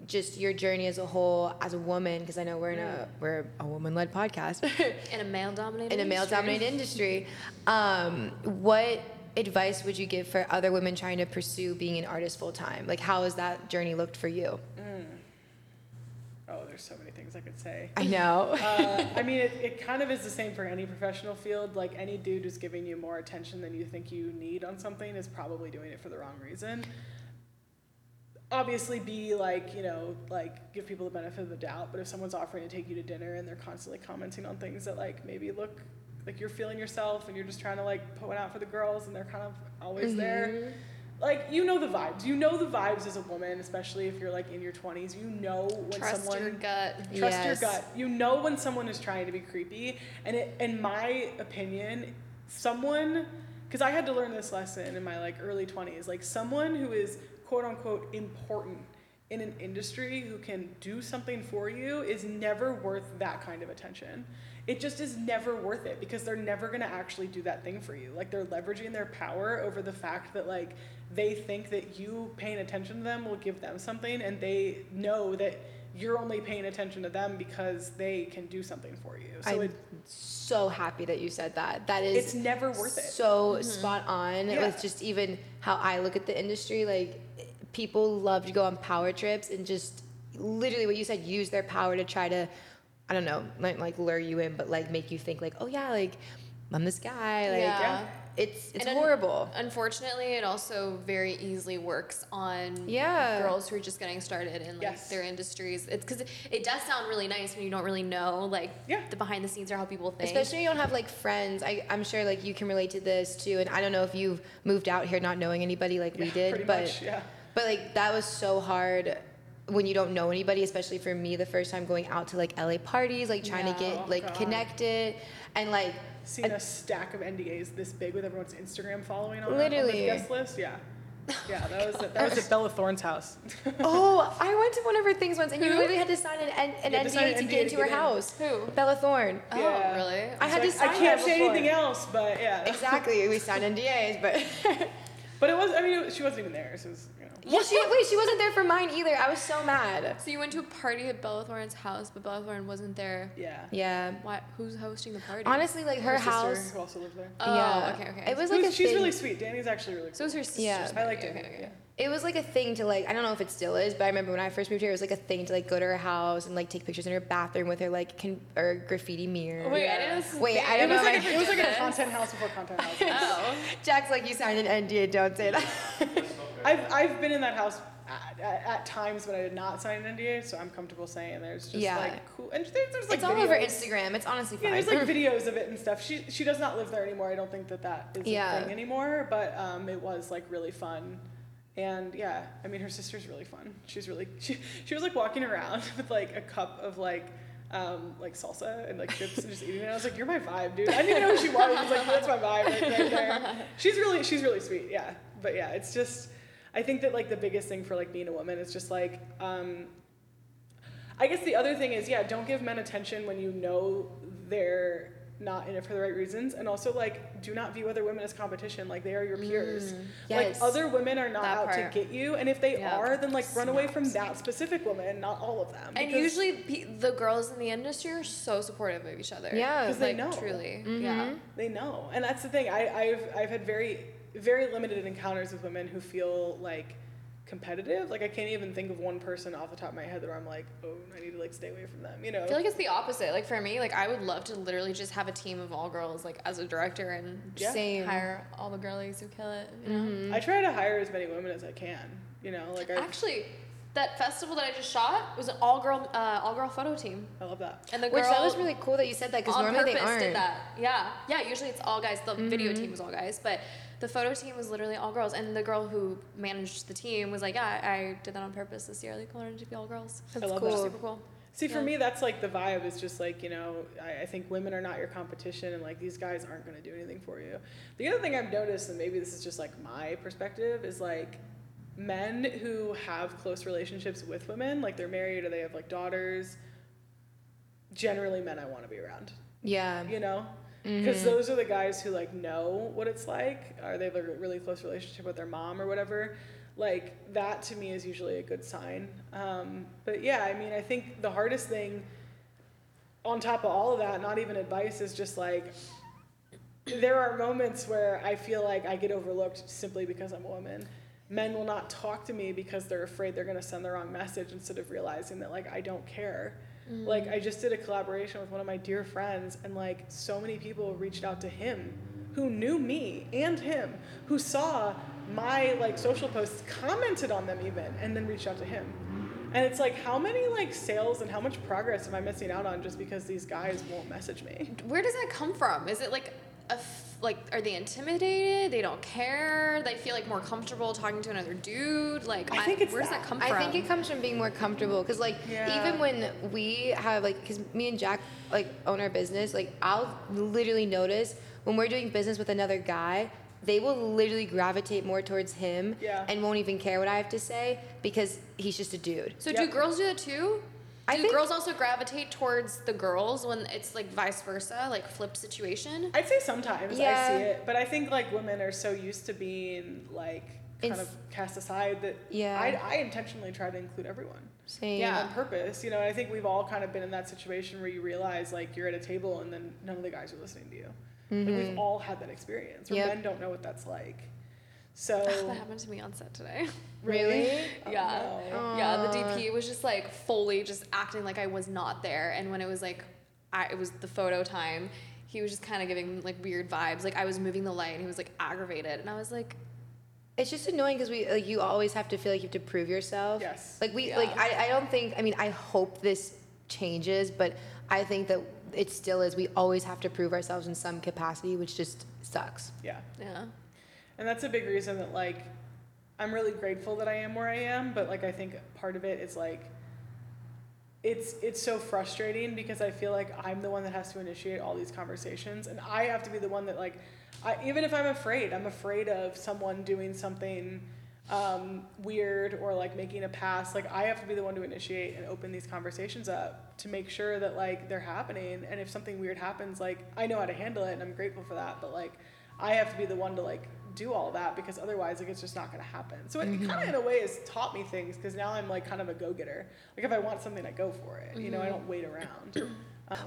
Speaker 1: just your journey as a whole as a woman, because I know we're in a we're a woman led podcast
Speaker 2: in a male dominated
Speaker 1: in a male dominated industry. Um, what advice would you give for other women trying to pursue being an artist full time? Like, how has that journey looked for you?
Speaker 3: Oh, there's so many things I could say.
Speaker 1: I know.
Speaker 3: uh, I mean, it, it kind of is the same for any professional field. Like, any dude who's giving you more attention than you think you need on something is probably doing it for the wrong reason. Obviously, be like, you know, like give people the benefit of the doubt, but if someone's offering to take you to dinner and they're constantly commenting on things that, like, maybe look like you're feeling yourself and you're just trying to, like, put one out for the girls and they're kind of always
Speaker 2: Mm-hmm.
Speaker 3: there. Like, you know the vibes. You know the vibes as a woman, especially if you're, like, in your 20s. You know when
Speaker 2: Trust
Speaker 3: someone.
Speaker 2: your gut.
Speaker 3: Trust
Speaker 1: Yes.
Speaker 3: your gut. You know when someone is trying to be creepy, and it, in my opinion, someone, because I had to learn this lesson in my like early twenties, like someone who is quote unquote important in an industry who can do something for you is never worth that kind of attention. It just is never worth it because they're never gonna actually do that thing for you. Like they're leveraging their power over the fact that like they think that you paying attention to them will give them something, and they know that you're only paying attention to them because they can do something for you. So
Speaker 1: I'm
Speaker 3: it,
Speaker 1: so happy that you said that. That is
Speaker 3: it's never worth it.
Speaker 1: so
Speaker 2: Mm-hmm.
Speaker 1: spot on
Speaker 3: Yeah.
Speaker 1: with just even how I look at the industry. Like people love to go on power trips and just literally what you said, use their power to try to, I don't know, like, like lure you in, but like make you think like, oh yeah, like I'm this guy. Like
Speaker 2: Yeah.
Speaker 1: it's it's
Speaker 2: And un-
Speaker 1: horrible.
Speaker 2: Unfortunately, it also very easily works on
Speaker 1: Yeah.
Speaker 2: girls who are just getting started in like
Speaker 3: Yes.
Speaker 2: their industries. It's because it, it does sound really nice when you don't really know like
Speaker 3: Yeah.
Speaker 2: the behind the scenes or how people think.
Speaker 1: Especially when you don't have like friends. I, I'm sure like you can relate to this too. And I don't know if you've moved out here not knowing anybody like we
Speaker 3: Yeah,
Speaker 1: did,
Speaker 3: pretty
Speaker 1: but
Speaker 3: much, yeah.
Speaker 1: But like that was so hard when you don't know anybody, especially for me the first time going out to like LA parties, like trying to
Speaker 3: Yeah.
Speaker 1: get like
Speaker 3: God.
Speaker 1: connected and like
Speaker 3: Seeing a stack of NDAs this big with everyone's Instagram following on,
Speaker 1: Literally.
Speaker 3: on the guest list, yeah. Yeah, that was at, that was at Bella Thorne's house.
Speaker 1: oh, I went to one of her things once and you literally had to sign an, an, an
Speaker 3: You had
Speaker 1: NDA
Speaker 3: to
Speaker 1: to,
Speaker 3: sign an
Speaker 1: get
Speaker 3: NDA to
Speaker 1: into her
Speaker 3: get in.
Speaker 1: house.
Speaker 2: Who?
Speaker 1: Bella Thorne.
Speaker 2: Oh,
Speaker 3: Yeah.
Speaker 2: really?
Speaker 1: I had to
Speaker 3: I
Speaker 1: sign
Speaker 3: can't
Speaker 1: that
Speaker 3: say
Speaker 1: before.
Speaker 3: anything else, but yeah.
Speaker 1: Exactly, we signed NDAs, but
Speaker 3: But it was, I mean, it, was- she wasn't even there, so it was, you know.
Speaker 1: well, she, wait, she wasn't there for mine either. I was so mad.
Speaker 2: So you went to a party at Bella Thorne's house, but Bella Thorne wasn't there.
Speaker 3: Yeah.
Speaker 1: Yeah,
Speaker 2: Why? Who's hosting the party?
Speaker 1: honestly, like her,
Speaker 3: sister,
Speaker 1: house.
Speaker 3: who also lived there.
Speaker 2: Oh,
Speaker 1: yeah.
Speaker 2: okay, okay.
Speaker 1: It was like
Speaker 3: Who's-
Speaker 1: a
Speaker 3: she's
Speaker 1: thing.
Speaker 3: really sweet. Danny's actually really
Speaker 2: So it
Speaker 3: cool.
Speaker 2: was her sister's
Speaker 1: Yeah.
Speaker 2: party.
Speaker 3: I liked it.
Speaker 2: Okay, okay.
Speaker 3: Yeah.
Speaker 1: it was like a thing to like I don't know if it still is, but I remember when I first moved here, it was like a thing to like go to her house and like take pictures in her bathroom with her like con- or graffiti mirror.
Speaker 2: Wait, I
Speaker 3: Yeah.
Speaker 2: didn't know this was
Speaker 1: Wait,
Speaker 2: big.
Speaker 1: I
Speaker 3: It
Speaker 1: don't
Speaker 3: was,
Speaker 1: know.
Speaker 3: like
Speaker 1: Like,
Speaker 3: a, it was like a content house before content house.
Speaker 2: Oh.
Speaker 1: Jack's like you signed an NDA, don't say that.
Speaker 3: I've, I've been in that house at, at, at times when I did not sign an NDA, so I'm comfortable saying there's just
Speaker 1: Yeah.
Speaker 3: like cool. And there's, there's like
Speaker 1: it's all over
Speaker 3: videos.
Speaker 1: Instagram. It's honestly fine.
Speaker 3: Yeah, there's like videos of it and stuff. She she does not live there anymore. I don't think that that is
Speaker 1: Yeah.
Speaker 3: a thing anymore. But um, it was like really fun, and yeah, I mean her sister's really fun. She's really she she was like walking around with like a cup of like. Um, like salsa and like chips and just eating it. I was like, "You're my vibe, dude." I didn't even know who she was. I was like, "That's my vibe right, right there." She's really, she's really sweet. Yeah, but yeah, it's just, I think that like the biggest thing for like being a woman is just like um, I guess the other thing is, yeah, don't give men attention when you know they're not in it for the right reasons. And also, like, do not view other women as competition. Like, they are your peers.
Speaker 1: yes.
Speaker 3: Like, other women are not
Speaker 2: Mm, That
Speaker 3: out
Speaker 2: part.
Speaker 3: to get you. And if they
Speaker 2: Yeah.
Speaker 3: are, then, like, run away from that specific woman, not all of them.
Speaker 2: And
Speaker 3: Because-
Speaker 2: usually pe- the girls in the industry are so supportive of each other.
Speaker 1: Yeah. 'Cause
Speaker 3: they
Speaker 2: like
Speaker 3: know.
Speaker 2: truly.
Speaker 1: Mm-hmm.
Speaker 2: Yeah.
Speaker 3: they know and that's the thing I, I've, I've had very very limited encounters with women who feel like competitive like i can't even think of one person off the top of my head that i'm like oh i need to like stay away from them you know
Speaker 2: I feel like it's the opposite. Like for me, like I would love to literally just have a team of all girls, like as a director, and Mm-hmm. just
Speaker 1: Same.
Speaker 2: hire all the girlies who kill it. You know.
Speaker 3: i try to hire as many women as i can you know like i,
Speaker 2: Actually, that festival that I just shot was an all girl, uh, all girl photo team,
Speaker 3: I love that
Speaker 2: and the girl
Speaker 1: Which that was really cool that you said that because
Speaker 2: on
Speaker 1: normally they
Speaker 2: purpose
Speaker 1: aren't.
Speaker 2: did that. Yeah, yeah. Usually it's all guys. The video team was all guys, but the photo team was literally all girls. And the girl who managed the team was like, "Yeah, I did that on purpose this year. Like, I wanted it to be all girls.
Speaker 1: That's
Speaker 3: love
Speaker 1: cool.
Speaker 3: that.
Speaker 2: Super cool."
Speaker 3: See, for
Speaker 2: Yeah.
Speaker 3: me, that's like the vibe is just like, you know, I, I think women are not your competition and like these guys aren't going to do anything for you. The other thing I've noticed, and maybe this is just like my perspective, is like men who have close relationships with women, like they're married or they have like daughters, generally men I want to be around,
Speaker 1: Yeah. Mm-hmm.
Speaker 3: you know?
Speaker 1: Mm.
Speaker 3: Because those are the guys who like know what it's like, or they have a really close relationship with their mom or whatever. Like that to me is usually a good sign. Um, but yeah, I mean, I think the hardest thing on top of all of that, not even advice, is just like there are moments where I feel like I get overlooked simply because I'm a woman. Men will not talk to me because they're afraid they're going to send the wrong message instead of realizing that, like, I don't care. Like, I just did a collaboration with one of my dear friends, and like, so many people reached out to him who knew me and him, who saw my like social posts, commented on them even, and then reached out to him. And it's like, how many like sales and how much progress am I missing out on just because these guys won't message me?
Speaker 2: Where does that come from? Is it like a f- like are they intimidated? They don't care. They feel like more comfortable talking to another dude. Like
Speaker 3: I think it's
Speaker 2: where does
Speaker 3: that.
Speaker 2: that come from?
Speaker 1: I think it comes from being more comfortable because, like,
Speaker 3: Yeah.
Speaker 1: even when we have, like, because me and Jack, like, own our business, like, I'll literally notice when we're doing business with another guy, they will literally gravitate more towards him
Speaker 3: Yeah.
Speaker 1: and won't even care what I have to say because he's just a dude.
Speaker 2: so
Speaker 3: Yep.
Speaker 2: do girls do that too?
Speaker 1: I
Speaker 2: Do
Speaker 1: think-
Speaker 2: girls also gravitate towards the girls when it's like vice versa, like flip situation?
Speaker 3: I'd say sometimes I
Speaker 1: Yeah.
Speaker 3: see it, but I think like women are so used to being like kind
Speaker 1: It's-
Speaker 3: of cast aside that
Speaker 1: Yeah.
Speaker 3: I, I intentionally try to include everyone
Speaker 1: Same.
Speaker 2: Yeah.
Speaker 3: on purpose. You know, I think we've all kind of been in that situation where you realize like you're at a table and then none of the guys are listening to you. Like we've all had that experience where
Speaker 1: Mm-hmm. Yep.
Speaker 3: men don't know what that's like. So
Speaker 2: That happened to me on set today.
Speaker 1: Really?
Speaker 3: Oh,
Speaker 2: Yeah.
Speaker 3: no.
Speaker 2: Yeah, the
Speaker 1: Aw.
Speaker 2: DP was just like fully just acting like I was not there. And when it was like, I, it was the photo time, he was just kind of giving like weird vibes. Like I was moving the light and he was like aggravated. And I was like,
Speaker 1: It's just annoying because we like you always have to feel like you have to prove yourself.
Speaker 3: Yes.
Speaker 1: Like we
Speaker 2: Yeah.
Speaker 1: like I, I don't think I mean I hope this changes, but I think that it still is we always have to prove ourselves in some capacity, which just sucks.
Speaker 3: Yeah.
Speaker 2: yeah.
Speaker 3: And that's a big reason that like I'm really grateful that I am where I am, but like I think part of it is like it's it's so frustrating because I feel like I'm the one that has to initiate all these conversations and I have to be the one that like I, even if I'm afraid, I'm afraid of someone doing something um, weird or like making a pass. Like I have to be the one to initiate and open these conversations up to make sure that like they're happening. And if something weird happens, like I know how to handle it and I'm grateful for that. But like I have to be the one to like do all that because otherwise like it's just not gonna happen. So it
Speaker 2: Mm-hmm.
Speaker 3: kind of in a way has taught me things because now I'm like kind of a go getter. Like if I want something, I go for it. You know,
Speaker 2: Mm-hmm.
Speaker 3: I don't wait around.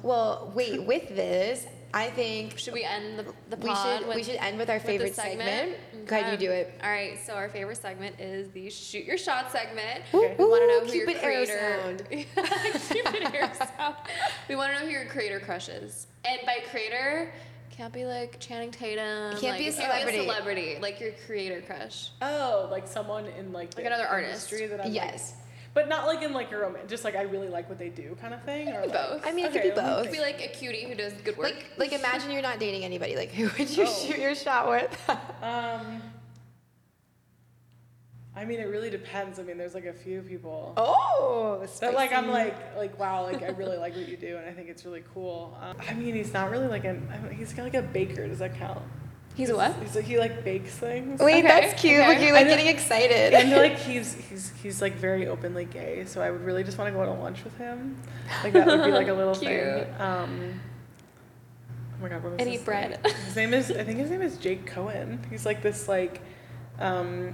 Speaker 1: Well, wait, with this, I think
Speaker 2: Should we end the, the
Speaker 1: we
Speaker 2: pod?
Speaker 1: should
Speaker 2: with,
Speaker 1: we should end with our
Speaker 2: with the
Speaker 1: favorite segment. Go ahead,
Speaker 2: Okay.
Speaker 1: you do it.
Speaker 2: All right. So our favorite segment is the shoot your shot segment.
Speaker 3: Okay.
Speaker 2: We want to know who
Speaker 1: Ooh, Cupid
Speaker 2: your
Speaker 1: arrow
Speaker 2: creator.
Speaker 1: sound.
Speaker 2: Cupid arrow sound. We want to know who your creator crush is. And by creator, can't be like Channing Tatum.
Speaker 1: Can't be a
Speaker 2: like, Can't be
Speaker 1: celebrity.
Speaker 2: a celebrity. Like your creator crush.
Speaker 3: Oh, like someone in like
Speaker 2: Like another artist.
Speaker 3: industry that I'm like-
Speaker 1: Yes.
Speaker 3: but not like in like a romance. Just like I really like what they do kind of thing. Or
Speaker 2: be
Speaker 3: like,
Speaker 2: both.
Speaker 1: I mean, it could be
Speaker 3: let me
Speaker 1: both.
Speaker 2: It could be like a cutie who does good work.
Speaker 1: Like like imagine you're not dating anybody. Like who would you
Speaker 3: Oh.
Speaker 1: shoot your shot with?
Speaker 3: Um, I mean, it really depends. I mean, there's like a few people
Speaker 1: oh
Speaker 3: that like I'm
Speaker 1: spicy.
Speaker 3: like like wow, like I really like what you do, and I think it's really cool. Um, I mean, he's not really like an I don't- he's kind of like a baker. Does that count?
Speaker 2: he's a what?
Speaker 3: He's like he like bakes things.
Speaker 1: Wait,
Speaker 2: Okay,
Speaker 1: that's cute.
Speaker 2: okay.
Speaker 1: Like you're like
Speaker 3: I know-
Speaker 1: getting excited.
Speaker 3: and like he's he's he's like very openly gay, so I would really just want to go on a lunch with him. Like that would be like a little thing.
Speaker 2: Cute.
Speaker 3: Um, oh my god, what was
Speaker 2: And
Speaker 3: his
Speaker 2: eat bread.
Speaker 3: name? His name is I think his name is Jake Cohen. He's like this like, um,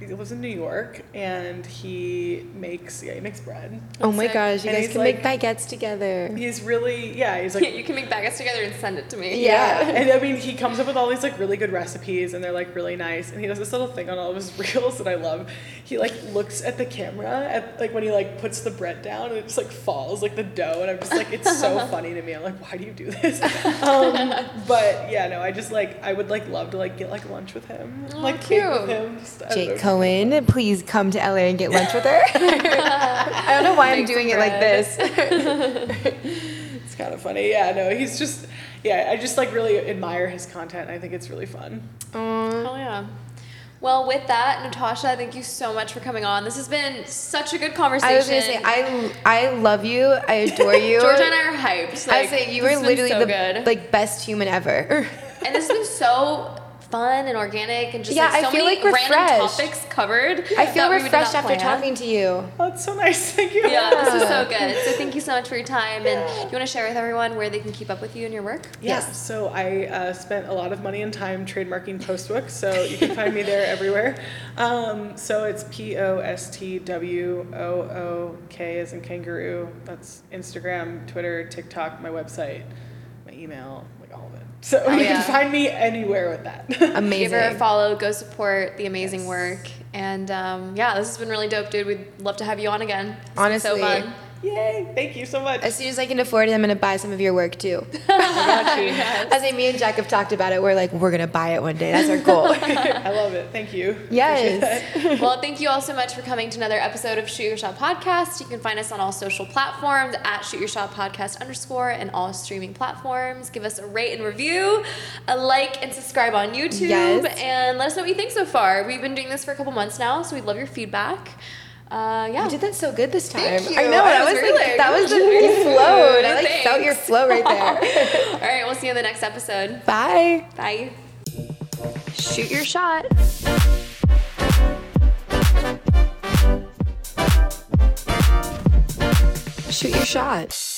Speaker 3: he lives in New York and he makes yeah he makes bread.
Speaker 1: oh my
Speaker 2: my
Speaker 1: gosh, you
Speaker 3: you And guys
Speaker 1: guys
Speaker 3: he's
Speaker 1: can
Speaker 3: can make
Speaker 1: make baguettes together.
Speaker 3: He's really yeah he's
Speaker 2: Yeah,
Speaker 3: like
Speaker 2: you can make baguettes together and send it to me.
Speaker 1: Yeah.
Speaker 3: And I mean, he comes up with all these like really good recipes and they're like really nice. And he does this little thing on all of his reels that I love. He like looks at the camera at like when he like puts the bread down and it just like falls like the dough. And I'm just like, it's so funny to me. I'm like, why do you do this? Um, but yeah, no, I just like, I would like love to like get like lunch with him.
Speaker 2: Aw,
Speaker 3: like cake
Speaker 2: cute.
Speaker 3: with him. Just, I don't know.
Speaker 1: Jake Cohen, please come to LA and get lunch with her. I don't know why I'm
Speaker 2: Make some
Speaker 1: doing it like
Speaker 2: bread.
Speaker 1: this.
Speaker 3: It's kind of funny. Yeah, no, he's just, yeah, I just like really admire his content. I think it's really fun.
Speaker 2: Oh yeah. Well, with that, Natasha, thank you so much for coming on. This has been such a good conversation.
Speaker 1: I was gonna say I I love you. I adore you.
Speaker 2: Georgia and I are hyped.
Speaker 1: I
Speaker 2: Like,
Speaker 1: was saying you
Speaker 2: this
Speaker 1: were
Speaker 2: has been
Speaker 1: literally
Speaker 2: so
Speaker 1: the
Speaker 2: good.
Speaker 1: like best human ever.
Speaker 2: and this has been so fun and organic and just
Speaker 1: Yeah,
Speaker 2: like, so
Speaker 1: I feel
Speaker 2: many
Speaker 1: like
Speaker 2: random
Speaker 1: refreshed.
Speaker 2: topics covered.
Speaker 1: I feel
Speaker 2: that we did
Speaker 1: refreshed
Speaker 2: not
Speaker 1: after
Speaker 2: plan.
Speaker 1: talking to you.
Speaker 3: Oh, it's so nice. Thank you.
Speaker 2: Yeah, this was so good. So thank you so much for your time. And you want to share with everyone where they can keep up with you and your work?
Speaker 3: Yeah,
Speaker 1: Yes.
Speaker 3: so I uh, spent a lot of money and time trademarking Postwick, so you can find me there everywhere. Um, so it's P O S T W O O K as in kangaroo. That's Instagram, Twitter, TikTok, my website, my email, like all of it. So you
Speaker 2: yeah.
Speaker 3: can find me anywhere with that.
Speaker 1: Amazing.
Speaker 2: Give her a follow. Go support the amazing
Speaker 3: Yes.
Speaker 2: work. And um, yeah, this has been really dope, dude. We'd love to have you on again. It's been
Speaker 1: Honestly.
Speaker 2: so fun.
Speaker 3: Yay! Thank you so much.
Speaker 1: As soon as I can afford it, I'm gonna buy some of your work too.
Speaker 2: Yes.
Speaker 1: As I, me and Jack have talked about it, we're like, we're gonna buy it one day. That's our goal.
Speaker 3: I love it. Thank you. Appreciate that.
Speaker 1: yes.
Speaker 2: well, thank you all so much for coming to another episode of Shoot Your Shot Podcast. You can find us on all social platforms at Shoot Your Shot Podcast underscore and all streaming platforms. Give us a rate and review, a like and subscribe on YouTube,
Speaker 1: Yes.
Speaker 2: and let us know what you think so far. We've been doing this for a couple months now, so we'd love your feedback. Uh, yeah.
Speaker 1: You did that so good this time.
Speaker 2: Thank
Speaker 1: I
Speaker 2: you.
Speaker 1: know.
Speaker 2: I
Speaker 1: That
Speaker 2: was
Speaker 1: was,
Speaker 2: reeling.
Speaker 1: like, that was the you flowed. I like felt your
Speaker 2: Thanks.
Speaker 1: flow right there.
Speaker 2: all right, we'll see you in the next episode.
Speaker 1: Bye.
Speaker 2: Bye.
Speaker 1: Shoot your shot. Shoot your shot.